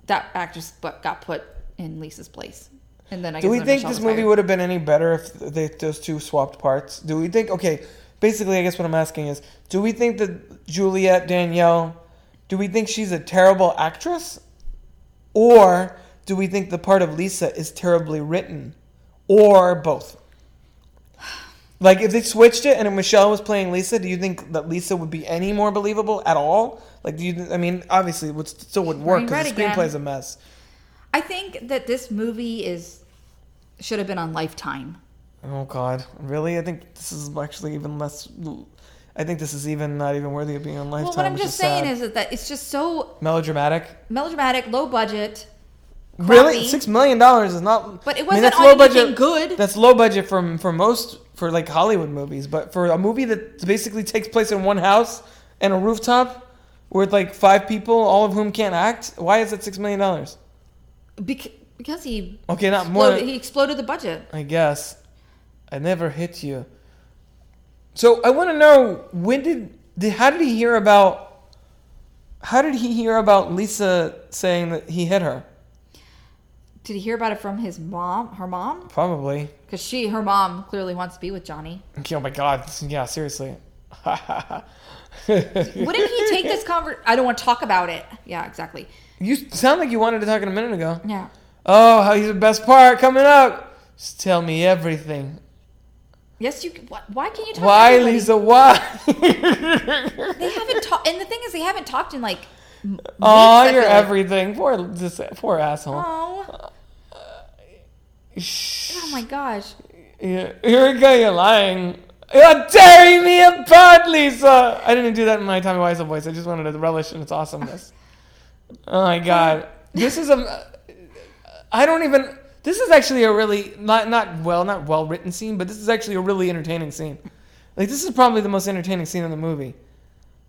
Speaker 2: that actress but got put in Lisa's place, and then I
Speaker 1: Do
Speaker 2: guess
Speaker 1: we
Speaker 2: then
Speaker 1: think
Speaker 2: Michelle
Speaker 1: this
Speaker 2: was
Speaker 1: movie
Speaker 2: fired.
Speaker 1: would have been any better if they, those two swapped parts? Do we think? Okay, basically, I guess what I'm asking is, do we think that Juliet Danielle, do we think she's a terrible actress, or do we think the part of Lisa is terribly written, or both? Like, if they switched it and Michelle was playing Lisa, do you think that Lisa would be any more believable at all? Like, do you? I mean, obviously, it would, still wouldn't work
Speaker 2: Brain
Speaker 1: because the
Speaker 2: red again.
Speaker 1: screenplay's a mess.
Speaker 2: I think that this movie is should have been on Lifetime.
Speaker 1: Oh God, really? I think this is actually even less. I think this is even not even worthy of being on Lifetime.
Speaker 2: Well, what I'm
Speaker 1: which
Speaker 2: just saying
Speaker 1: sad.
Speaker 2: is that- that it's just so
Speaker 1: melodramatic.
Speaker 2: melodramatic, low budget.
Speaker 1: Really,
Speaker 2: Crappy.
Speaker 1: six million dollars is not.
Speaker 2: But
Speaker 1: I
Speaker 2: it
Speaker 1: mean,
Speaker 2: wasn't
Speaker 1: that's
Speaker 2: on
Speaker 1: low
Speaker 2: anything
Speaker 1: budget.
Speaker 2: good.
Speaker 1: That's low budget for for most for like Hollywood movies, but for a movie that basically takes place in one house and a rooftop with like five people, all of whom can't act. Why is it six million dollars?
Speaker 2: Bec- because he
Speaker 1: Okay, not more.
Speaker 2: exploded, he exploded the budget.
Speaker 1: I guess. I never hit you. So I want to know when did, did how did he hear about how did he hear about Lisa saying that he hit her?
Speaker 2: Did he hear about it from his mom, her mom?
Speaker 1: Probably.
Speaker 2: Because she, her mom, clearly wants to be with Johnny.
Speaker 1: Okay, Oh my god. Yeah, seriously.
Speaker 2: Wouldn't he take this conver? I don't want to talk about it. Yeah, exactly.
Speaker 1: You sound like you wanted to talk in a minute ago.
Speaker 2: Yeah.
Speaker 1: Oh, how he's the best part coming up. Just tell me everything.
Speaker 2: Yes, you. Why, why can't you talk? to
Speaker 1: Why,
Speaker 2: everybody?
Speaker 1: Lisa? Why?
Speaker 2: They haven't talked, and the thing is, they haven't talked in like. m- weeks,
Speaker 1: oh,
Speaker 2: I
Speaker 1: you're
Speaker 2: feel like.
Speaker 1: everything. Poor this poor asshole.
Speaker 2: Oh, oh my gosh.
Speaker 1: Yeah, here we go, you're lying. You're tearing me apart, Lisa! I didn't do that in my Tommy Wiseau voice. I just wanted to relish in its awesomeness. Oh my god. This is a. I don't even. This is actually a really. Not, not well, not well written scene, but this is actually a really entertaining scene. Like, this is probably the most entertaining scene in the movie.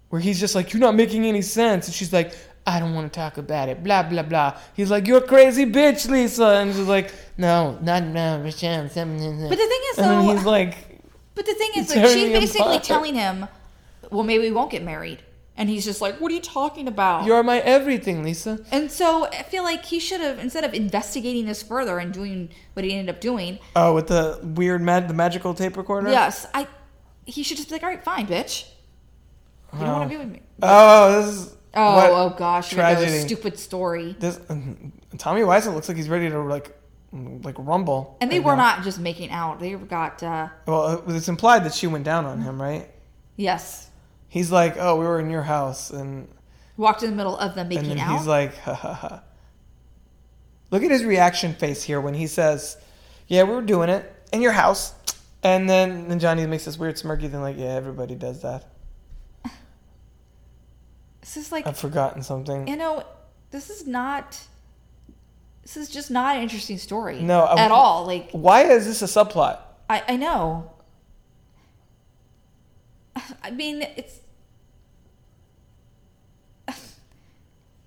Speaker 1: Where he's just like, You're not making any sense. And she's like, I don't want to talk about it. Blah, blah, blah. He's like, You're a crazy bitch, Lisa. And she's like, No, not now, Michelle. But
Speaker 2: But the thing is,
Speaker 1: and then
Speaker 2: though,
Speaker 1: he's like,
Speaker 2: But the thing
Speaker 1: It's
Speaker 2: is, like, she's
Speaker 1: tearing him
Speaker 2: basically
Speaker 1: apart.
Speaker 2: telling him, "Well, maybe we won't get married," and he's just like, "What are you talking about?"
Speaker 1: "You're my everything, Lisa."
Speaker 2: and so I feel like he should have, instead of investigating this further and doing what he ended up doing,
Speaker 1: Oh, with the weird, mag- the magical tape recorder.
Speaker 2: yes, I, he should just be like, "All right, fine, bitch, you don't want to be with me."
Speaker 1: Oh, this is.
Speaker 2: Oh,
Speaker 1: what-
Speaker 2: oh gosh, here we go,
Speaker 1: tragedy.
Speaker 2: stupid story.
Speaker 1: This Tommy Wiseau looks like he's ready to like, like rumble.
Speaker 2: And they
Speaker 1: right
Speaker 2: were
Speaker 1: now.
Speaker 2: not just making out; they got uh,
Speaker 1: Well, it's implied that she went down on him, right?
Speaker 2: yes,
Speaker 1: He's like, "Oh, we were in your house," and
Speaker 2: walked in the middle of them
Speaker 1: and
Speaker 2: making
Speaker 1: then
Speaker 2: out.
Speaker 1: he's like, "Ha ha ha." Look at his reaction face here when he says, "Yeah, we were doing it in your house," and then then Johnny makes this weird smirky thing, like, "Yeah, everybody does that."
Speaker 2: this is like
Speaker 1: I've forgotten something.
Speaker 2: you know, this is not. This is just not an interesting story.
Speaker 1: No, I-
Speaker 2: at all. Like
Speaker 1: Why is this a subplot?
Speaker 2: I, I know. I mean, it's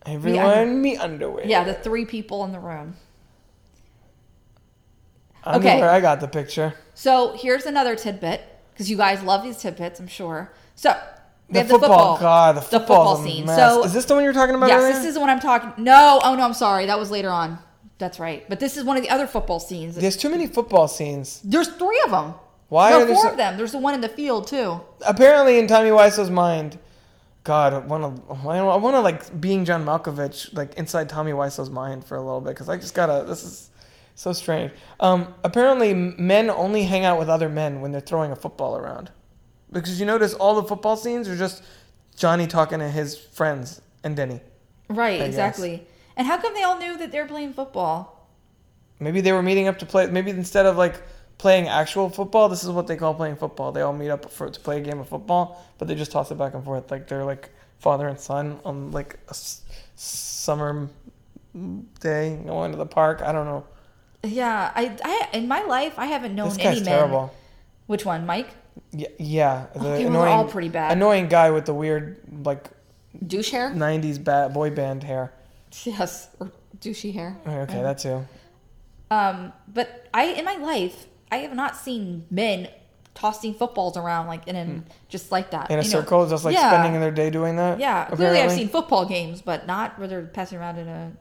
Speaker 1: Everyone, me underwear.
Speaker 2: yeah, the three people in the room. okay.
Speaker 1: Underwear, I got the picture.
Speaker 2: So here's another tidbit because you guys love these tidbits, I'm sure. So they
Speaker 1: The
Speaker 2: have
Speaker 1: football, God, the football, scene.
Speaker 2: So
Speaker 1: is this the one you were talking about?
Speaker 2: yes,
Speaker 1: earlier?
Speaker 2: this is what I'm talking. No, oh no, I'm sorry, that was later on. That's right. But this is one of the other football scenes.
Speaker 1: There's too many football scenes.
Speaker 2: There's three of them.
Speaker 1: Why
Speaker 2: no,
Speaker 1: are there
Speaker 2: four
Speaker 1: so-
Speaker 2: of them? There's the one in the field too.
Speaker 1: Apparently, in Tommy Wiseau's mind, God, I want to, I want to like being John Malkovich, like inside Tommy Wiseau's mind for a little bit, because I just gotta. This is so strange. Um, apparently, m- men only hang out with other men when they're throwing a football around, because you notice all the football scenes are just Johnny talking to his friends and Denny.
Speaker 2: Right,
Speaker 1: guess.
Speaker 2: exactly. And how come they all knew that they were playing football?
Speaker 1: Maybe they were meeting up to play. Maybe instead of like playing actual football, this is what they call playing football. They all meet up for to play a game of football, but they just toss it back and forth. Like they're like father and son on like a s- summer day going to the park. I don't know.
Speaker 2: Yeah, I, I in my life I haven't known
Speaker 1: This
Speaker 2: any
Speaker 1: guy's
Speaker 2: men.
Speaker 1: terrible.
Speaker 2: Which one, Mike?
Speaker 1: Yeah, yeah. The
Speaker 2: they were all pretty bad.
Speaker 1: Annoying guy with the weird like
Speaker 2: douche hair.
Speaker 1: '90s ba- boy band hair.
Speaker 2: Yes, or douchey hair.
Speaker 1: Okay, that
Speaker 2: Uh,
Speaker 1: too.
Speaker 2: Um, but I in my life I have not seen men tossing footballs around like in an, just like that
Speaker 1: Hmm. In a
Speaker 2: you know.
Speaker 1: circle, just like
Speaker 2: Yeah.
Speaker 1: spending their day doing that.
Speaker 2: Yeah, clearly I've
Speaker 1: apparently.
Speaker 2: seen football games, but not where they're passing around in a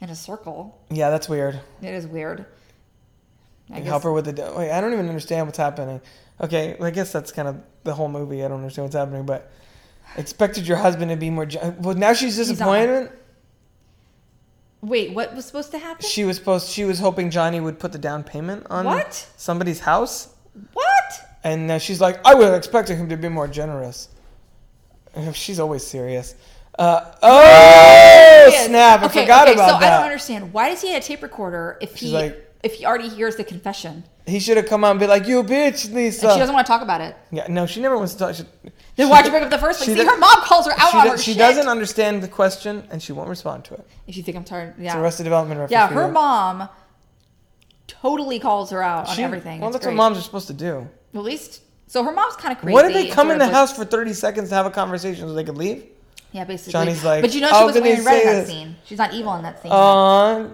Speaker 2: in a circle.
Speaker 1: Yeah, that's weird.
Speaker 2: It is weird. I guess
Speaker 1: Help her with the. Wait, I don't even understand what's happening. Okay, I guess that's kind of the whole movie. I don't understand what's happening, but expected your husband to be more. gen- Well, now she's disappointed.
Speaker 2: Wait, what was supposed to happen?
Speaker 1: She was supposed. She was hoping Johnny would put the down payment on
Speaker 2: What?
Speaker 1: somebody's house,
Speaker 2: What?
Speaker 1: and now she's like, "I was expecting him to be more generous." Uh, She's always serious. Uh, oh
Speaker 2: Yeah,
Speaker 1: snap! I
Speaker 2: okay,
Speaker 1: forgot
Speaker 2: okay,
Speaker 1: about
Speaker 2: so
Speaker 1: that.
Speaker 2: I don't understand. Why does he have a tape recorder if he
Speaker 1: like-
Speaker 2: if he already hears the confession
Speaker 1: He should have come out and be like, "You bitch, Lisa."
Speaker 2: and she doesn't want to talk about it?
Speaker 1: yeah, no, she never wants to talk. She,
Speaker 2: Then
Speaker 1: she
Speaker 2: why'd
Speaker 1: do-
Speaker 2: you bring up the first place?
Speaker 1: she
Speaker 2: See,
Speaker 1: do-
Speaker 2: her mom calls her out
Speaker 1: she
Speaker 2: on
Speaker 1: do-
Speaker 2: her
Speaker 1: she
Speaker 2: shit.
Speaker 1: doesn't understand the question, and she won't respond to it.
Speaker 2: If you think I'm tired, yeah,
Speaker 1: It's Arrested Development reference.
Speaker 2: yeah,
Speaker 1: for
Speaker 2: her
Speaker 1: you.
Speaker 2: mom totally calls her out
Speaker 1: She-
Speaker 2: on everything.
Speaker 1: Well,
Speaker 2: It's
Speaker 1: that's
Speaker 2: great.
Speaker 1: what moms are supposed to do.
Speaker 2: At least, so her mom's kind of crazy.
Speaker 1: What did they
Speaker 2: and
Speaker 1: come
Speaker 2: sort
Speaker 1: in
Speaker 2: of
Speaker 1: the
Speaker 2: like-
Speaker 1: house for thirty seconds to have a conversation so they could leave?
Speaker 2: Yeah, basically.
Speaker 1: Johnny's like,
Speaker 2: but you know
Speaker 1: "How
Speaker 2: she wasn't
Speaker 1: can they
Speaker 2: wearing red in
Speaker 1: say
Speaker 2: that
Speaker 1: this?"
Speaker 2: scene. She's not evil in that scene.
Speaker 1: Uh,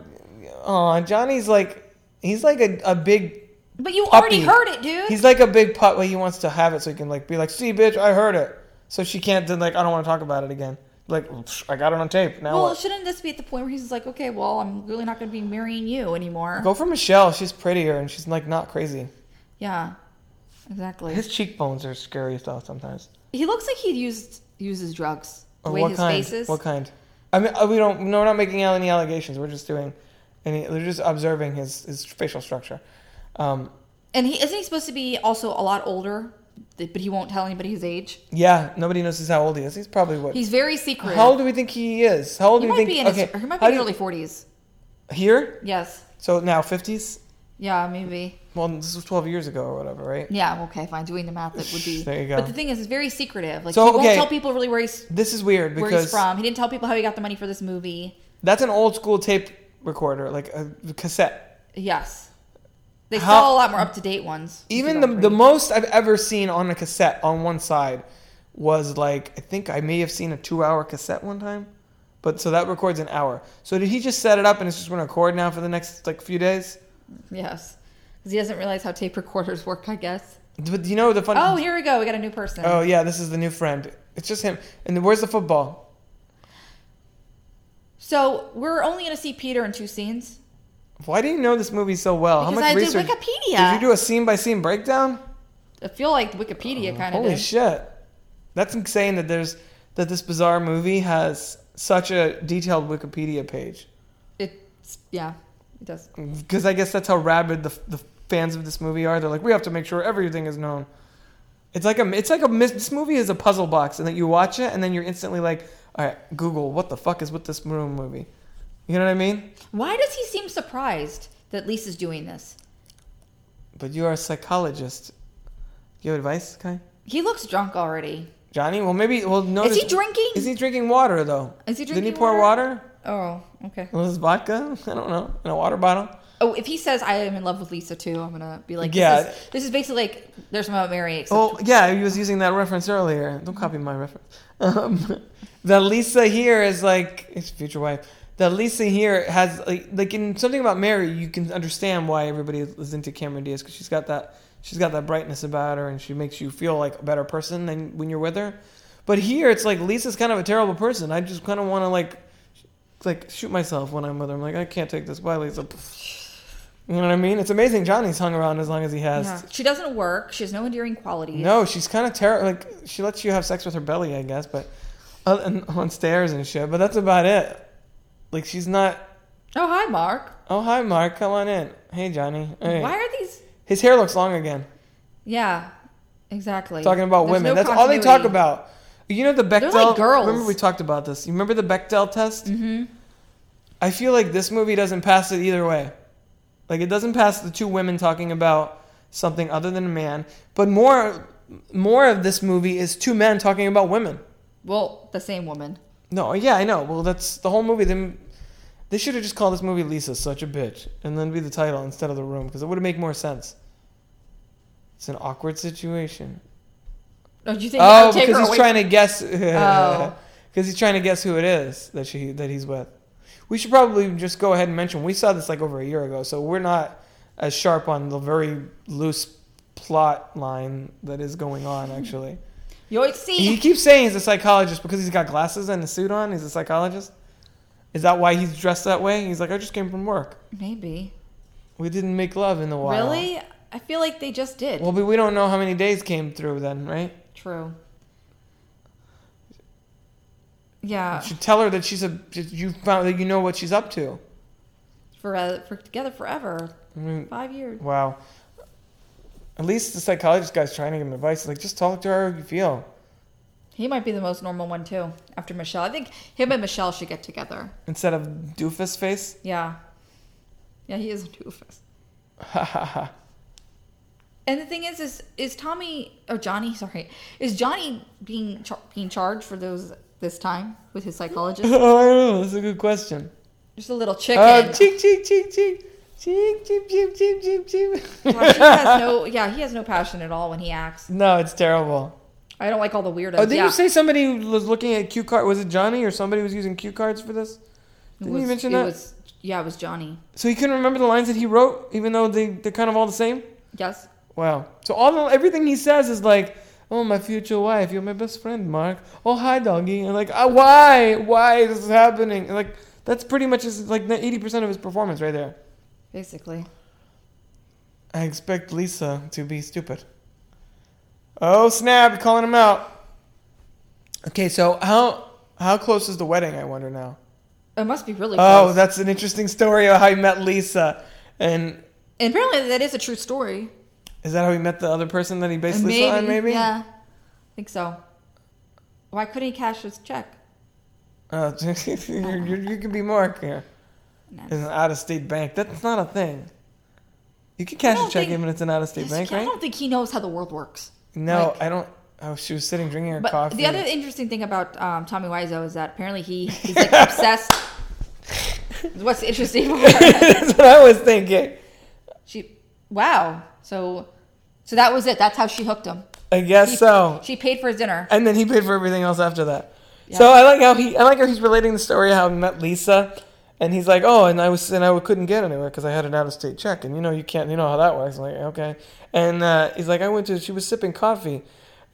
Speaker 1: uh, Johnny's like he's like a, a big
Speaker 2: but you
Speaker 1: puppy.
Speaker 2: already heard it, dude.
Speaker 1: He's like a big pup. Well, he wants to have it so he can like be like, "See, bitch, I heard it." So she can't then like, "I don't want to talk about it again." Like, "Psh, I got it on tape. Now
Speaker 2: well,
Speaker 1: what?
Speaker 2: shouldn't this be at the point where he's like, okay, well, I'm really not going to be marrying you anymore?
Speaker 1: Go for Michelle. She's prettier and she's like not crazy.
Speaker 2: yeah, exactly.
Speaker 1: His cheekbones are scary though sometimes.
Speaker 2: he looks like he used uses drugs. The
Speaker 1: Oh,
Speaker 2: way
Speaker 1: what
Speaker 2: his
Speaker 1: kind?
Speaker 2: face is.
Speaker 1: What kind? I mean, uh, we don't. No, we're not making any allegations. We're just doing, and we're just observing his his facial structure. Um,
Speaker 2: And he isn't he supposed to be also a lot older, but he won't tell anybody his age.
Speaker 1: yeah, nobody knows how old he is. He's probably what?
Speaker 2: He's very secretive.
Speaker 1: how old do we think he is? How old
Speaker 2: he
Speaker 1: do
Speaker 2: might
Speaker 1: you think?
Speaker 2: be in his,
Speaker 1: okay,
Speaker 2: or he might be
Speaker 1: how
Speaker 2: in
Speaker 1: do you-
Speaker 2: his early forties.
Speaker 1: here.
Speaker 2: Yes.
Speaker 1: So now fifties.
Speaker 2: Yeah, maybe.
Speaker 1: Well, this was twelve years ago or whatever, right?
Speaker 2: Yeah, okay, fine. Doing the math, it would be.
Speaker 1: There you go.
Speaker 2: But the thing is, it's very secretive. Like,
Speaker 1: So,
Speaker 2: he won't
Speaker 1: okay.
Speaker 2: tell people really where he's,
Speaker 1: This is weird
Speaker 2: where
Speaker 1: because
Speaker 2: he's from. He didn't tell people how he got the money for this movie.
Speaker 1: that's an old school tape recorder, like a cassette.
Speaker 2: Yes. They
Speaker 1: How-
Speaker 2: sell a lot more up to date ones. which
Speaker 1: Even
Speaker 2: is
Speaker 1: the
Speaker 2: all
Speaker 1: the
Speaker 2: great.
Speaker 1: most I've ever seen on a cassette on one side was like I think I may have seen a two hour cassette one time, but so that records an hour. So did he just set it up and it's just going to record now for the next like few days?
Speaker 2: Yes. Because he doesn't realize how tape recorders work, I guess.
Speaker 1: But you know the funny.
Speaker 2: Oh, here we go. We got a new person.
Speaker 1: Oh, yeah, this is the new friend. It's just him. And then where's the football?
Speaker 2: So we're only going to see Peter in two scenes.
Speaker 1: Why do you know this movie so well? How
Speaker 2: Because
Speaker 1: much
Speaker 2: I did
Speaker 1: research?
Speaker 2: Wikipedia.
Speaker 1: Did you do a scene by scene breakdown?
Speaker 2: I feel like Wikipedia kind of
Speaker 1: Oh, Holy
Speaker 2: did.
Speaker 1: shit. That's insane that there's that this bizarre movie has such a detailed Wikipedia page.
Speaker 2: It's, yeah, it does.
Speaker 1: Because I guess that's how rabid the, the fans of this movie are. They're like, we have to make sure everything is known. It's like a it's like a mis- this movie is a puzzle box, and then you watch it, and then you're instantly like, all right, Google, what the fuck is with this room movie? You know what I mean?
Speaker 2: Why does he seem surprised that Lisa's doing this?
Speaker 1: But you are a psychologist. You have advice, Kai?
Speaker 2: He looks drunk already.
Speaker 1: Johnny? Well, maybe. Well, no.
Speaker 2: Is he drinking?
Speaker 1: Is he drinking water though?
Speaker 2: Is he
Speaker 1: Didn't he
Speaker 2: drinking
Speaker 1: pour
Speaker 2: water?
Speaker 1: water?
Speaker 2: Oh, okay.
Speaker 1: Was this vodka? I don't know. In a water bottle.
Speaker 2: Oh, if he says I am in love with Lisa too, I'm gonna be like,
Speaker 1: Yeah.
Speaker 2: yeah. This is, this is basically like there's my Mary. Except
Speaker 1: Oh yeah, he was using that reference earlier. Don't copy my reference. Um, the Lisa here is like his future wife. The Lisa here has like, like in something about Mary, you can understand why everybody is into Cameron Diaz because she's got that she's got that brightness about her, and she makes you feel like a better person than when you're with her. But here, it's like Lisa's kind of a terrible person. I just kind of want to like sh- like shoot myself when I'm with her. I'm like, I can't take this. Why, Lisa? You know what I mean? It's amazing Johnny's hung around as long as he has.
Speaker 2: Yeah. she doesn't work. She has no endearing qualities.
Speaker 1: No, she's kind of terrible. Like she lets you have sex with her belly, I guess, but uh, and on stairs and shit. But that's about it. Like she's not.
Speaker 2: Oh hi, Mark.
Speaker 1: Oh hi, Mark. Come on in. Hey, Johnny. Hey.
Speaker 2: Why are these?
Speaker 1: His hair looks long again.
Speaker 2: Yeah, exactly.
Speaker 1: Talking about
Speaker 2: Mm. There's
Speaker 1: women.
Speaker 2: no
Speaker 1: that's all they talk
Speaker 2: continuity.
Speaker 1: about. You know the Bechdel.
Speaker 2: girls.
Speaker 1: Remember we talked about this. You remember the Bechdel test? Mm-hmm. I feel like this movie doesn't pass it either way. Like it doesn't pass the two women talking about something other than a man. But more, more of this movie is two men talking about women.
Speaker 2: Well, the same woman.
Speaker 1: No, yeah, I know. Well, that's the whole movie. Then they should have just called this movie "Lisa, Such a Bitch" and then be the title instead of the room because it would make more sense. It's an awkward situation.
Speaker 2: Don't you think? that
Speaker 1: Oh,
Speaker 2: would take
Speaker 1: because
Speaker 2: her
Speaker 1: he's
Speaker 2: away
Speaker 1: trying to guess.
Speaker 2: Oh.
Speaker 1: because he's trying to guess who it is that she that he's with. We should probably just go ahead and mention we saw this like over a year ago, so we're not as sharp on the very loose plot line that is going on actually.
Speaker 2: Yoink,
Speaker 1: He
Speaker 2: see.
Speaker 1: keeps saying he's a psychologist because he's got glasses and a suit on. He's a psychologist. Is that why he's dressed that way? He's like, I just came from work.
Speaker 2: Maybe.
Speaker 1: We didn't make love in the wild.
Speaker 2: Really? I feel like they just did.
Speaker 1: Well, but we don't know how many days came through then, right?
Speaker 2: True. Yeah, Uh.
Speaker 1: You should tell her that she's a. You found that you know what she's up to.
Speaker 2: for, for together forever,
Speaker 1: I mean,
Speaker 2: five years.
Speaker 1: wow. At least the psychologist guy's trying to give him advice. Like, just talk to her how you feel.
Speaker 2: He might be the most normal one too. After Michelle, I think him and Michelle should get together.
Speaker 1: Instead of doofus face.
Speaker 2: Yeah, yeah, he is a doofus.
Speaker 1: Ha ha ha.
Speaker 2: And the thing is, is is Tommy or Johnny? Sorry, is Johnny being char- being charged for those this time with his psychologist?
Speaker 1: Oh, I don't know. That's a good question.
Speaker 2: Just a little chicken.
Speaker 1: Uh, cheek, cheek, cheek, cheek. Cheek, cheek, cheek, cheek, cheek, cheek.
Speaker 2: Gosh, he has no, yeah, he has no passion at all when he acts.
Speaker 1: No, it's terrible.
Speaker 2: I don't like all the weirdos.
Speaker 1: Oh, did
Speaker 2: yeah.
Speaker 1: you say somebody was looking at cue card? Was it Johnny or somebody was using cue cards for this?
Speaker 2: It
Speaker 1: Didn't
Speaker 2: was-
Speaker 1: you mention
Speaker 2: it
Speaker 1: that?
Speaker 2: was- yeah, it was Johnny.
Speaker 1: So he couldn't remember the lines that he wrote, even though they, they're kind of all the same?
Speaker 2: Yes.
Speaker 1: Wow. So all the, everything he says is like, "Oh, my future wife, you're my best friend, Mark. Oh, hi, doggy." And like, ah, "Why? Why is this happening?" And like, that's pretty much his, like eighty percent of his performance right there.
Speaker 2: Basically.
Speaker 1: I expect Lisa to be stupid. Oh snap! Calling him out. Okay, so how how close is the wedding? I wonder now.
Speaker 2: It must be really close.
Speaker 1: Oh, that's an interesting story of how he met Lisa, and
Speaker 2: and apparently that is a true story.
Speaker 1: is that how he met the other person that he based Lisa on? Maybe.
Speaker 2: Yeah. I think so. Why couldn't he cash his check?
Speaker 1: Oh, you're, you're, you could be Mark here.
Speaker 2: No.
Speaker 1: It's an out of state bank. That's not a thing. You can cash
Speaker 2: I
Speaker 1: a
Speaker 2: don't
Speaker 1: check
Speaker 2: think-
Speaker 1: even if it's an out of state
Speaker 2: Yes,
Speaker 1: bank,
Speaker 2: I
Speaker 1: right?
Speaker 2: don't think he knows how the world works.
Speaker 1: No,
Speaker 2: like-
Speaker 1: I don't. Oh, she was sitting drinking her
Speaker 2: But
Speaker 1: coffee.
Speaker 2: the other interesting thing about um, Tommy Wiseau is that apparently he, he's like obsessed. What's the interesting part?
Speaker 1: That's what I was thinking.
Speaker 2: She, wow. So, so that was it. That's how she hooked him.
Speaker 1: I guess
Speaker 2: He-
Speaker 1: so.
Speaker 2: She paid for his dinner.
Speaker 1: And then he paid for everything else after that.
Speaker 2: Yeah.
Speaker 1: So I like how he. I like how he's relating the story of how he met Lisa, and he's like, "Oh, and I was and I couldn't get anywhere because I had an out of state check, and you know you can't. You know how that works." I'm like, okay. And uh, he's like, "I went to. She was sipping coffee,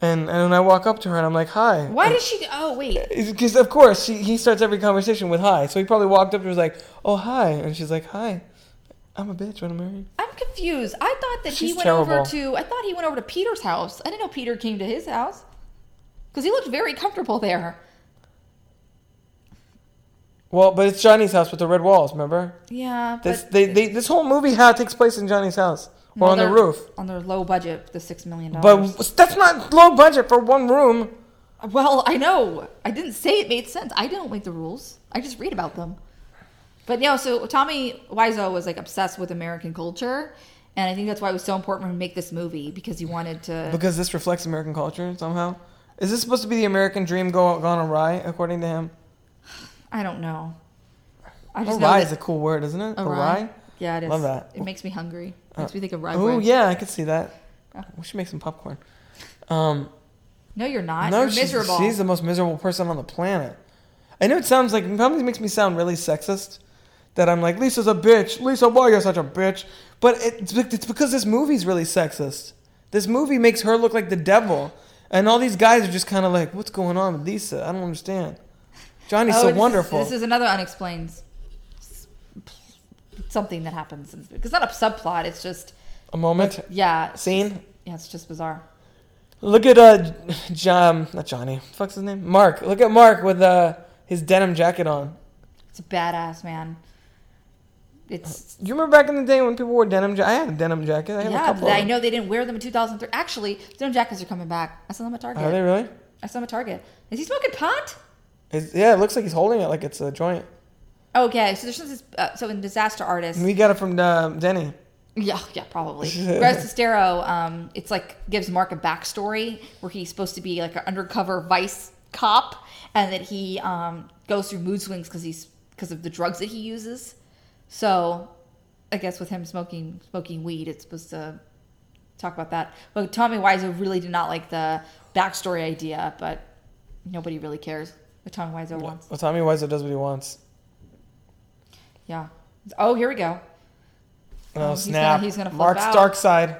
Speaker 1: and and I walk up to her and I'm like, hi.
Speaker 2: Why did she? Oh wait.
Speaker 1: Because of course she, he starts every conversation with hi, so he probably walked up to her and was like, "Oh hi," and she's like, "Hi, I'm a bitch when I'm married."
Speaker 2: I'm confused. I thought that he
Speaker 1: She's
Speaker 2: went
Speaker 1: terrible.
Speaker 2: over to. I thought he went over to Peter's house. I didn't know Peter came to his house because he looked very comfortable there.
Speaker 1: Well, but it's Johnny's house with the red walls. Remember,
Speaker 2: Yeah,
Speaker 1: this
Speaker 2: but
Speaker 1: they, they this whole movie how takes place in Johnny's house or
Speaker 2: Well,
Speaker 1: on the
Speaker 2: they're-
Speaker 1: roof.
Speaker 2: on their low budget, the six million dollars.
Speaker 1: But that's not low budget for one room.
Speaker 2: well, I know. I didn't say it made sense. I don't make the rules. I just read about them. But no, so Tommy Wiseau was like obsessed with American culture, and I think that's why it was so important to make this movie because he wanted to.
Speaker 1: Because this reflects American culture somehow. Is this supposed to be the American dream go, gone awry according to him?
Speaker 2: I don't know. I just know
Speaker 1: Awry
Speaker 2: that-
Speaker 1: is a cool word, isn't it?
Speaker 2: Awry. Yeah, it is.
Speaker 1: Love that.
Speaker 2: It makes me hungry. makes me think of rye
Speaker 1: Oh
Speaker 2: bread.
Speaker 1: yeah, I could see that.
Speaker 2: Oh.
Speaker 1: We should make some popcorn. Um.
Speaker 2: No, you're not.
Speaker 1: No,
Speaker 2: you're
Speaker 1: she's,
Speaker 2: miserable.
Speaker 1: she's the most miserable person on the planet. I know it sounds like it probably makes me sound really sexist that I'm like Lisa's a bitch. Lisa, why you're such a bitch? But it's be- it's because this movie's really sexist. This movie makes her look like the devil, and all these guys are just kind of like, what's going on with Lisa? I don't understand. Johnny's
Speaker 2: Oh,
Speaker 1: so
Speaker 2: this is-
Speaker 1: wonderful.
Speaker 2: this is another unexplained s- something that happens. in- It's not a subplot. It's just
Speaker 1: a moment,
Speaker 2: yeah, it's
Speaker 1: scene.
Speaker 2: just- yeah, it's just bizarre.
Speaker 1: Look at uh, John, not Johnny. Fuck's his name? Mark. Look at Mark with uh his denim jacket on.
Speaker 2: It's a badass man. It's
Speaker 1: You remember back in the day when people wore denim? Ja- I had a denim jacket. I had a
Speaker 2: yeah.
Speaker 1: couple. of
Speaker 2: I
Speaker 1: them.
Speaker 2: know they didn't wear them in 2003. Actually, denim jackets are coming back. I saw them at Target.
Speaker 1: Are they really?
Speaker 2: I saw them at Target. Is he smoking pot?
Speaker 1: It's, yeah, it looks like he's holding it like it's a joint.
Speaker 2: Okay, so there's this. Uh, so in Disaster Artist,
Speaker 1: We got it from uh, Denny.
Speaker 2: Yeah, yeah, probably. Whereas Sestero, um, it's like gives Mark a backstory where he's supposed to be like an undercover vice cop, and that he um, goes through mood swings because he's because of the drugs that he uses. So, I guess with him smoking smoking weed, it's supposed to talk about that. But Tommy Wiseau really did not like the backstory idea, but nobody really cares. The Tommy Wiseau wants.
Speaker 1: Well, Tommy Wiseau does what he wants.
Speaker 2: Yeah. Oh, here we go.
Speaker 1: Oh,
Speaker 2: Oh, he's
Speaker 1: snap!
Speaker 2: gonna- he's gonna flip
Speaker 1: Mark's
Speaker 2: out.
Speaker 1: dark side.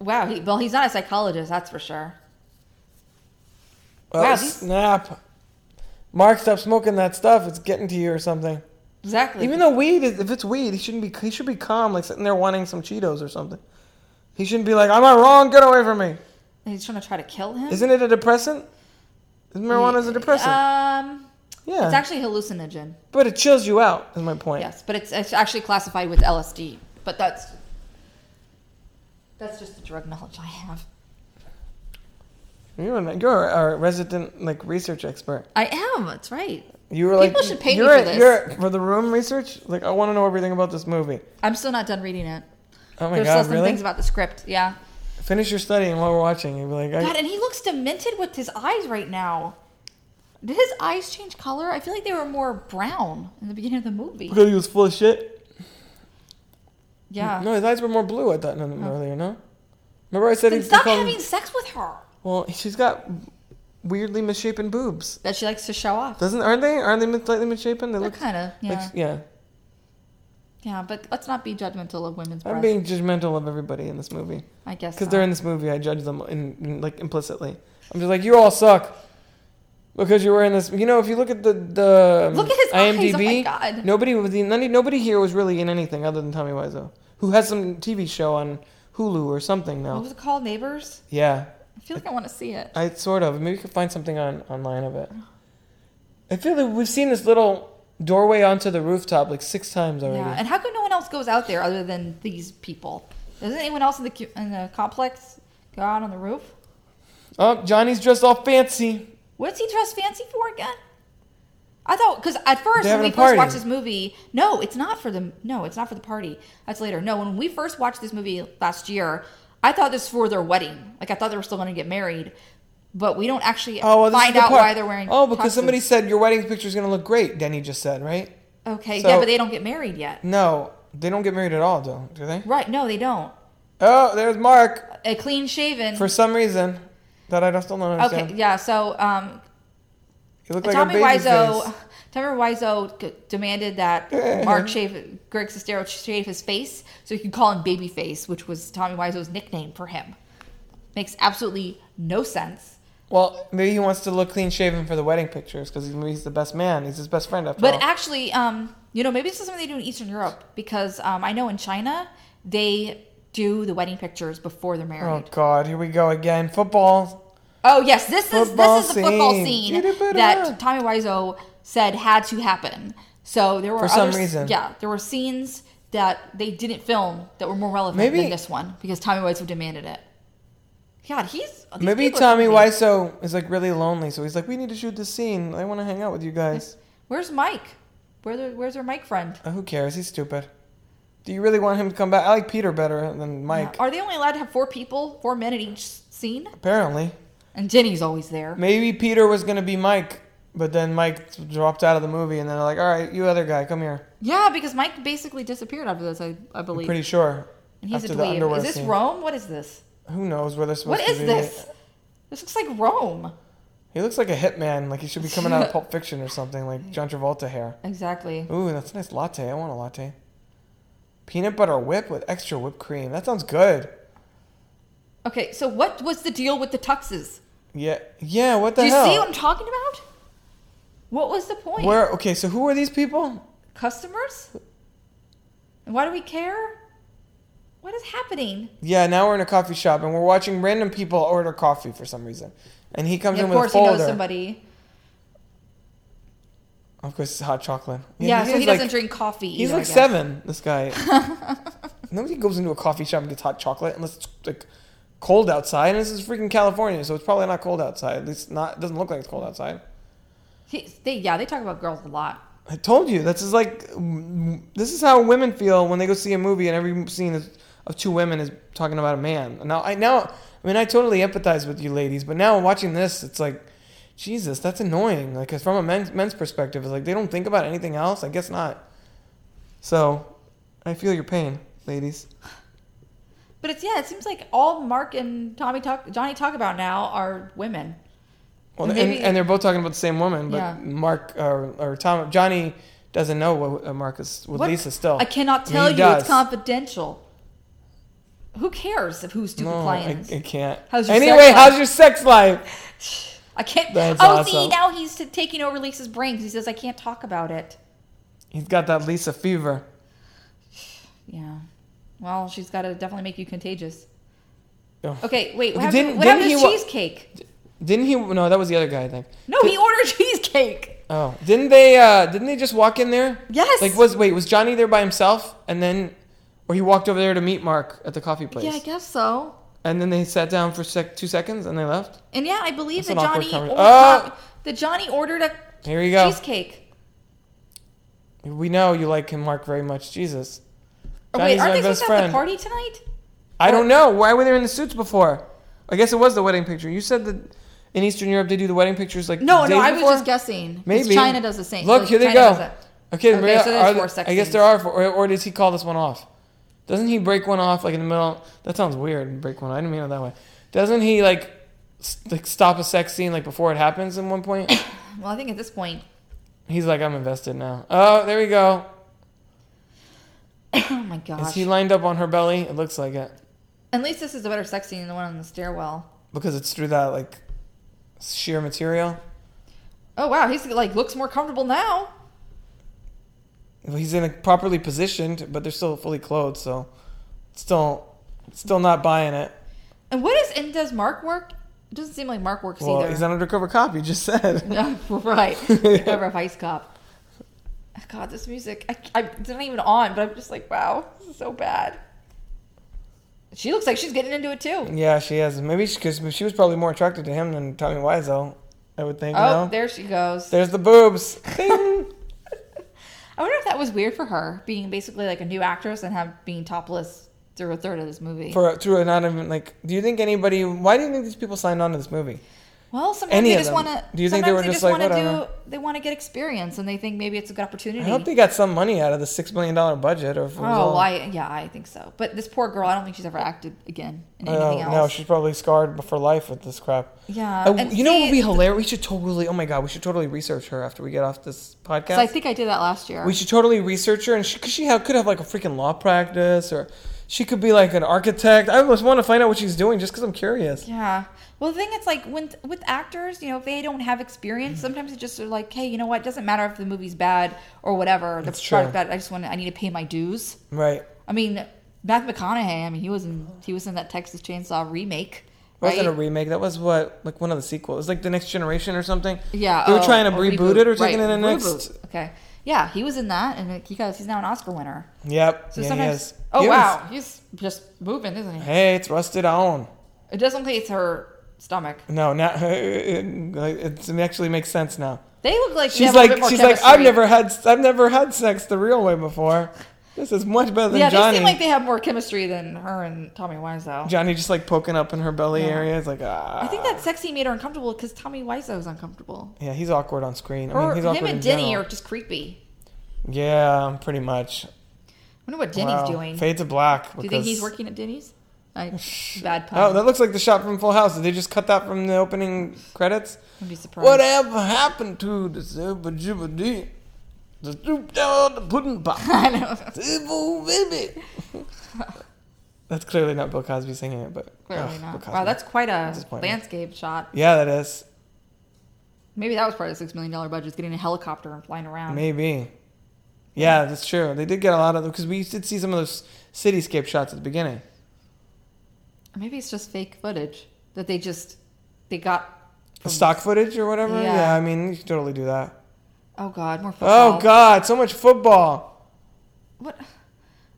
Speaker 2: Wow. He, well, he's not a psychologist, that's for sure.
Speaker 1: Oh,
Speaker 2: Wow, these-
Speaker 1: snap! Mark, stop smoking that stuff. It's getting to you or something.
Speaker 2: Exactly.
Speaker 1: Even though weed, is, if it's weed, he shouldn't be. He should be calm, like sitting there wanting some Cheetos or something. He shouldn't be like, "Am I wrong? Get away from me!"
Speaker 2: he's trying to try to kill him.
Speaker 1: Isn't it a depressant? Is marijuana is a depressant?
Speaker 2: Um,
Speaker 1: yeah,
Speaker 2: it's actually hallucinogen.
Speaker 1: but it chills you out. Is my point.
Speaker 2: Yes, but it's, it's actually classified with LSD. But that's that's just the drug knowledge I have.
Speaker 1: You're an, you're our resident like research expert.
Speaker 2: I am. That's right.
Speaker 1: You were like
Speaker 2: People should pay me
Speaker 1: you're,
Speaker 2: for this.
Speaker 1: You're for the room research. Like I want to know everything about this movie.
Speaker 2: I'm still not done reading it.
Speaker 1: Oh my
Speaker 2: There's still
Speaker 1: god,
Speaker 2: some
Speaker 1: really?
Speaker 2: things about the script. Yeah.
Speaker 1: Finish your studying while we're watching. You'd be like, I,
Speaker 2: God, and he looks demented with his eyes right now. Did his eyes change color? I feel like they were more brown in the beginning of the movie.
Speaker 1: because he was full of shit.
Speaker 2: Yeah. Oh.
Speaker 1: No, his eyes were more blue. I thought no, no, earlier. No, remember I said
Speaker 2: Then
Speaker 1: he's
Speaker 2: stop
Speaker 1: become-
Speaker 2: having sex with her.
Speaker 1: Well, she's got weirdly misshapen boobs.
Speaker 2: That she likes to show off.
Speaker 1: Doesn't aren't they? Aren't they mis- slightly misshapen? They
Speaker 2: They're
Speaker 1: look
Speaker 2: kind of yeah,
Speaker 1: like yeah.
Speaker 2: yeah. But let's not be judgmental of women's
Speaker 1: I'm
Speaker 2: breasts.
Speaker 1: being judgmental of everybody in this movie
Speaker 2: I guess
Speaker 1: because
Speaker 2: so.
Speaker 1: they're in this movie. I judge them in, in like implicitly. I'm just like you all suck because you were in this. You know, if you look at the the um,
Speaker 2: Look at his eyes, oh
Speaker 1: IMDb,
Speaker 2: my God.
Speaker 1: nobody was the none, nobody here was really in anything other than Tommy Wiseau, who has some TV show on Hulu or something
Speaker 2: What
Speaker 1: now.
Speaker 2: was it called? Neighbors.
Speaker 1: Yeah,
Speaker 2: I feel like I want to see it.
Speaker 1: I sort of. Maybe we could find something on online of it. I feel that we've seen this little doorway onto the rooftop like six times already.
Speaker 2: Yeah, and how come no one else goes out there other than these people? Doesn't anyone else in the cu- in the complex go out on the roof?
Speaker 1: Oh, Johnny's dressed all fancy.
Speaker 2: What's he dressed fancy for again? I thought because at first
Speaker 1: They're
Speaker 2: when
Speaker 1: having a
Speaker 2: we first watched
Speaker 1: party.
Speaker 2: this movie, no, it's not for the no, it's not for the party. That's later. No, when we first watched this movie last year, I thought this was for their wedding. Like I thought they were still going to get married, but we don't actually
Speaker 1: Oh, well, this is
Speaker 2: find
Speaker 1: the
Speaker 2: out
Speaker 1: part.
Speaker 2: why they're wearing.
Speaker 1: Oh, because
Speaker 2: tuxes.
Speaker 1: somebody said your wedding picture is going to look great. Denny just said, right?
Speaker 2: Okay,
Speaker 1: So-
Speaker 2: yeah, but they don't get married yet.
Speaker 1: No, they don't get married at all, though, do they?
Speaker 2: Right? No, they don't.
Speaker 1: Oh, there's Mark
Speaker 2: A clean shaven.
Speaker 1: for some reason that I still don't
Speaker 2: okay,
Speaker 1: understand.
Speaker 2: yeah. So um,
Speaker 1: You look like
Speaker 2: Tommy
Speaker 1: a baby
Speaker 2: Wiseau,
Speaker 1: face.
Speaker 2: Tommy Wiseau g- demanded that Mark shave Greg Sestero shave his face so he could call him Babyface, which was Tommy Wiseau's nickname for him. Makes absolutely no sense.
Speaker 1: Well, maybe he wants to look clean shaven for the wedding pictures because he's the best man. He's his best friend after
Speaker 2: But
Speaker 1: all.
Speaker 2: actually, um, you know, maybe this is something they do in Eastern Europe because um, I know in China they do the wedding pictures before they're
Speaker 1: oh
Speaker 2: married.
Speaker 1: God, here we go again. Football.
Speaker 2: Oh, yes, this is
Speaker 1: Football
Speaker 2: this is the football
Speaker 1: scene.
Speaker 2: scene
Speaker 1: Dee-dee-ba-da.
Speaker 2: that Tommy Wiseau said had to happen. So there were
Speaker 1: For some
Speaker 2: other-
Speaker 1: reason.
Speaker 2: yeah, there were scenes that they didn't film that were more relevant
Speaker 1: Maybe-
Speaker 2: than this one because Tommy Wiseau demanded it. God, he's these
Speaker 1: Maybe
Speaker 2: people are
Speaker 1: Tommy
Speaker 2: creepy.
Speaker 1: Wiseau is like really lonely, so he's like, "We need to shoot this scene. I want to hang out with you guys."
Speaker 2: Where's Mike? Where the, where's our Mike friend?
Speaker 1: Uh, who cares? He's stupid. Do you really want him to come back? I like Peter better than Mike.
Speaker 2: Are they only allowed to have four people, four men in each scene?
Speaker 1: Apparently,
Speaker 2: And Jenny's always there.
Speaker 1: maybe Peter was gonna be Mike, but then Mike dropped out of the movie, and then they're like, "All right, you other guy, come here."
Speaker 2: Yeah, because Mike basically disappeared after this, I, I believe.
Speaker 1: I'm pretty sure.
Speaker 2: and he's a
Speaker 1: after the
Speaker 2: dweeb.
Speaker 1: underwear
Speaker 2: Is this
Speaker 1: scene.
Speaker 2: Rome? What is this?
Speaker 1: Who knows where they're supposed
Speaker 2: What
Speaker 1: to
Speaker 2: is
Speaker 1: be?
Speaker 2: this? This looks like Rome.
Speaker 1: He looks like a hitman. Like he should be coming out of Pulp Fiction or something, like John Travolta hair.
Speaker 2: Exactly.
Speaker 1: Ooh, that's a nice latte. I want a latte. Peanut butter whip with extra whipped cream. That sounds good.
Speaker 2: Okay, so what was the deal with the tuxes?
Speaker 1: Yeah, yeah. What the
Speaker 2: Do you
Speaker 1: hell?
Speaker 2: see what I'm talking about? What was the point?
Speaker 1: Where? Okay, so who are these people?
Speaker 2: Customers? And why do we care? What is happening?
Speaker 1: Yeah, now we're in a coffee shop and we're watching random people order coffee for some reason, and he comes
Speaker 2: Yeah,
Speaker 1: in with
Speaker 2: of
Speaker 1: a
Speaker 2: course, he
Speaker 1: folder.
Speaker 2: knows somebody.
Speaker 1: Of course, it's hot chocolate.
Speaker 2: Yeah, so
Speaker 1: he's
Speaker 2: he
Speaker 1: like-
Speaker 2: doesn't drink coffee.
Speaker 1: He's
Speaker 2: either, I
Speaker 1: like
Speaker 2: guess.
Speaker 1: seven. This guy. Nobody goes into a coffee shop and gets hot chocolate unless it's like cold outside. And this is freaking California, so it's probably not cold outside. At least not. It doesn't look like it's cold outside.
Speaker 2: He, they, yeah, they talk about girls a lot.
Speaker 1: I told you. This is like this is how women feel when they go see a movie and every scene is, of two women is talking about a man. Now I now I mean I totally empathize with you ladies, but now watching this, it's like Jesus, that's annoying. Like 'cause from a men's, men's perspective, it's like they don't think about anything else. I guess not. So I feel your pain, ladies.
Speaker 2: But But it's yeah, it seems like all Mark and Tommy talk Johnny talk about now are women.
Speaker 1: Well, and,
Speaker 2: Maybe-
Speaker 1: and they're both talking about the same woman, but
Speaker 2: Yeah.
Speaker 1: Mark or, or Tom Johnny doesn't know what uh, Mark is with
Speaker 2: What?
Speaker 1: Lisa still.
Speaker 2: I cannot
Speaker 1: mean,
Speaker 2: tell
Speaker 1: he
Speaker 2: you
Speaker 1: does.
Speaker 2: it's confidential. Who cares if who's stupid
Speaker 1: No, I,
Speaker 2: client is?
Speaker 1: I can't.
Speaker 2: How's your
Speaker 1: anyway,
Speaker 2: sex life?
Speaker 1: how's your sex life?
Speaker 2: I can't.
Speaker 1: That's
Speaker 2: oh, see,
Speaker 1: awesome.
Speaker 2: now he's t- taking over Lisa's brains. He says, I can't talk about it.
Speaker 1: He's got that Lisa fever.
Speaker 2: Yeah. Well, she's got to definitely make you contagious.
Speaker 1: Oh.
Speaker 2: Okay, wait. What
Speaker 1: Okay,
Speaker 2: happened,
Speaker 1: didn't-
Speaker 2: what happened
Speaker 1: didn't
Speaker 2: to
Speaker 1: he wa-
Speaker 2: cheesecake?
Speaker 1: Didn't he? No, that was the other guy. I think.
Speaker 2: No, he ordered cheesecake.
Speaker 1: Oh, didn't they? uh Didn't they just walk in there?
Speaker 2: Yes.
Speaker 1: Like, was wait, was Johnny there by himself, and then, or he walked over there to meet Mark at the coffee place,
Speaker 2: Yeah, I guess so.
Speaker 1: and then they sat down for sec- two seconds and they left.
Speaker 2: And yeah, I believe
Speaker 1: That's an
Speaker 2: that
Speaker 1: awkward
Speaker 2: Johnny,
Speaker 1: conver-
Speaker 2: ordered,
Speaker 1: Oh!
Speaker 2: that Johnny ordered a
Speaker 1: Here you go.
Speaker 2: cheesecake.
Speaker 1: We know you like him, Mark, very much. Jesus.
Speaker 2: Oh,
Speaker 1: Johnny's
Speaker 2: wait, aren't
Speaker 1: my
Speaker 2: they
Speaker 1: best
Speaker 2: supposed to have
Speaker 1: friend.
Speaker 2: the party tonight?
Speaker 1: I don't know. Why were they in the suits before? I guess it was the wedding picture. You said that in Eastern Europe they do the wedding pictures like
Speaker 2: No,
Speaker 1: the
Speaker 2: no,
Speaker 1: day
Speaker 2: I was
Speaker 1: before?
Speaker 2: just guessing. 'Cause
Speaker 1: Maybe
Speaker 2: China does the same.
Speaker 1: Look,
Speaker 2: Like,
Speaker 1: here they
Speaker 2: China does
Speaker 1: go.
Speaker 2: that.
Speaker 1: Okay,
Speaker 2: Okay,
Speaker 1: Maria,
Speaker 2: so there's
Speaker 1: are
Speaker 2: four
Speaker 1: th-
Speaker 2: sex
Speaker 1: I guess
Speaker 2: scenes.
Speaker 1: there are four. Or, or does he call this one off? Doesn't he break one off like in the middle? That sounds weird. and Break one. I didn't mean it that way. Doesn't he like s like stop a sex scene like before it happens? At one point,
Speaker 2: Well, I think at this point,
Speaker 1: he's like, I'm invested now. Oh, there we go.
Speaker 2: oh my gosh.
Speaker 1: Is he lined up on her belly? It looks like it
Speaker 2: At least this is a better sex scene than the one on the stairwell.
Speaker 1: because it's through that like sheer material.
Speaker 2: Oh wow, he's like looks more comfortable now.
Speaker 1: Well, he's in a properly positioned, but they're still fully clothed, so still still not buying it.
Speaker 2: And what is and does Mark work? It doesn't seem like Mark works
Speaker 1: Well,
Speaker 2: either.
Speaker 1: he's an undercover cop. You just said.
Speaker 2: right, cover of Ice Cop. God, this music. I, I, it's not even on, but I'm just like, wow, this is so bad. She looks like she's getting into it too.
Speaker 1: yeah, she is. Maybe because she, was probably more attracted to him than Tommy Wiseau. I would think.
Speaker 2: Oh,
Speaker 1: no?
Speaker 2: there she goes.
Speaker 1: there's the boobs. Ding.
Speaker 2: I wonder if that was weird for her, being basically like a new actress and have being topless through a third of this movie.
Speaker 1: For through not even like. Do you think anybody? Why do you think these people signed on to this movie?
Speaker 2: well, sometimes
Speaker 1: any
Speaker 2: they
Speaker 1: of
Speaker 2: just
Speaker 1: them.
Speaker 2: want to.
Speaker 1: Do you think they were just like,
Speaker 2: want to do?
Speaker 1: whatever.
Speaker 2: They want to get experience, and they think maybe it's a good opportunity.
Speaker 1: I hope they got some money out of the six million dollar budget. Or if it was
Speaker 2: Oh,
Speaker 1: all-
Speaker 2: I yeah, I think so. But this poor girl, I don't think she's ever acted again in
Speaker 1: I
Speaker 2: anything
Speaker 1: know,
Speaker 2: else.
Speaker 1: Oh, no, she's probably scarred for life with this crap.
Speaker 2: yeah,
Speaker 1: Oh,
Speaker 2: and
Speaker 1: you know what
Speaker 2: see,
Speaker 1: would be hilarious? We should totally. Oh my god, we should totally research her after we get off this
Speaker 2: 'cause
Speaker 1: podcast.
Speaker 2: I think I did that last year.
Speaker 1: we should totally research her, and she, cause she have, could have like a freaking law practice, or she could be like an architect. I almost want to find out what she's doing just because I'm curious.
Speaker 2: yeah. Well, the thing is, like, when with actors, you know, if they don't have
Speaker 1: Mm.
Speaker 2: experience, sometimes it just are like, hey, you know what? It doesn't matter if the movie's bad or whatever. The
Speaker 1: It's true.
Speaker 2: product bad. I just want. to I need to pay my dues.
Speaker 1: Right?
Speaker 2: I mean, Matthew McConaughey. I mean, he was in he was in that Texas Chainsaw remake.
Speaker 1: It Wasn't
Speaker 2: Right?
Speaker 1: a remake. That was what like one of the sequels. It was like the Next Generation or something.
Speaker 2: yeah,
Speaker 1: They were
Speaker 2: oh,
Speaker 1: trying to
Speaker 2: a
Speaker 1: reboot, it or taking
Speaker 2: right,
Speaker 1: it in the next.
Speaker 2: reboot. Okay, yeah, he was in that, and he got, he's now an Oscar winner.
Speaker 1: Yep.
Speaker 2: So
Speaker 1: yeah, he
Speaker 2: sometimes,
Speaker 1: is.
Speaker 2: oh
Speaker 1: He is.
Speaker 2: wow, he's just moving, isn't he?
Speaker 1: Hey, it's rusted on.
Speaker 2: It doesn't think it's her stomach.
Speaker 1: No, now it actually makes sense now.
Speaker 2: They look like they
Speaker 1: She's
Speaker 2: have a bit
Speaker 1: like,
Speaker 2: more
Speaker 1: she's like, I've
Speaker 2: chemistry."
Speaker 1: never had, I've never had sex the real way before. This is much better than
Speaker 2: Yeah, they
Speaker 1: Johnny.
Speaker 2: seem like they have more chemistry than her and Tommy Wiseau.
Speaker 1: Johnny just like poking up in her belly
Speaker 2: Yeah.
Speaker 1: area. It's like, ah.
Speaker 2: I think that sexy made her uncomfortable because Tommy Wiseau is uncomfortable.
Speaker 1: Yeah, he's awkward on screen. I
Speaker 2: Or
Speaker 1: mean, he's awkward
Speaker 2: him and
Speaker 1: in
Speaker 2: Denny
Speaker 1: general.
Speaker 2: are just creepy.
Speaker 1: Yeah, pretty much.
Speaker 2: I wonder what Denny's
Speaker 1: Wow.
Speaker 2: doing.
Speaker 1: Fade to black.
Speaker 2: Do you think he's
Speaker 1: because-
Speaker 2: working at Denny's? I, bad pun.
Speaker 1: Oh, that looks like the shot from Full House. Did they just cut that from the opening credits?
Speaker 2: I'd be surprised.
Speaker 1: Whatever happened to the Super Jibba Dee? The Snoop Dogg, the Pudding Pop.
Speaker 2: I know.
Speaker 1: Evil baby. that's clearly not Bill Cosby singing it, but
Speaker 2: Clearly
Speaker 1: ugh, Bill
Speaker 2: not.
Speaker 1: Cosby.
Speaker 2: Wow, that's quite a
Speaker 1: Disappointing.
Speaker 2: landscape shot.
Speaker 1: yeah, that is
Speaker 2: Maybe that was part of the $6 million budget, is getting a helicopter and flying around.
Speaker 1: maybe. Yeah, that's true. They did get a lot of because we did see some of those cityscape shots at the beginning.
Speaker 2: Or Maybe it's just fake footage that they just they got. from-
Speaker 1: Stock footage or whatever. Yeah.
Speaker 2: Yeah.
Speaker 1: I mean you can totally do that.
Speaker 2: Oh God, more football.
Speaker 1: Oh God, so much football.
Speaker 2: What?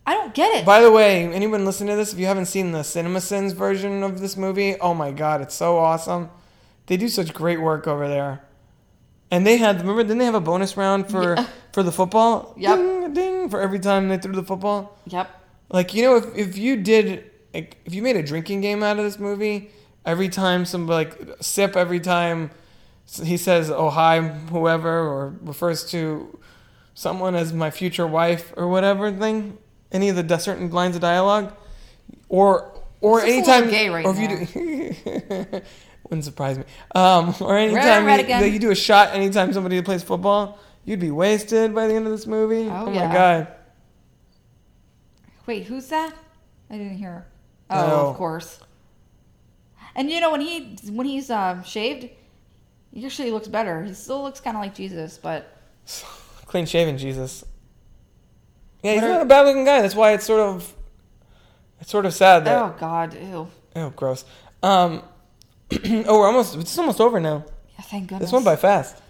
Speaker 2: I don't get it.
Speaker 1: By the way, anyone listening to this, if you haven't seen the CinemaSins version of this movie, oh my God, it's so awesome. They do such great work over there. And they had remember didn't they have a bonus round for
Speaker 2: Yeah.
Speaker 1: for the football?
Speaker 2: Yep.
Speaker 1: Ding ding for every time they threw the football.
Speaker 2: yep.
Speaker 1: Like you know if if you did like if you made a drinking game out of this movie, every time some like sip every time he says oh hi whoever or refers to someone as my future wife or whatever thing, any of the certain lines of dialogue or or
Speaker 2: This looks a
Speaker 1: anytime
Speaker 2: little gay right
Speaker 1: or if you do wouldn't surprise me um, or anytime
Speaker 2: right
Speaker 1: you,
Speaker 2: again.
Speaker 1: that you do a shot anytime somebody plays football you'd be wasted by the end of this movie
Speaker 2: Oh,
Speaker 1: my
Speaker 2: yeah.
Speaker 1: god
Speaker 2: Wait, who's that? I didn't hear.
Speaker 1: Oh.
Speaker 2: Oh, of course. And you know when he when he's um, shaved, he actually looks better. He still looks kind of like Jesus, but
Speaker 1: clean shaven jesus yeah he's
Speaker 2: What are-
Speaker 1: not a bad looking guy that's why it's sort of it's sort of sad that
Speaker 2: oh god, ew.
Speaker 1: oh, gross um, oh we're almost it's almost over now
Speaker 2: Yeah, thank goodness.
Speaker 1: this went by fast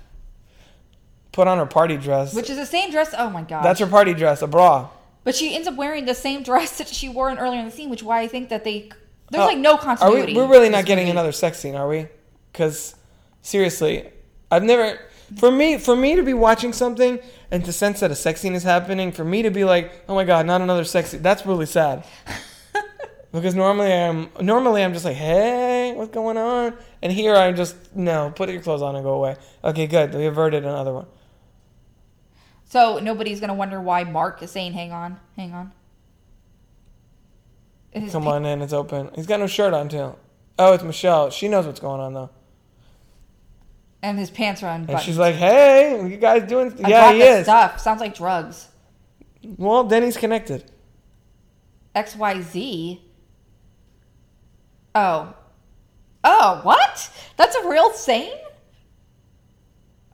Speaker 1: put on her party dress
Speaker 2: which is the same dress. Oh my god.
Speaker 1: that's her party dress a bra
Speaker 2: But she ends up wearing the same dress that she wore in earlier in the scene, which why I think that they there's
Speaker 1: Oh,
Speaker 2: like no
Speaker 1: Are
Speaker 2: continuity.
Speaker 1: we, we're really
Speaker 2: in
Speaker 1: not
Speaker 2: this
Speaker 1: getting
Speaker 2: movie.
Speaker 1: another sex scene, are we? Because seriously, I've never. For me, for me to be watching something and to sense that a sex scene is happening, for me to be like, oh my god, not another sex scene. That's really sad. because normally I'm normally I'm just like, hey, what's going on? And here I'm just no, put your clothes on and go away. Okay, good. We averted another one.
Speaker 2: So nobody's gonna wonder why Mark is saying, "Hang on, hang on." And his
Speaker 1: Come
Speaker 2: pa-
Speaker 1: on in, it's open. He's got no shirt on too. Oh, it's Michelle. She knows what's going on though.
Speaker 2: And his pants are unbuttoned.
Speaker 1: And she's like, hey, you guys doing?
Speaker 2: I
Speaker 1: yeah,
Speaker 2: bought
Speaker 1: he
Speaker 2: this
Speaker 1: is.
Speaker 2: Stuff sounds like drugs.
Speaker 1: Well, then he's connected.
Speaker 2: X Y Z. Oh, oh, what? That's a real saying.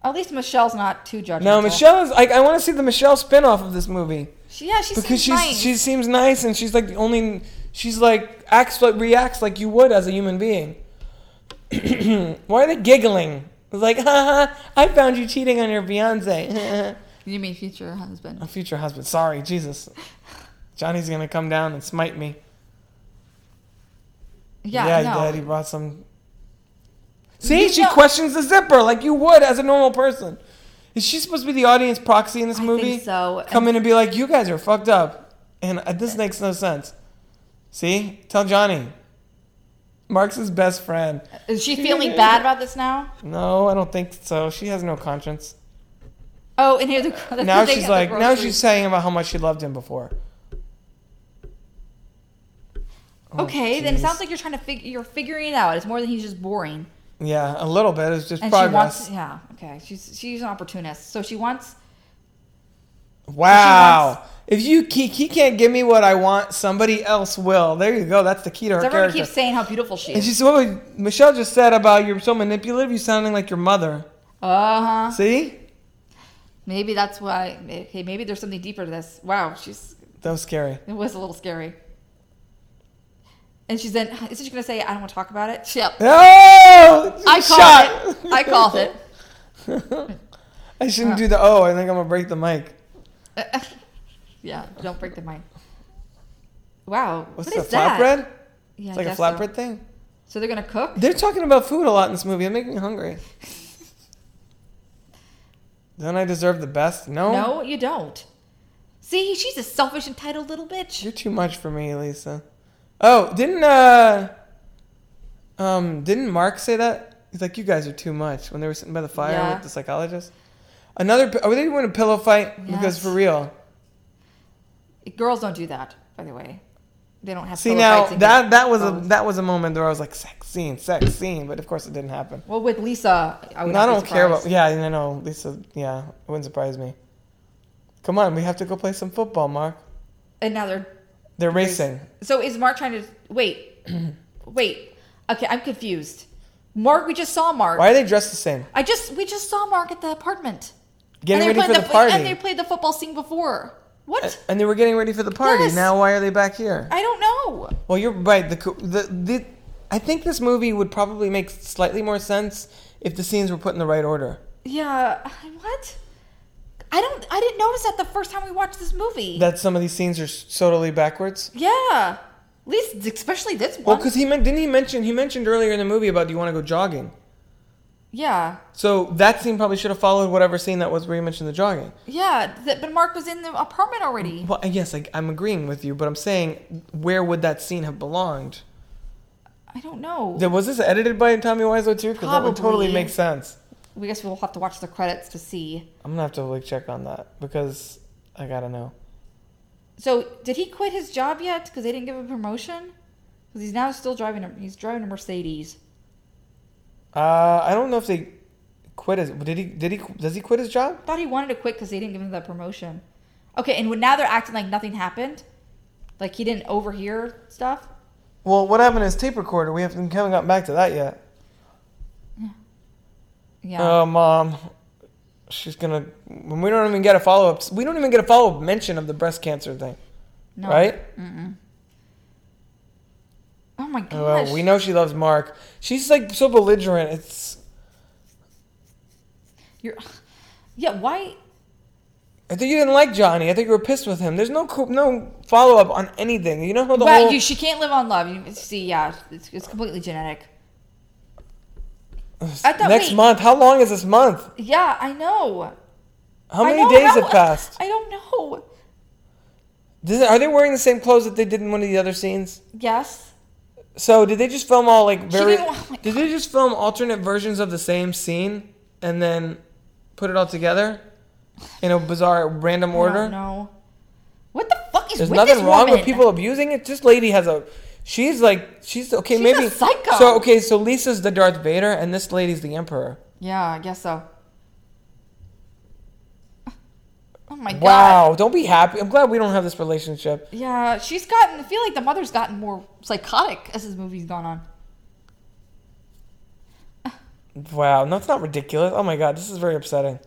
Speaker 2: At least Michelle's not too judgmental.
Speaker 1: No, Michelle is like I want to see the Michelle spin-off of this movie
Speaker 2: She, yeah, she
Speaker 1: because
Speaker 2: seems
Speaker 1: she's
Speaker 2: nice.
Speaker 1: she seems nice and she's like the only she's like acts like reacts like you would as a human being. Why are they giggling? It's like, ha ha! I found you cheating on your fiance,
Speaker 2: you mean future husband?
Speaker 1: a future husband. Sorry, Jesus. Johnny's gonna come down and smite me.
Speaker 2: Yeah,
Speaker 1: he
Speaker 2: no.
Speaker 1: did. He brought some. See, she
Speaker 2: know-
Speaker 1: questions the zipper like you would as a normal person. Is she supposed to be the audience proxy in this
Speaker 2: I
Speaker 1: movie?
Speaker 2: think so.
Speaker 1: Come in and be like, you guys are fucked up, and uh, this makes no sense. See, tell Johnny. Mark's his best friend.
Speaker 2: Is she feeling bad about this now?
Speaker 1: No, I don't think so. She has no conscience.
Speaker 2: Oh, and here the that's the
Speaker 1: Now
Speaker 2: thing
Speaker 1: she's
Speaker 2: at the
Speaker 1: like, now
Speaker 2: grocery-
Speaker 1: she's saying about how much she loved him before. Oh,
Speaker 2: okay. then it
Speaker 1: jeez.
Speaker 2: sounds like you're trying to figure you're figuring it out. It's more than he's just boring,
Speaker 1: Yeah, a little bit. It's just
Speaker 2: and
Speaker 1: progress.
Speaker 2: she wants yeah. Okay, she's she's an opportunist, so she wants
Speaker 1: Wow. if you he, he can't give me what I want, somebody else will. There you go. That's the key to her
Speaker 2: Everyone
Speaker 1: character.
Speaker 2: keeps saying how beautiful she
Speaker 1: and
Speaker 2: is.
Speaker 1: she's what we- Michelle just said about you're so manipulative. You sounding like your mother.
Speaker 2: Uh huh.
Speaker 1: See,
Speaker 2: Maybe that's why. Okay, maybe there's something deeper to this. Wow, she's
Speaker 1: that was scary.
Speaker 2: it was a little scary. And she's then isn't she gonna say I don't want to talk about it? Yep.
Speaker 1: Oh,
Speaker 2: I
Speaker 1: shot.
Speaker 2: called it. I called it.
Speaker 1: I shouldn't do the oh. I think I'm gonna break the mic.
Speaker 2: yeah, don't break the mic. Wow,
Speaker 1: What's
Speaker 2: what
Speaker 1: the
Speaker 2: is that?
Speaker 1: flatbread?
Speaker 2: Yeah,
Speaker 1: It's
Speaker 2: I
Speaker 1: like a
Speaker 2: guess So.
Speaker 1: flatbread thing.
Speaker 2: so they're gonna cook.
Speaker 1: They're talking about food a lot in this movie. It makes me hungry. Don't I deserve the best? No.
Speaker 2: No, you don't. See, she's a selfish, entitled little bitch.
Speaker 1: You're too much for me, Lisa. Oh, didn't uh um didn't Mark say that? He's like, you guys are too much when they were sitting by the fire
Speaker 2: Yeah.
Speaker 1: with the psychologist. Another are they doing a pillow fight? Because
Speaker 2: Yes.
Speaker 1: for real.
Speaker 2: Girls don't do that, by the way. They don't have.
Speaker 1: See
Speaker 2: pillow
Speaker 1: now
Speaker 2: fights and
Speaker 1: that
Speaker 2: get
Speaker 1: that was a
Speaker 2: proposed.
Speaker 1: that was a moment where I was like sex scene, sex scene, but of course it didn't happen.
Speaker 2: Well, with Lisa, I would.
Speaker 1: No, I
Speaker 2: not be
Speaker 1: don't care about
Speaker 2: surprised.
Speaker 1: yeah, I know Lisa. Yeah, it wouldn't surprise me. Come on, we have to go play some football, Mark.
Speaker 2: And now they're.
Speaker 1: They're racing.
Speaker 2: So is Mark trying to wait? wait. Okay, I'm confused. Mark, we just saw Mark.
Speaker 1: Why are they dressed the same?
Speaker 2: I just we just saw Mark at the apartment.
Speaker 1: Getting
Speaker 2: and
Speaker 1: ready
Speaker 2: they
Speaker 1: for
Speaker 2: played
Speaker 1: the, party. Uh,
Speaker 2: And they played the football scene before. What?
Speaker 1: And they were getting ready for the party.
Speaker 2: Yes.
Speaker 1: Now why are they back here?
Speaker 2: I don't know.
Speaker 1: Well, you're right. The, co- the the I think this movie would probably make slightly more sense if the scenes were put in the right order.
Speaker 2: Yeah. I- What? I don't. I didn't notice that the first time we watched this movie.
Speaker 1: That some of these scenes are s- so totally backwards.
Speaker 2: Yeah. At least, especially this
Speaker 1: Well,
Speaker 2: one.
Speaker 1: because he meant didn't he mention he mentioned earlier in the movie about do you want to go jogging?
Speaker 2: yeah.
Speaker 1: So that scene probably should have followed whatever scene that was where he mentioned the jogging.
Speaker 2: Yeah. Th- but Mark was in the apartment already.
Speaker 1: Well, yes, I, I'm agreeing with you, but I'm saying where would that scene have belonged?
Speaker 2: I don't know.
Speaker 1: Then Was this edited by Tommy Wiseau too? Because that would totally
Speaker 2: Probably.
Speaker 1: make sense.
Speaker 2: we guess we'll have to watch the credits to see.
Speaker 1: I'm gonna have to like check on that because I gotta know.
Speaker 2: So, did he quit his job yet? Because they didn't give him promotion? 'Cause because he's now still driving. A, he's driving a Mercedes.
Speaker 1: Uh, I don't know if they quit his. Did he? Did he? Does he quit his job?
Speaker 2: Thought he wanted to quit because they didn't give him the promotion. Okay, and when- now they're acting like nothing happened, like he didn't overhear stuff.
Speaker 1: Well, what happened to his tape recorder? We haven't haven't gotten back to that yet.
Speaker 2: Yeah,
Speaker 1: Oh, mom. She's gonna. When we don't even get a follow up, we don't even get a follow up mention of the breast cancer thing,
Speaker 2: no.
Speaker 1: right?
Speaker 2: Oh my
Speaker 1: Oh, well,
Speaker 2: gosh.
Speaker 1: we know she loves Mark. She's like so belligerent. It's.
Speaker 2: You're, yeah. Why?
Speaker 1: I think you didn't like Johnny. I think you were pissed with him. There's no co- no follow up on anything. You know how the
Speaker 2: Well,
Speaker 1: whole.
Speaker 2: you, she can't live on love. You see, yeah, it's, it's completely genetic. I thought,
Speaker 1: next
Speaker 2: wait.
Speaker 1: month. How long is this month?
Speaker 2: Yeah, I know.
Speaker 1: How
Speaker 2: I
Speaker 1: many
Speaker 2: know,
Speaker 1: days
Speaker 2: how-
Speaker 1: have passed?
Speaker 2: I don't know.
Speaker 1: Does it- are they wearing the same clothes that they did in one of the other scenes?
Speaker 2: Yes.
Speaker 1: So did they just film all like very?
Speaker 2: didn't- oh my
Speaker 1: did they just film alternate versions of the same scene and then put it all together in a bizarre random order?
Speaker 2: No. What the fuck is
Speaker 1: There's
Speaker 2: with
Speaker 1: nothing
Speaker 2: this
Speaker 1: wrong
Speaker 2: woman?
Speaker 1: with people abusing it. This lady has a. She's like she's okay.
Speaker 2: She's
Speaker 1: maybe
Speaker 2: a psycho.
Speaker 1: So okay, so Lisa's the Darth Vader and this lady's the Emperor.
Speaker 2: Yeah, I guess so. Oh my god.
Speaker 1: Wow, don't be happy. I'm glad we don't have this relationship.
Speaker 2: Yeah, she's gotten. I feel like the mother's gotten more psychotic as this movie's gone on.
Speaker 1: Wow, no, it's not ridiculous. Oh my god, this is very upsetting.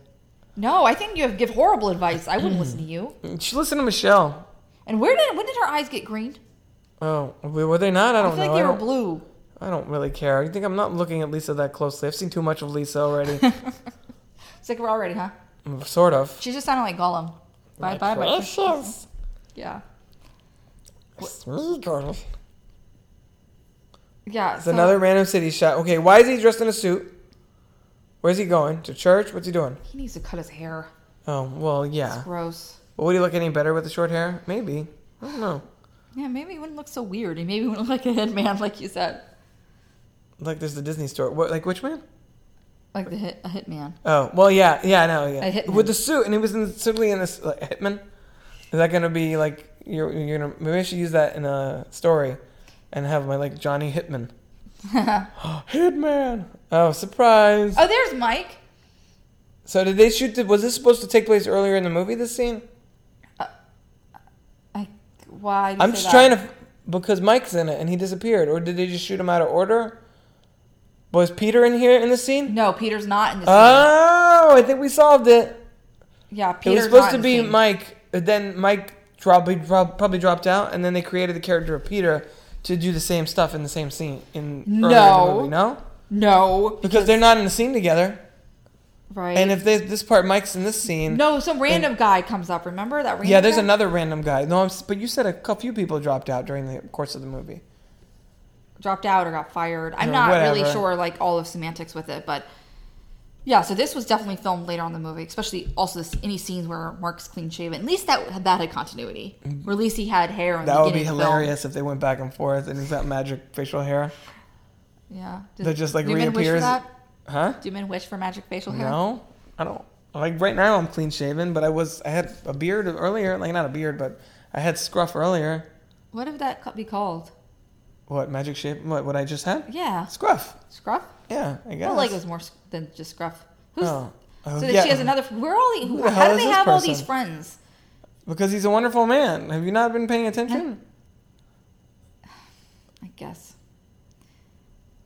Speaker 2: No, I think you have give horrible advice. I wouldn't listen to you.
Speaker 1: She listened to Michelle.
Speaker 2: And where did when did her eyes get green?
Speaker 1: Oh, were they not? I
Speaker 2: I,
Speaker 1: don't
Speaker 2: feel
Speaker 1: know.
Speaker 2: like they
Speaker 1: I
Speaker 2: were
Speaker 1: don't-
Speaker 2: blue.
Speaker 1: I don't really care. You think I'm not looking at Lisa that closely? I've seen too much of Lisa already.
Speaker 2: Sick of her already, huh?
Speaker 1: Mm, sort of.
Speaker 2: She just sounded like Gollum. Bye bye, my precious. Yeah,
Speaker 1: It's me, girl.
Speaker 2: yeah.
Speaker 1: It's
Speaker 2: so-
Speaker 1: another random city shot. Okay, why is he dressed in a suit? Where's he going? To church? What's he doing?
Speaker 2: He needs to cut his hair.
Speaker 1: Oh, well, yeah.
Speaker 2: Gross.
Speaker 1: But would he look any better with the short hair? Maybe. I don't know.
Speaker 2: Yeah, maybe he wouldn't look so weird. He maybe wouldn't look like a head man, like you said,
Speaker 1: Like there's the Disney store. What, like which man?
Speaker 2: like the hit, a hitman.
Speaker 1: Oh, well, yeah, yeah, I know, yeah.
Speaker 2: A hitman.
Speaker 1: With the suit, and he was in, certainly in this like, hitman. Is that gonna be like you're, you're gonna? Maybe I should use that in a story, and have my like Johnny Hitman. hitman. Oh, surprise!
Speaker 2: Oh, there's Mike.
Speaker 1: So did they shoot? The, was this supposed to take place earlier in the movie? This scene?
Speaker 2: I why?
Speaker 1: I'm just trying to because Mike's in it and he disappeared, or did they just shoot him out of order? Was Peter in here in the scene?
Speaker 2: No, Peter's not in this.
Speaker 1: Oh, I think we solved it.
Speaker 2: scene. Yeah,
Speaker 1: It was
Speaker 2: Peter's
Speaker 1: supposed
Speaker 2: not
Speaker 1: to
Speaker 2: in
Speaker 1: be
Speaker 2: the scene.
Speaker 1: Mike, but then Mike probably dropped, probably dropped out, and then they created the character of Peter to do the same stuff in the same scene in earlier in the
Speaker 2: No.
Speaker 1: movie. No,
Speaker 2: No,
Speaker 1: because they're not in the scene together.
Speaker 2: right.
Speaker 1: And if they, this part Mike's in this scene,
Speaker 2: no, some random guy comes up. Remember that? Random
Speaker 1: yeah, there's
Speaker 2: guy?
Speaker 1: another random guy. No, I'm, s- but you said a cou- few people dropped out during the course of the movie.
Speaker 2: dropped out or got fired. I'm
Speaker 1: Or
Speaker 2: not really
Speaker 1: whatever.
Speaker 2: sure like all of semantics with it, but yeah. So this was definitely filmed later on in the movie, especially also this, any scenes where Mark's clean shaven. At least that that had continuity. Or at least he had hair. In the
Speaker 1: That would be
Speaker 2: beginning of the film.
Speaker 1: hilarious if they went back and forth and he's got magic facial hair,
Speaker 2: Yeah.
Speaker 1: That just, like,
Speaker 2: do men Wish for
Speaker 1: reappears-
Speaker 2: that?
Speaker 1: huh?
Speaker 2: Do men wish for magic facial hair?
Speaker 1: No, I don't. Like right now, I'm clean shaven, but I was I had a beard earlier. Like not a beard, but I had scruff earlier.
Speaker 2: What would that ca- be called?
Speaker 1: What magic shape? What what I just had?
Speaker 2: Yeah,
Speaker 1: Scruff.
Speaker 2: scruff.
Speaker 1: Yeah, I guess.
Speaker 2: I feel like it was more sc- than just scruff. Who's,
Speaker 1: Oh. Oh,
Speaker 2: so that
Speaker 1: yeah.
Speaker 2: she has another. Where are all? the-
Speaker 1: the
Speaker 2: how
Speaker 1: hell
Speaker 2: do
Speaker 1: is
Speaker 2: they
Speaker 1: this
Speaker 2: have all
Speaker 1: person?
Speaker 2: these friends?
Speaker 1: Because he's a wonderful man. Have you not been paying attention?
Speaker 2: I guess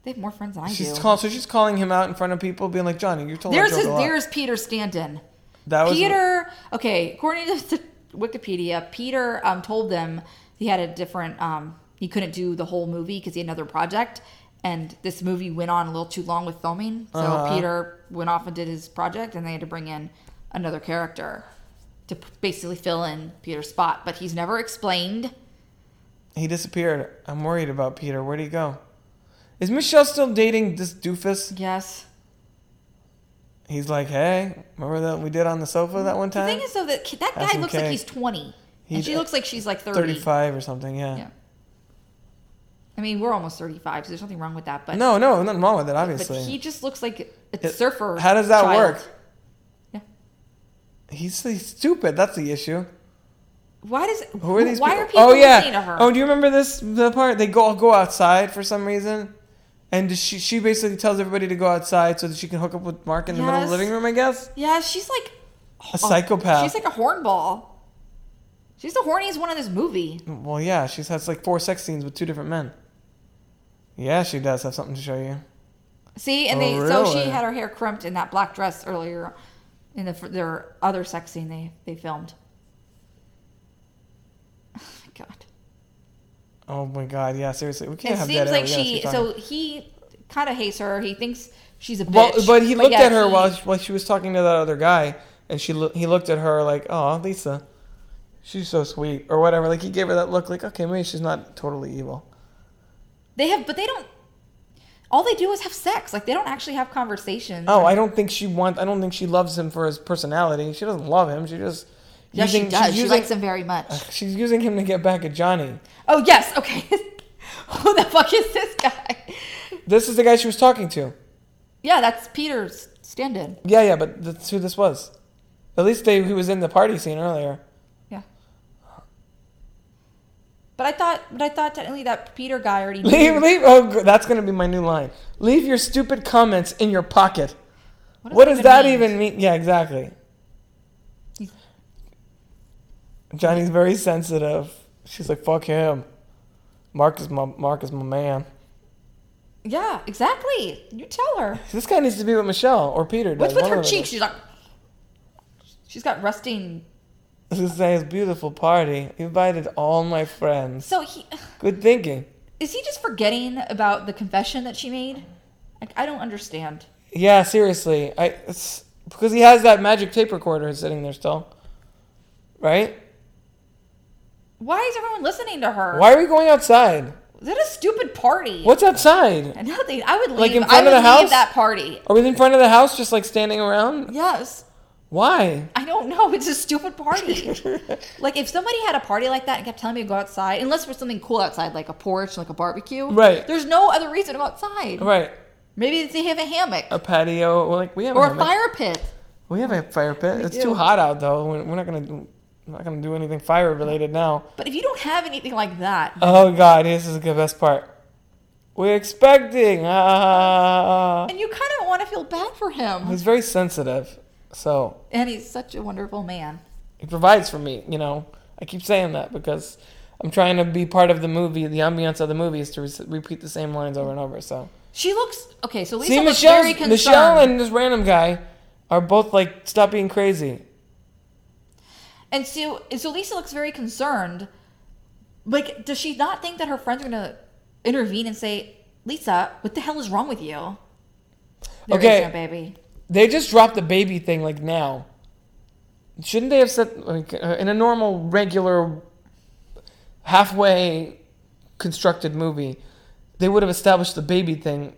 Speaker 2: they have more friends than I
Speaker 1: She's
Speaker 2: do.
Speaker 1: call, so she's calling him out in front of people, being like, "Johnny, you told
Speaker 2: there's
Speaker 1: that joke
Speaker 2: his,
Speaker 1: a lot."
Speaker 2: there's Peter Stanton.
Speaker 1: that was
Speaker 2: Peter. Okay, according to the Wikipedia, Peter um, told them he had a different. Um, he couldn't do the whole movie because he had another project, and this movie went on a little too long with filming. So
Speaker 1: Uh-huh.
Speaker 2: Peter went off and did his project, and they had to bring in another character to p- basically fill in Peter's spot. But he's never explained.
Speaker 1: he disappeared. I'm worried about Peter. Where'd he go? Is Michelle still dating this doofus?
Speaker 2: Yes.
Speaker 1: He's like, "Hey, remember that we did on the sofa that one
Speaker 2: The
Speaker 1: time?
Speaker 2: thing is, though, that ki- that
Speaker 1: That's
Speaker 2: guy looks like
Speaker 1: okay.
Speaker 2: he's twenty, and
Speaker 1: He's
Speaker 2: she
Speaker 1: a-
Speaker 2: looks like she's like thirty.
Speaker 1: Thirty-five or something? Yeah.
Speaker 2: Yeah. I mean, we're almost thirty-five, so there's nothing wrong with that. But
Speaker 1: No, no, nothing wrong with it.
Speaker 2: But
Speaker 1: Obviously,
Speaker 2: he just looks like a
Speaker 1: It-
Speaker 2: surfer.
Speaker 1: how does that
Speaker 2: child.
Speaker 1: work?
Speaker 2: Yeah.
Speaker 1: he's, he's stupid. That's the issue.
Speaker 2: Why does
Speaker 1: Who are these?
Speaker 2: Why
Speaker 1: people?
Speaker 2: are people
Speaker 1: oh yeah.
Speaker 2: listening to her?
Speaker 1: Oh, do you remember this? The part they go all go outside for some reason, and does she she basically tells everybody to go outside so that she can hook up with Mark in the middle of
Speaker 2: Yes.
Speaker 1: the living room. I guess
Speaker 2: yeah, she's like
Speaker 1: a psychopath.
Speaker 2: She's like a hornball. She's the horniest one in this movie.
Speaker 1: well, yeah, she's has like four sex scenes with two different men. Yeah, she does have something to show you.
Speaker 2: See, and
Speaker 1: Oh,
Speaker 2: they so
Speaker 1: really?
Speaker 2: she had her hair crimped in that black dress earlier in the their other sex scene they they filmed. Oh my god!
Speaker 1: Oh my god, yeah, seriously, we can't
Speaker 2: It
Speaker 1: have
Speaker 2: seems
Speaker 1: that.
Speaker 2: like
Speaker 1: out. We gotta
Speaker 2: she.
Speaker 1: keep talking.
Speaker 2: So he kind of hates her. He thinks she's a bitch.
Speaker 1: Well, but he looked
Speaker 2: yeah,
Speaker 1: at her
Speaker 2: he-
Speaker 1: while she, while she was talking to that other guy, and she loo- he looked at her like, "Oh, Lisa, she's so sweet," or whatever. Like he gave her that look, like, "Okay, maybe she's not totally evil."
Speaker 2: they have, but they don't. All they do is have sex. Like they don't actually have conversations.
Speaker 1: Oh, I don't think she wants. I don't think she loves him for his personality. She doesn't love him. She just
Speaker 2: yeah, she
Speaker 1: using-
Speaker 2: does.
Speaker 1: She's
Speaker 2: She
Speaker 1: using, Uh.
Speaker 2: likes him very much.
Speaker 1: she's using him to get back at Johnny.
Speaker 2: Oh yes, okay. Who the fuck is this guy?
Speaker 1: This is the guy she was talking to.
Speaker 2: Yeah, that's Peter's stand-in.
Speaker 1: Yeah, yeah, but that's who this was. At least they, he was in the party scene earlier.
Speaker 2: Yeah. But I thought, but I thought technically that Peter guy already knew.
Speaker 1: Leave, leave. Oh, gr- that's gonna be my new line. Leave your stupid comments in your pocket.
Speaker 2: does
Speaker 1: What does that
Speaker 2: mean?
Speaker 1: even mean? Yeah, exactly.
Speaker 2: He's-
Speaker 1: Johnny's very sensitive. She's like, "Fuck him." Mark is my Mark is my man.
Speaker 2: Yeah, exactly. You tell her.
Speaker 1: This guy needs to be with Michelle or Peter.
Speaker 2: What's
Speaker 1: does,
Speaker 2: with
Speaker 1: one
Speaker 2: her
Speaker 1: of them
Speaker 2: cheeks?
Speaker 1: does.
Speaker 2: She's like, she's got rusting.
Speaker 1: This is his beautiful party. He invited all my friends.
Speaker 2: So he
Speaker 1: Good thinking.
Speaker 2: is he just forgetting about the confession that she made? Like I don't understand.
Speaker 1: Yeah, seriously. I it's, because he has that magic tape recorder sitting there still, right?
Speaker 2: Why is everyone listening to her?
Speaker 1: Why are we going outside?
Speaker 2: Is that a stupid party?
Speaker 1: What's outside?
Speaker 2: Nothing. I would leave.
Speaker 1: Like in
Speaker 2: I
Speaker 1: front
Speaker 2: would
Speaker 1: of the
Speaker 2: leave
Speaker 1: house?
Speaker 2: that party.
Speaker 1: Are we in front of the house, just like standing around?
Speaker 2: Yes.
Speaker 1: Why?
Speaker 2: I don't know. It's a stupid party. like if somebody had a party like that and kept telling me to go outside, unless there's something cool outside, like a porch, like a barbecue.
Speaker 1: Right.
Speaker 2: There's no other reason to go outside.
Speaker 1: Right.
Speaker 2: Maybe they have a hammock
Speaker 1: a patio. Well, like we have
Speaker 2: or a
Speaker 1: hammock.
Speaker 2: fire pit.
Speaker 1: We have a fire pit. it's
Speaker 2: do.
Speaker 1: too hot out though. We're we're not gonna do, we're not gonna do anything fire related now.
Speaker 2: But if you don't have anything like that,
Speaker 1: Oh god, this is the best part. We're expecting. Ah,
Speaker 2: and you kind of want to feel bad for him,
Speaker 1: he's very sensitive, so
Speaker 2: and he's such a wonderful man.
Speaker 1: he provides for me. You know, I keep saying that because I'm trying to be part of the movie. The ambiance of the movie is to re- repeat the same lines over and over. So
Speaker 2: She looks okay. So Lisa
Speaker 1: see,
Speaker 2: looks
Speaker 1: Michelle,
Speaker 2: very concerned.
Speaker 1: Michelle,
Speaker 2: and,
Speaker 1: and this random guy are both like, stop being crazy.
Speaker 2: so and so Lisa looks very concerned. Like, does she not think that her friends are gonna intervene and say, "Lisa, what the hell is wrong with you?" There is
Speaker 1: Okay.
Speaker 2: no baby.
Speaker 1: They just dropped the baby thing like now. Shouldn't they have said like uh, in a normal, regular, halfway constructed movie, they would have established the baby thing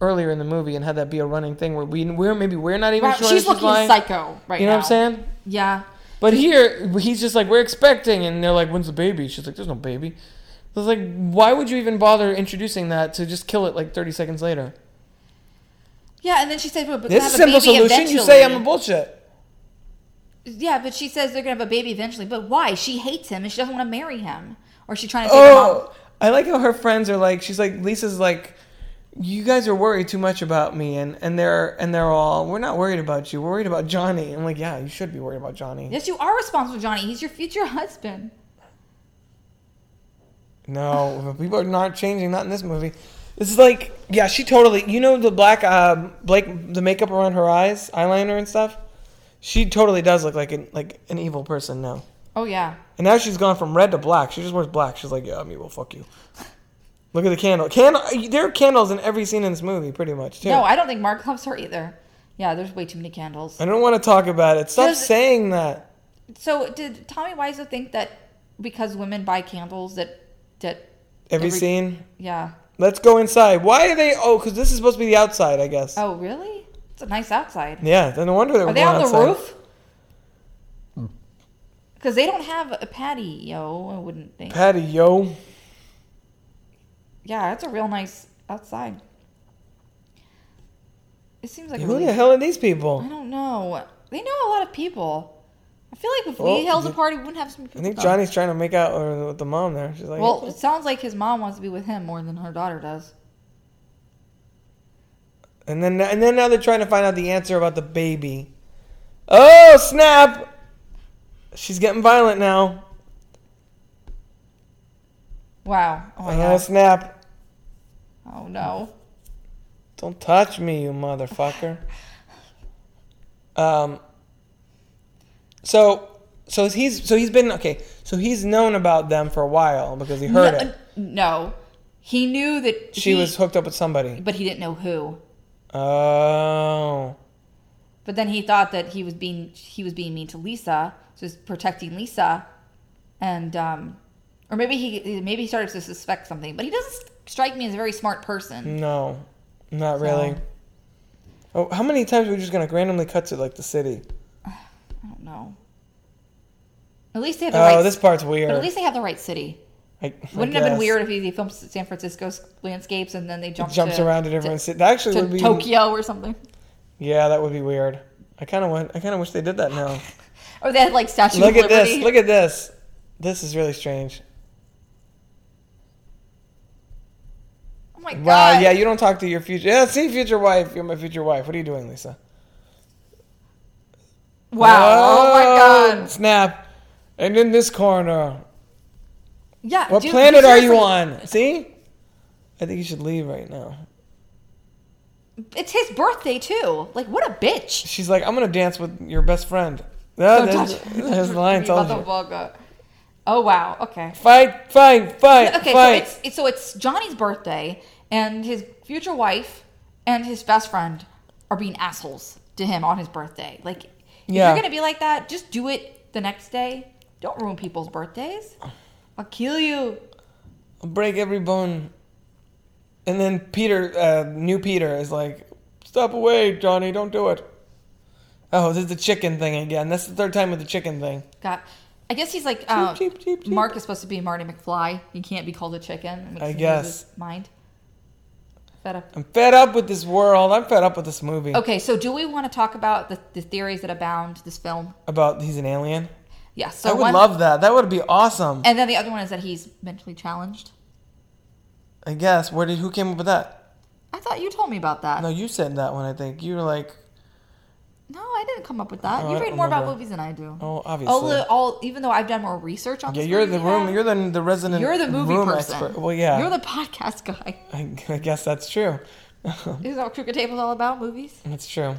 Speaker 1: earlier in the movie and had that be a running thing where we we're maybe we're not even
Speaker 2: Wow,
Speaker 1: sure
Speaker 2: she's
Speaker 1: if
Speaker 2: looking
Speaker 1: lying.
Speaker 2: psycho right
Speaker 1: You know
Speaker 2: now.
Speaker 1: what I'm saying?
Speaker 2: Yeah.
Speaker 1: But here he's just like we're expecting, and they're like, "When's the baby?" She's like, "There's no baby." I was like, "Why would you even bother introducing that to just kill it like 30 seconds later?"
Speaker 2: Yeah, and then she said, well, but
Speaker 1: This
Speaker 2: have
Speaker 1: is a
Speaker 2: a
Speaker 1: simple
Speaker 2: baby
Speaker 1: solution.
Speaker 2: Eventually.
Speaker 1: You say I'm a bullshit.
Speaker 2: Yeah, but she says they're gonna have a baby eventually. But why? She hates him and she doesn't want to marry him. Or she trying to take him out.
Speaker 1: Oh, I like how her friends are like. She's like Lisa's like, you guys are worried too much about me, and and they're and they're all we're not worried about you. We're worried about Johnny. I'm like, yeah, you should be worried about Johnny.
Speaker 2: Yes, you are responsible, Johnny. He's your future husband.
Speaker 1: No, people are not changing. Not in this movie. This is like, yeah, she totally. You know the black, uh, Blake, the makeup around her eyes, eyeliner and stuff. She totally does look like an like an evil person now.
Speaker 2: Oh yeah.
Speaker 1: And now she's gone from red to black. She just wears black. She's like, yeah, I'm evil. Fuck you. Look at the candle. Candle. There are candles in every scene in this movie, pretty much. Too.
Speaker 2: No, I don't think Mark loves her either. Yeah, there's way too many candles.
Speaker 1: I don't want to talk about it. Stop
Speaker 2: Does-
Speaker 1: saying that.
Speaker 2: So did Tommy Wiseau think that because women buy candles that that
Speaker 1: Every,
Speaker 2: every-
Speaker 1: scene.
Speaker 2: yeah.
Speaker 1: Let's go inside. Why are they? Oh, because this is supposed to be the outside, I guess.
Speaker 2: Oh really? It's a nice outside.
Speaker 1: Yeah. Then no wonder they were
Speaker 2: Are they
Speaker 1: going
Speaker 2: on
Speaker 1: outside.
Speaker 2: the roof? Because they don't have a patio, I wouldn't think.
Speaker 1: Patty, yo.
Speaker 2: Yeah, it's a real nice outside. It seems like a
Speaker 1: Who
Speaker 2: really
Speaker 1: the hell are these
Speaker 2: I
Speaker 1: people?
Speaker 2: don't know. They know a lot of people. I feel like if
Speaker 1: Well,
Speaker 2: we held a
Speaker 1: you-
Speaker 2: party, we wouldn't have some people.
Speaker 1: I think
Speaker 2: come.
Speaker 1: Johnny's trying to make out uh, with the mom there. She's like,
Speaker 2: Oh, Well, it sounds like his mom wants to be with him more than her daughter does.
Speaker 1: and then and then now they're trying to find out the answer about the baby. Oh snap! She's getting violent now.
Speaker 2: Wow. Oh my
Speaker 1: Oh
Speaker 2: gosh.
Speaker 1: snap!
Speaker 2: Oh no.
Speaker 1: Don't touch me, you motherfucker. um. So so he's so he's been okay. So he's known about them for a while because he heard
Speaker 2: no,
Speaker 1: it.
Speaker 2: no. He knew that
Speaker 1: She
Speaker 2: he-
Speaker 1: was hooked up with somebody.
Speaker 2: but he didn't know who.
Speaker 1: Oh.
Speaker 2: But then he thought that he was being he was being mean to Lisa, so he's protecting Lisa, and um, or maybe he maybe he started to suspect something. But he doesn't strike me as a very smart person.
Speaker 1: No, not really. Oh, how many times are we just gonna randomly cut to like the city?
Speaker 2: I don't know. At least they have the
Speaker 1: Hmm. Oh,
Speaker 2: right.
Speaker 1: this part's
Speaker 2: but
Speaker 1: weird.
Speaker 2: at least they have the right city.
Speaker 1: I, I
Speaker 2: Wouldn't it have been
Speaker 1: guess.
Speaker 2: weird if he filmed San Francisco's landscapes and then they jumped
Speaker 1: Jumps
Speaker 2: to,
Speaker 1: around to different city. That actually
Speaker 2: to
Speaker 1: would be.
Speaker 2: Tokyo or something,
Speaker 1: Yeah, that would be weird. I kind of want. I kind of wish they did that now.
Speaker 2: or they had like Statue
Speaker 1: Look
Speaker 2: of
Speaker 1: at
Speaker 2: Liberty.
Speaker 1: this. Look at this. This is really strange.
Speaker 2: oh my god!
Speaker 1: Wow. Yeah, you don't talk to your future. Yeah, see, future wife. You're my future wife. What are you doing, Lisa?
Speaker 2: Wow! Oh my
Speaker 1: Whoa,
Speaker 2: god!
Speaker 1: Snap. And in this corner,
Speaker 2: Yeah.
Speaker 1: what
Speaker 2: Uh, dude,
Speaker 1: planet are you
Speaker 2: seriously,
Speaker 1: on? See. I think you should leave right now.
Speaker 2: It's his birthday too. Like what a bitch.
Speaker 1: She's like, I'm gonna dance with your best friend. Ah, there's, there's the line. Told you.
Speaker 2: Motherfucker. Oh wow. Okay.
Speaker 1: Fight, fight, fight,
Speaker 2: Okay. So
Speaker 1: fight.
Speaker 2: it's, it's so it's Johnny's birthday, and his future wife and his best friend are being assholes to him on his birthday. Like, if
Speaker 1: Yeah.
Speaker 2: you're gonna be like that, just do it the next day. Don't ruin people's birthdays. I'll kill you.
Speaker 1: I'll break every bone. And then Peter, uh, new Peter, is like, step away, Johnny, don't do it. Oh, this is the chicken thing again. That's the third time with the chicken thing.
Speaker 2: God. I guess he's like uh,
Speaker 1: cheep, cheep, cheep.
Speaker 2: Mark is supposed to be Marty McFly. He can't be called a chicken. It makes
Speaker 1: I
Speaker 2: him lose
Speaker 1: guess.
Speaker 2: his mind. Fed up.
Speaker 1: I'm fed up with this world. I'm fed up with this movie
Speaker 2: Okay, so do we want to talk about the, the theories that abound this film?
Speaker 1: about he's an alien.
Speaker 2: Yes. So
Speaker 1: I would
Speaker 2: one,
Speaker 1: love that. That would be awesome.
Speaker 2: and then the other one is that he's mentally challenged.
Speaker 1: I guess. Where did who came up with that?
Speaker 2: I thought you told me about that.
Speaker 1: No,
Speaker 2: No,
Speaker 1: you said that one. I think you were like,
Speaker 2: I didn't come up with that.
Speaker 1: Oh, I
Speaker 2: you read
Speaker 1: don't
Speaker 2: more about
Speaker 1: remember.
Speaker 2: movies than I do.
Speaker 1: oh, obviously.
Speaker 2: all, the- all even though I've done more research on
Speaker 1: yeah,
Speaker 2: this
Speaker 1: you're
Speaker 2: movie
Speaker 1: the
Speaker 2: than
Speaker 1: room.
Speaker 2: you
Speaker 1: You're
Speaker 2: have,
Speaker 1: the the resident.
Speaker 2: you're the movie
Speaker 1: room
Speaker 2: person.
Speaker 1: expert. Well, yeah.
Speaker 2: You're the podcast guy.
Speaker 1: I, I guess that's true.
Speaker 2: Is that what Crooked Table's all about? Movies?
Speaker 1: that's true.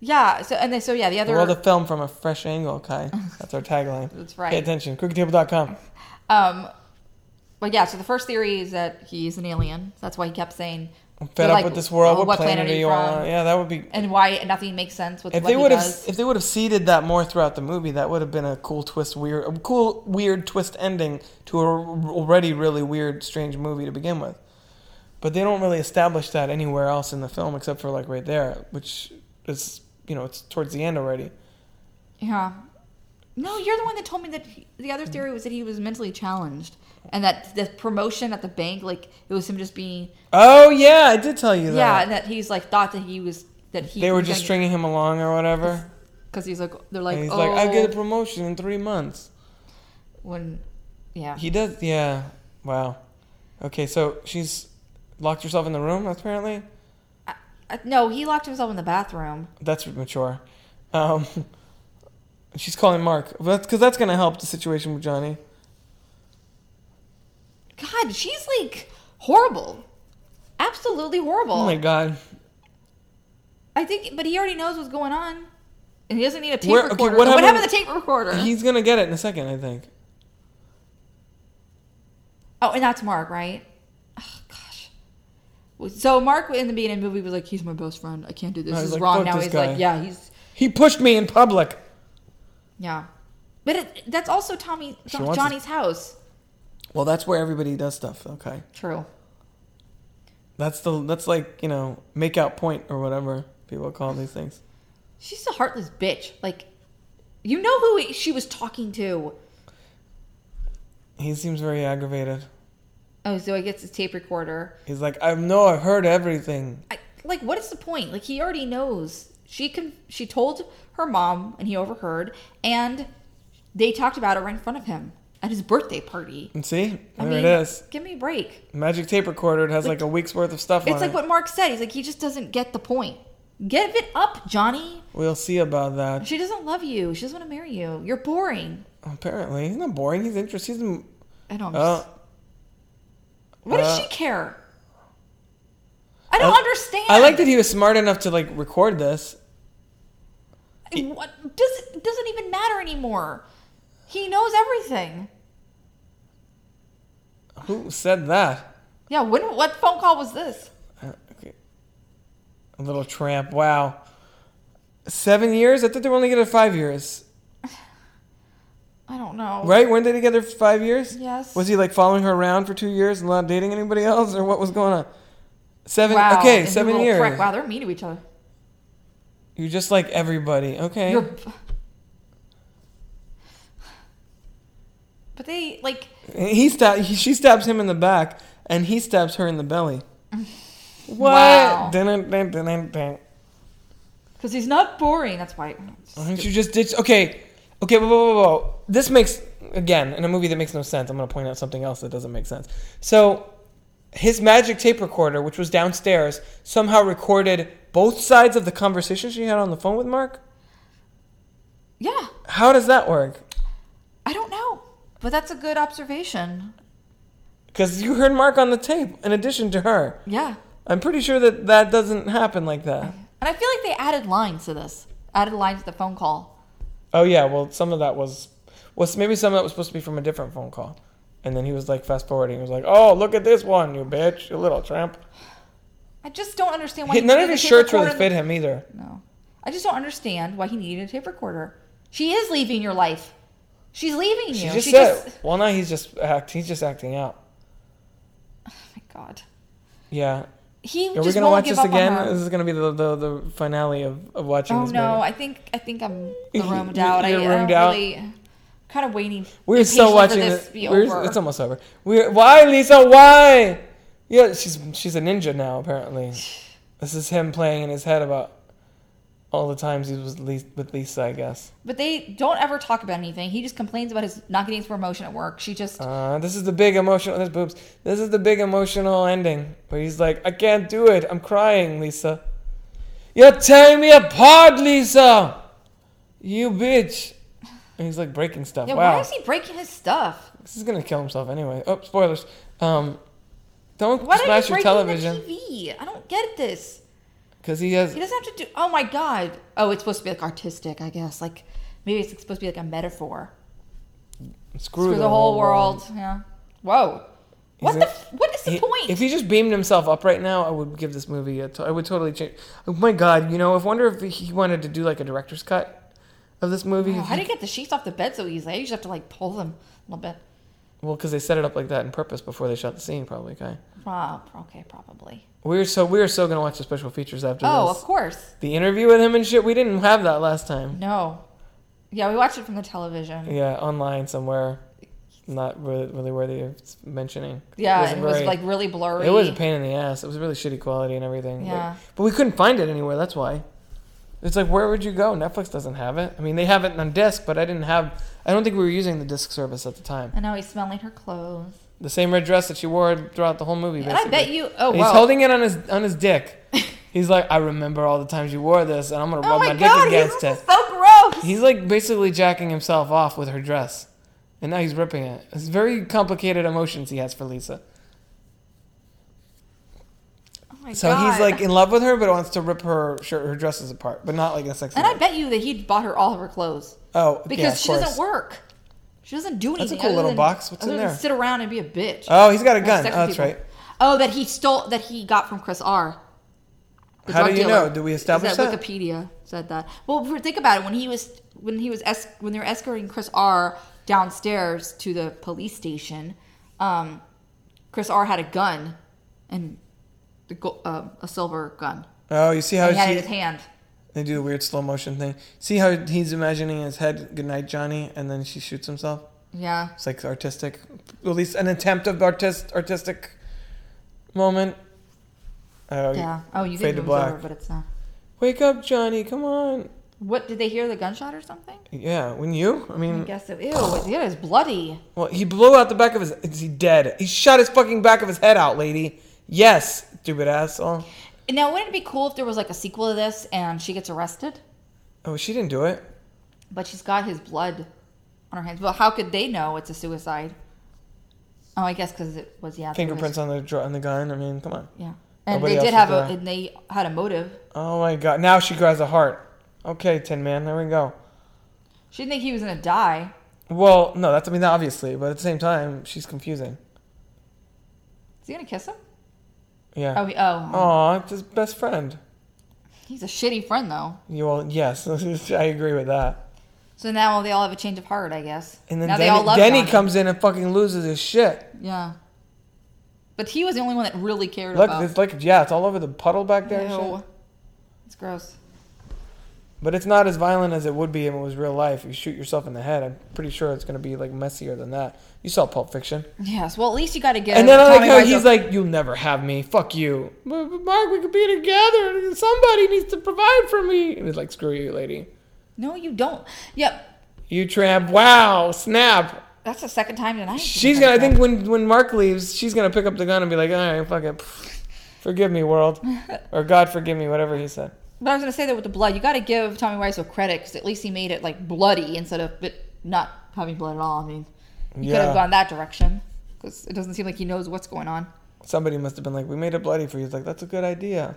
Speaker 2: Yeah. So and then so yeah, the other
Speaker 1: Well, the film from a fresh angle, Kai. That's our tagline.
Speaker 2: That's
Speaker 1: Pay
Speaker 2: right.
Speaker 1: attention. Crookedtable.com.
Speaker 2: Um, but yeah, so the first theory is that he's an alien. That's why he kept saying,
Speaker 1: I'm fed up
Speaker 2: like, "Oh,
Speaker 1: with this world.
Speaker 2: well,
Speaker 1: What, planet, are you on? Yeah, that would be.
Speaker 2: And why nothing makes sense with
Speaker 1: If
Speaker 2: what
Speaker 1: they
Speaker 2: he
Speaker 1: would have,
Speaker 2: does.
Speaker 1: if they would have seeded that more throughout the movie, that would have been a cool twist, weird, a cool weird twist ending to a already really weird, strange movie to begin with. But they don't really establish that anywhere else in the film, except for like right there, which is you know it's towards the end already.
Speaker 2: Yeah. No, you're the one that told me that he- the other theory was that he was mentally challenged and that the promotion at the bank, like it was him just being
Speaker 1: Oh yeah, I did tell you that.
Speaker 2: yeah, and that he's like thought that he was that he
Speaker 1: they were just stringing him along or whatever.
Speaker 2: because he's like they're like
Speaker 1: and he's
Speaker 2: oh
Speaker 1: like, I get a promotion in three months.
Speaker 2: when yeah
Speaker 1: He does, yeah. Wow. Okay, so she's locked herself in the room, apparently.
Speaker 2: I, I, no he locked himself in the bathroom
Speaker 1: That's mature. Um, she's calling Mark. That's because that's going to help the situation with Johnny.
Speaker 2: God she's like horrible absolutely horrible
Speaker 1: Oh my god.
Speaker 2: I think but he already knows what's going on and he doesn't need a tape
Speaker 1: Where- okay,
Speaker 2: recorder
Speaker 1: what
Speaker 2: what, happened,
Speaker 1: happened-
Speaker 2: to the tape recorder
Speaker 1: He's going to get it in a second, I think.
Speaker 2: Oh, and that's Mark, right? Oh, gosh. So Mark in the beginning of the movie was like, "He's my best friend. I can't do this.
Speaker 1: No,
Speaker 2: This
Speaker 1: he's
Speaker 2: is
Speaker 1: like,
Speaker 2: wrong."
Speaker 1: "Fuck
Speaker 2: Now
Speaker 1: this
Speaker 2: he's
Speaker 1: guy."
Speaker 2: like, "Yeah, he's
Speaker 1: He pushed me in public.
Speaker 2: yeah." But it, that's also Tommy
Speaker 1: She
Speaker 2: Jo-
Speaker 1: wants
Speaker 2: Johnny's house.
Speaker 1: Well, that's where everybody does stuff. Okay.
Speaker 2: True.
Speaker 1: That's the that's like, you know, make out point or whatever people call these things.
Speaker 2: She's a heartless bitch. Like, you know who he- she was talking to.
Speaker 1: He seems very aggravated.
Speaker 2: Oh, so he gets his tape recorder.
Speaker 1: He's like, I know I've heard everything.
Speaker 2: I, like, what is the point? Like, he already knows She can. She told her mom, and he overheard, and they talked about it right in front of him at his birthday party.
Speaker 1: And see, there
Speaker 2: I mean,
Speaker 1: it is.
Speaker 2: Give me a break.
Speaker 1: Magic tape recorder it has like, a week's worth of stuff
Speaker 2: It's
Speaker 1: on
Speaker 2: like
Speaker 1: it.
Speaker 2: what Mark said. He's like, he just doesn't get the point. Give it up, Johnny.
Speaker 1: we'll see about that.
Speaker 2: She doesn't love you. She doesn't want to marry you. You're boring.
Speaker 1: Apparently, he's not boring. He's interesting. He's in-
Speaker 2: I don't.
Speaker 1: oh,
Speaker 2: what does
Speaker 1: uh,
Speaker 2: she care? I don't
Speaker 1: I-
Speaker 2: understand.
Speaker 1: I like that he was smart enough to like record this.
Speaker 2: What does it doesn't even matter anymore. He knows everything.
Speaker 1: Who said that?
Speaker 2: Yeah. When? What phone call was this?
Speaker 1: Uh, okay. A little tramp. Wow. Seven years? I thought they were only together five years.
Speaker 2: I don't know.
Speaker 1: Right? Weren't they together for five years?
Speaker 2: Yes.
Speaker 1: Was he like following her around for two years and not dating anybody else, or what was going on? Seven.
Speaker 2: Wow.
Speaker 1: Okay,
Speaker 2: and you
Speaker 1: seven
Speaker 2: little
Speaker 1: years.
Speaker 2: prick. Wow, they're mean to each other.
Speaker 1: You just like everybody. Okay.
Speaker 2: You're. But they like.
Speaker 1: He stab. He, she stabs him in the back, and he stabs her in the belly. What?
Speaker 2: Wow.
Speaker 1: Dun, dun, dun, dun, dun.
Speaker 2: Because he's not boring. That's why.
Speaker 1: Why don't you just ditch? Okay, okay, whoa, whoa, whoa, whoa. This makes again in a movie that makes no sense. I'm going to point out something else that doesn't make sense. So, his magic tape recorder, which was downstairs, somehow recorded both sides of the conversation she had on the phone with Mark.
Speaker 2: Yeah,
Speaker 1: How does that work?
Speaker 2: I don't know, but that's a good observation.
Speaker 1: Because you heard Mark on the tape in addition to her.
Speaker 2: Yeah,
Speaker 1: I'm pretty sure that that doesn't happen like that.
Speaker 2: and I feel like they added lines to this. Added lines to the phone call.
Speaker 1: Oh yeah, well some of that was was maybe some of that was supposed to be from a different phone call. And then he was like fast forwarding. He was like, "Oh, look at this one, you bitch, you little tramp."
Speaker 2: I just don't understand why
Speaker 1: He-
Speaker 2: he
Speaker 1: none of
Speaker 2: needed
Speaker 1: his
Speaker 2: a tape
Speaker 1: shirts really
Speaker 2: recorder.
Speaker 1: fit him either.
Speaker 2: No, I just don't understand why he needed a tape recorder. She is leaving your life. She's leaving you.
Speaker 1: She just said, "Well, now he's just act. He's just acting out."
Speaker 2: Oh my god.
Speaker 1: Yeah.
Speaker 2: He
Speaker 1: Are
Speaker 2: just
Speaker 1: we gonna
Speaker 2: won't
Speaker 1: watch
Speaker 2: give
Speaker 1: this
Speaker 2: up on
Speaker 1: again?
Speaker 2: her.
Speaker 1: This is gonna be the the, the finale of, of watching
Speaker 2: Oh
Speaker 1: this
Speaker 2: no,
Speaker 1: movie.
Speaker 2: I think I think I'm the
Speaker 1: You-
Speaker 2: roomed
Speaker 1: you-
Speaker 2: out.
Speaker 1: you're
Speaker 2: I,
Speaker 1: roomed
Speaker 2: I
Speaker 1: out?
Speaker 2: don't really kind of waiting.
Speaker 1: We're still
Speaker 2: impatiently
Speaker 1: watching
Speaker 2: for
Speaker 1: this.
Speaker 2: this. to be
Speaker 1: we're-
Speaker 2: over.
Speaker 1: It's almost over. We're why Lisa? Why? Yeah, she's she's a ninja now apparently. This is him playing in his head about all the times he was Lisa, with Lisa, I guess.
Speaker 2: But they don't ever talk about anything. He just complains about his not getting his promotion at work. She just
Speaker 1: Uh, this is the big emotional. This boobs. This is the big emotional ending where he's like, "I can't do it. I'm crying, Lisa. You're tearing me apart, Lisa. You bitch." And he's like breaking stuff.
Speaker 2: yeah.
Speaker 1: wow,
Speaker 2: Why is he breaking his stuff?
Speaker 1: this is gonna kill himself anyway. Oh, spoilers. Um, don't
Speaker 2: Why did
Speaker 1: smash
Speaker 2: he
Speaker 1: your
Speaker 2: break
Speaker 1: television
Speaker 2: the TV? I don't get this.
Speaker 1: because he has.
Speaker 2: He doesn't have to do. Oh my god. Oh, it's supposed to be like artistic, I guess. Like maybe it's supposed to be like a metaphor.
Speaker 1: Screw,
Speaker 2: for the, whole world. Yeah. Whoa. What
Speaker 1: Isn't-
Speaker 2: the? f- What is the
Speaker 1: He-
Speaker 2: point?
Speaker 1: If he just beamed himself up right now, I would give this movie. A to- I would totally change. Oh my god, you know, I wonder if he wanted to do like a director's cut of this movie.
Speaker 2: Oh,
Speaker 1: if
Speaker 2: how
Speaker 1: he
Speaker 2: do you get the sheets off the bed so easily? I usually have to like pull them a little bit.
Speaker 1: Well, because they set it up like that on purpose before they shot the scene, probably. Okay.
Speaker 2: Prob- okay, probably.
Speaker 1: We're so we're so gonna watch the special features after
Speaker 2: Oh, of
Speaker 1: this.
Speaker 2: course.
Speaker 1: The interview with him and shit. We didn't have that last time.
Speaker 2: No. Yeah, we watched it from the television.
Speaker 1: Yeah, online somewhere. Not really, really worthy of mentioning.
Speaker 2: Yeah,
Speaker 1: wasn't
Speaker 2: and it was
Speaker 1: very-
Speaker 2: like really blurry.
Speaker 1: It was a pain in the ass. It was really shitty quality and everything. like-
Speaker 2: Yeah.
Speaker 1: but we couldn't find it anywhere. That's why. It's like where would you go? Netflix doesn't have it. I mean, they have it on disc, but I didn't have. I don't think we were using the disc service at the time.
Speaker 2: And now he's smelling her clothes.
Speaker 1: The same red dress that she wore throughout the whole movie.
Speaker 2: And I
Speaker 1: basically.
Speaker 2: bet you. Oh,
Speaker 1: And he's
Speaker 2: wow.
Speaker 1: holding it on his on his dick. He's like, I remember all the times you wore this, and I'm gonna
Speaker 2: Oh
Speaker 1: rub
Speaker 2: my
Speaker 1: my,
Speaker 2: god,
Speaker 1: dick against
Speaker 2: he's
Speaker 1: it.
Speaker 2: so gross.
Speaker 1: He's like basically jacking himself off with her dress, and now he's ripping it. It's very complicated emotions he has for Lisa.
Speaker 2: Oh my
Speaker 1: So
Speaker 2: god.
Speaker 1: he's like in love with her, but wants to rip her shirt, her dresses apart, but not like in a sexy.
Speaker 2: And I
Speaker 1: way.
Speaker 2: bet you that he bought her all of her clothes
Speaker 1: oh,
Speaker 2: because
Speaker 1: yeah, of
Speaker 2: she
Speaker 1: course.
Speaker 2: doesn't work. She doesn't do anything.
Speaker 1: a cool
Speaker 2: other
Speaker 1: little
Speaker 2: than-
Speaker 1: box. What's
Speaker 2: other
Speaker 1: in
Speaker 2: than
Speaker 1: there?
Speaker 2: Sit around and be a bitch.
Speaker 1: Oh, he's got a
Speaker 2: Have
Speaker 1: gun.
Speaker 2: sex
Speaker 1: Oh, that's
Speaker 2: with people.
Speaker 1: right.
Speaker 2: Oh, that he stole. That he got from Chris R. the
Speaker 1: How do
Speaker 2: drug
Speaker 1: you
Speaker 2: dealer.
Speaker 1: know? Do we establish
Speaker 2: Is
Speaker 1: that?
Speaker 2: that Wikipedia said that? Well, for- think about it. When he was when he was es- when they were escorting Chris R downstairs to the police station, um, Chris R had a gun and the go- uh, a silver gun.
Speaker 1: Oh, you see how
Speaker 2: He had it in
Speaker 1: she,
Speaker 2: his hand.
Speaker 1: they do the weird slow motion thing. See how he's imagining in his head, "Good night, Johnny," and then she shoots himself.
Speaker 2: Yeah.
Speaker 1: It's like artistic, at least an attempt of artist artistic moment. Oh,
Speaker 2: Yeah. Oh, you
Speaker 1: Fade
Speaker 2: think
Speaker 1: to
Speaker 2: it was
Speaker 1: black.
Speaker 2: over, but it's not.
Speaker 1: Wake up, Johnny! Come on.
Speaker 2: What did they hear? The gunshot or something?
Speaker 1: Yeah, wouldn't you? I mean,
Speaker 2: I guess so. Ew, it is bloody.
Speaker 1: well, he blew out the back of his. Is he dead? He shot his fucking back of his head out, lady. Yes, stupid asshole.
Speaker 2: Now, wouldn't it be cool if there was like a sequel to this and she gets arrested,
Speaker 1: Oh, she didn't do it.
Speaker 2: but she's got his blood on her hands? Well, how could they know it's a suicide? Oh, I guess because it was yeah there was-
Speaker 1: Fingerprints on the dr- on the gun. I mean, come on.
Speaker 2: Yeah, and
Speaker 1: Nobody
Speaker 2: they did
Speaker 1: else
Speaker 2: have
Speaker 1: was
Speaker 2: a
Speaker 1: there.
Speaker 2: and they had a motive.
Speaker 1: Oh my god! Now she grabs a heart. Okay, Tin Man. There we go.
Speaker 2: She didn't think he was gonna die.
Speaker 1: Well, no, that's I mean obviously, but at the same time, she's confusing.
Speaker 2: Is he gonna kiss him? Oh,
Speaker 1: Yeah.
Speaker 2: he, oh,
Speaker 1: Oh, it's his best friend.
Speaker 2: he's a shitty friend though.
Speaker 1: You all yes, I agree with that.
Speaker 2: So now they all have a change of heart, I guess.
Speaker 1: And then
Speaker 2: now
Speaker 1: Denny,
Speaker 2: they all love
Speaker 1: Denny
Speaker 2: Johnny.
Speaker 1: comes in and fucking loses his shit.
Speaker 2: Yeah, but he was the only one that really cared
Speaker 1: Look,
Speaker 2: about.
Speaker 1: it's like yeah, it's all over the puddle back there. and
Speaker 2: Ew.
Speaker 1: shit.
Speaker 2: It's gross.
Speaker 1: But it's not as violent as it would be if it was real life. You shoot yourself in the head. I'm pretty sure it's gonna be like messier than that. You saw Pulp Fiction.
Speaker 2: Yes. Well, at least you got to get.
Speaker 1: And then I like
Speaker 2: Tommy
Speaker 1: how
Speaker 2: Wiseau-
Speaker 1: he's like, "You'll never have me. Fuck you, but, but Mark. We could be together. Somebody needs to provide for me." And he's like, "Screw you, lady.
Speaker 2: No, you don't. Yep.
Speaker 1: You tramp. Wow, snap.
Speaker 2: That's the second time tonight.
Speaker 1: She's gonna. I think when when Mark leaves, she's gonna pick up the gun and be like, "All right, fuck it. Pff, Forgive me, world, or God forgive me, whatever he said."
Speaker 2: But I was gonna say that with the blood, you got to give Tommy Wiseau credit because at least he made it like bloody instead of it not having blood at all. I mean, you could
Speaker 1: Yeah.
Speaker 2: have gone that direction because it doesn't seem like he knows what's going on.
Speaker 1: Somebody must have been like, "We made it bloody for you." He's like, "That's a good idea."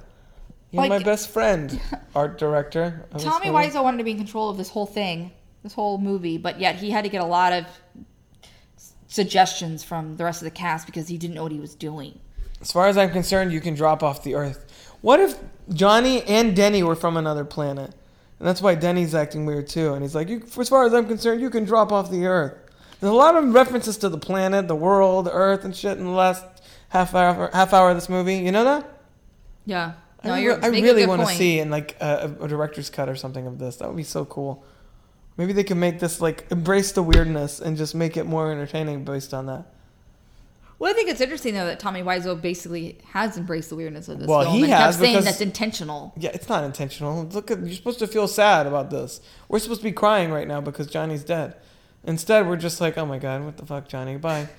Speaker 1: You're
Speaker 2: Like-
Speaker 1: my best friend, art director. of this
Speaker 2: Tommy
Speaker 1: movie."
Speaker 2: Wiseau wanted to be in control of this whole thing, this whole movie, but yet he had to get a lot of s- suggestions from the rest of the cast because he didn't know what he was doing.
Speaker 1: As far as I'm concerned, you can drop off the earth. What if Johnny and Denny were from another planet? And that's why Denny's acting weird too. And he's like, you, as far as I'm concerned, you can drop off the earth. There's a lot of references to the planet, the world, earth, and shit in the last half hour, half hour of this movie. You know that?
Speaker 2: Yeah.
Speaker 1: I, re- I really want to see in like a, a director's cut or something of this. That would be so cool. Maybe they can make this like embrace the weirdness and just make it more entertaining based on that.
Speaker 2: Well, I think it's interesting though that Tommy Wiseau basically has embraced the weirdness of this
Speaker 1: Well,
Speaker 2: film
Speaker 1: he
Speaker 2: and
Speaker 1: has
Speaker 2: kept saying
Speaker 1: because-
Speaker 2: that's intentional.
Speaker 1: Yeah, it's not intentional. Look, at, you're supposed to feel sad about this. We're supposed to be crying right now because Johnny's dead. Instead, we're just like, oh my god, what the fuck, Johnny? Bye,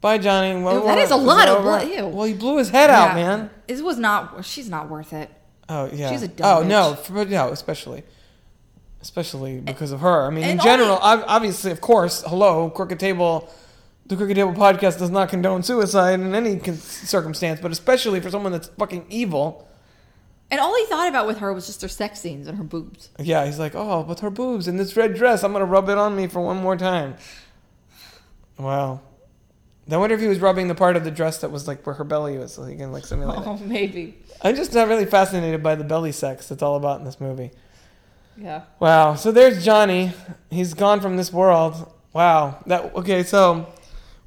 Speaker 1: bye, Johnny. Well,
Speaker 2: That
Speaker 1: we're-
Speaker 2: is a lot
Speaker 1: it
Speaker 2: of
Speaker 1: over?
Speaker 2: blood. Ew.
Speaker 1: Well, he blew his head out, man.
Speaker 2: This was not. She's not worth it.
Speaker 1: Oh yeah.
Speaker 2: She's a dumb
Speaker 1: Oh no, for, but no, especially, especially because of her. I mean, in
Speaker 2: and
Speaker 1: general, ob obviously, of course. Hello, crooked table. The Crooked Table podcast does not condone suicide in any con- circumstance, but especially for someone that's fucking evil.
Speaker 2: And all he thought about with her was just her sex scenes and her boobs.
Speaker 1: Yeah, he's like, oh, but her boobs and this red dress. I'm gonna rub it on me for one more time. Wow. I wonder if he was rubbing the part of the dress that was like where her belly was, so he can like simulate it.
Speaker 2: Oh, maybe.
Speaker 1: I'm just not really fascinated by the belly sex that's all about in this movie.
Speaker 2: Yeah.
Speaker 1: Wow. So there's Johnny. He's gone from this world. Wow. That okay. So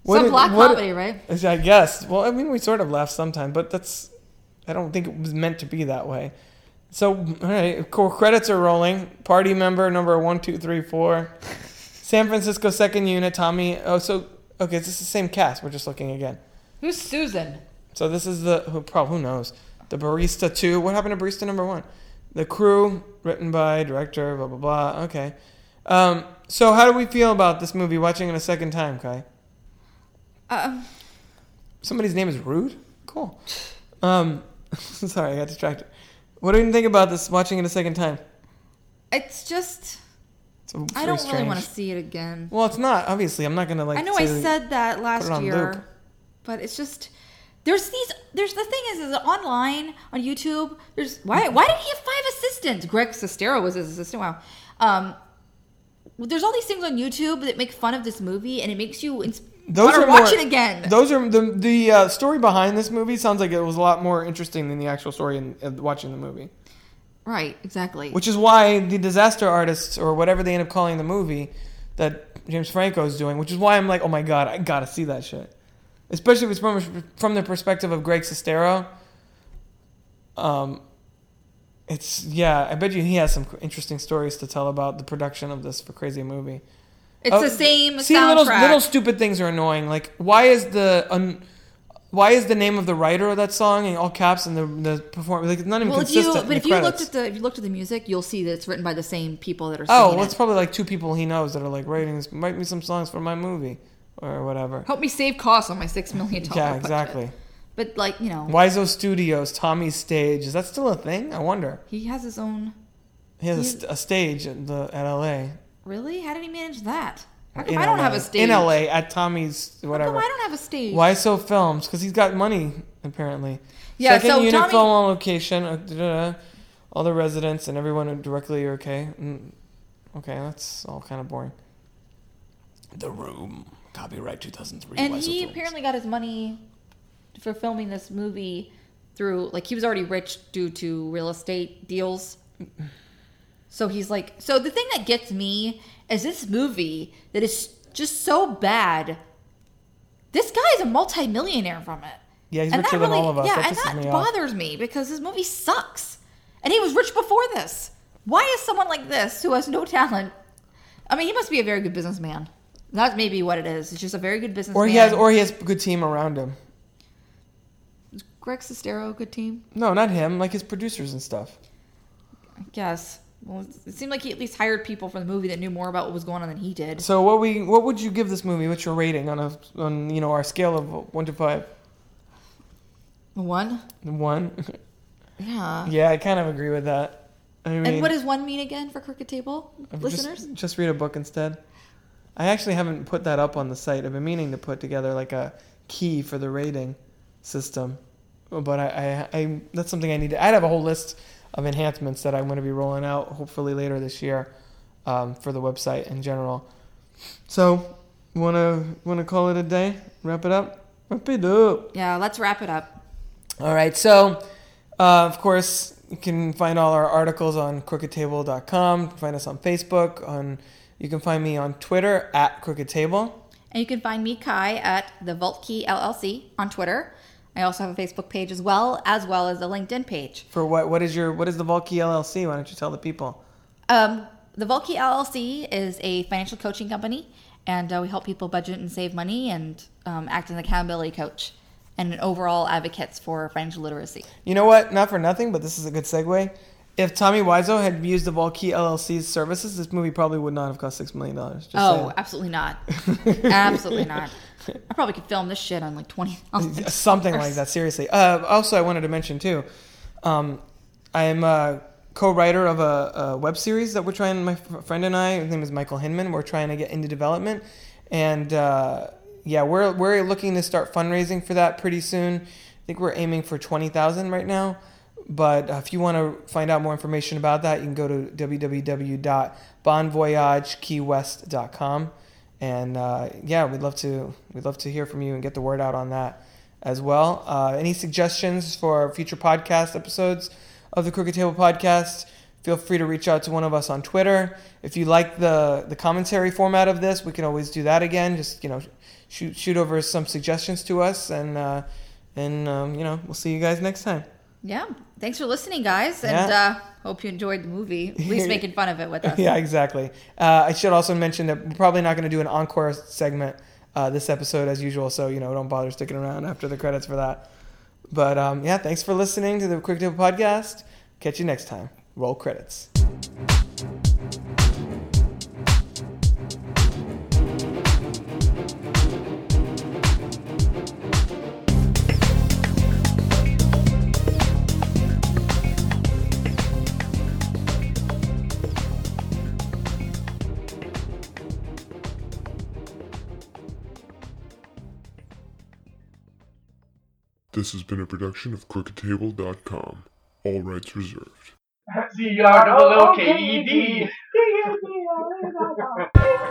Speaker 2: Some
Speaker 1: did-
Speaker 2: black
Speaker 1: what-
Speaker 2: comedy, right?
Speaker 1: I guess. Well, I mean, we sort of laugh sometime, but that's. I don't think it was meant to be that way. So, all right, cool. credits are rolling. Party member number one, two, three, four. San Francisco second unit. Tommy. Oh, so okay, it's just the same cast. We're just looking again.
Speaker 2: Who's Susan?
Speaker 1: So this is the who probably who knows the barista two. What happened to barista number one? The crew written by director blah blah blah. Okay, um, so how do we feel about this movie? Watching it a second time, Kai.
Speaker 2: Um,
Speaker 1: Somebody's name is Rude. Cool. Um, sorry, I got distracted. What do you think about this? Watching it a second time.
Speaker 2: it's just
Speaker 1: It's very
Speaker 2: I don't really
Speaker 1: strange.
Speaker 2: want to see it again.
Speaker 1: Well, it's not obviously. I'm not gonna like.
Speaker 2: I know
Speaker 1: say
Speaker 2: I
Speaker 1: that-
Speaker 2: said that
Speaker 1: it
Speaker 2: last
Speaker 1: on
Speaker 2: year,
Speaker 1: loop.
Speaker 2: but it's just there's these there's the thing is is online on YouTube there's why why did he have five assistants? Greg Sestero was his assistant. Wow. Um, there's all these things on YouTube that make fun of this movie and it makes you ins-
Speaker 1: Those
Speaker 2: wanna
Speaker 1: are
Speaker 2: watch
Speaker 1: more-
Speaker 2: it again.
Speaker 1: Those are the the uh, story behind this movie sounds like it was a lot more interesting than the actual story in, in watching the movie.
Speaker 2: right, exactly.
Speaker 1: Which is why the disaster artists or whatever they end up calling the movie that James Franco is doing, which is why I'm like, oh my god, I gotta see that shit. Especially if it's from from the perspective of Greg Sestero. Um, it's yeah, I bet you he has some interesting stories to tell about the production of this for crazy movie.
Speaker 2: it's
Speaker 1: Oh,
Speaker 2: the same
Speaker 1: See,
Speaker 2: soundtrack.
Speaker 1: little little stupid things are annoying. Like why is the un, Why is the name of the writer of that song in all caps and the the perform like it's not even
Speaker 2: Well, if you
Speaker 1: consistent? in
Speaker 2: but
Speaker 1: the
Speaker 2: if you looked
Speaker 1: credits.
Speaker 2: at the if you looked at the music, you'll see that it's written by the same people that are singing
Speaker 1: oh, well,
Speaker 2: it.
Speaker 1: it's probably like two people he knows that are like writing this- write me some songs for my movie or whatever.
Speaker 2: Help me save costs on my six million dollar.
Speaker 1: yeah,
Speaker 2: budget.
Speaker 1: exactly.
Speaker 2: But like you know,
Speaker 1: Wiseau Studios, Tommy's Stage. Is that still a thing? I wonder.
Speaker 2: he has his own.
Speaker 1: He has a st- a, stage at the at LA.
Speaker 2: Really? How did he manage that? How come
Speaker 1: In
Speaker 2: I don't
Speaker 1: LA.
Speaker 2: have a stage?
Speaker 1: in LA at Tommy's
Speaker 2: How
Speaker 1: whatever.
Speaker 2: come I don't have a stage?
Speaker 1: Why so films? Because he's got money apparently.
Speaker 2: Yeah,
Speaker 1: Second
Speaker 2: so
Speaker 1: unit
Speaker 2: Tommy-
Speaker 1: film on location. uh, da, da, da. All the residents and everyone are directly are okay. Mm, Okay, that's all kind of boring. The Room, copyright 2003.
Speaker 2: And
Speaker 1: Why So
Speaker 2: he
Speaker 1: Films.
Speaker 2: apparently got his money for filming this movie through like he was already rich due to real estate deals. So he's like, so the thing that gets me is this movie that is just so bad. This guy is a multimillionaire from it.
Speaker 1: Yeah, he's
Speaker 2: And that
Speaker 1: richer than
Speaker 2: really-
Speaker 1: all of us.
Speaker 2: Yeah,
Speaker 1: that
Speaker 2: and
Speaker 1: pisses
Speaker 2: that
Speaker 1: me off.
Speaker 2: bothers me because this movie sucks. And he was rich before this. Why is someone like this who has no talent? I mean, he must be a very good businessman. That may be what it is. It's just a very good businessman.
Speaker 1: Or he has, or he has a good team around him.
Speaker 2: Is Greg Sestero a good team?
Speaker 1: No, not him. Like his producers and stuff.
Speaker 2: I guess. Well, it seemed like he at least hired people for the movie that knew more about what was going on than he did.
Speaker 1: So what we, what would you give this movie? What's your rating on a, on you know our scale of one to five?
Speaker 2: One?
Speaker 1: One.
Speaker 2: Yeah.
Speaker 1: yeah, I kind of agree with that. I mean,
Speaker 2: and what does one mean again for Crooked Table
Speaker 1: I've
Speaker 2: listeners?
Speaker 1: Just, just read a book instead. I actually haven't put that up on the site. I've been meaning to put together like a key for the rating system, but I, I, I that's something I need. to... I'd have a whole list of enhancements that I'm going to be rolling out hopefully later this year um, for the website in general. So, wanna wanna call it a day? Wrap it up. Wrap it up.
Speaker 2: Yeah, let's wrap it up.
Speaker 1: All right. So, uh, of course, you can find all our articles on crookedtable.com. You can Find us on Facebook. On you can find me on Twitter at crookedtable.
Speaker 2: And you can find me, Kai, at the Vault Key LLC on Twitter. I also have a Facebook page as well, as well as a LinkedIn page.
Speaker 1: For what? What is your? What is the Volky LLC? Why don't you tell the people?
Speaker 2: Um, the Vault Key LLC is a financial coaching company, and uh, we help people budget and save money and um, act as an accountability coach and an overall advocates for financial literacy.
Speaker 1: You know what? Not for nothing, but this is a good segue. If Tommy Wiseau had used the Volky LLC's services, this movie probably would not have cost six million dollars. Just
Speaker 2: oh,
Speaker 1: saying.
Speaker 2: absolutely not. absolutely not. I probably could film this shit on like 20.
Speaker 1: something like that. Seriously. Uh, also, I wanted to mention too, um, I am a co-writer of a, a web series that we're trying. My f- friend and I, his name is Michael Hinman. We're trying to get into development, and uh, yeah, we're we're looking to start fundraising for that pretty soon. I think we're aiming for twenty thousand right now. But uh, if you want to find out more information about that, you can go to www.bonvoyagekeywest.com. And uh, yeah, we'd love to we'd love to hear from you and get the word out on that as well. Uh, any suggestions for future podcast episodes of the Crooked Table Podcast? Feel free to reach out to one of us on Twitter. If you like the the commentary format of this, we can always do that again. Just you know, shoot shoot over some suggestions to us, and uh, and um, you know, we'll see you guys next time.
Speaker 2: Yeah. Thanks for listening, guys. And
Speaker 1: Yeah.
Speaker 2: uh, hope you enjoyed the movie. At least making fun of it with us.
Speaker 1: yeah, exactly. Uh, I should also mention that we're probably not going to do an encore segment uh, this episode as usual, so you know don't bother sticking around after the credits for that. But um, yeah, thanks for listening to the Quick Tip podcast. Catch you next time. Roll credits.
Speaker 3: This has been a production of CrookedTable.com. All rights reserved.
Speaker 4: Z R double O K E D.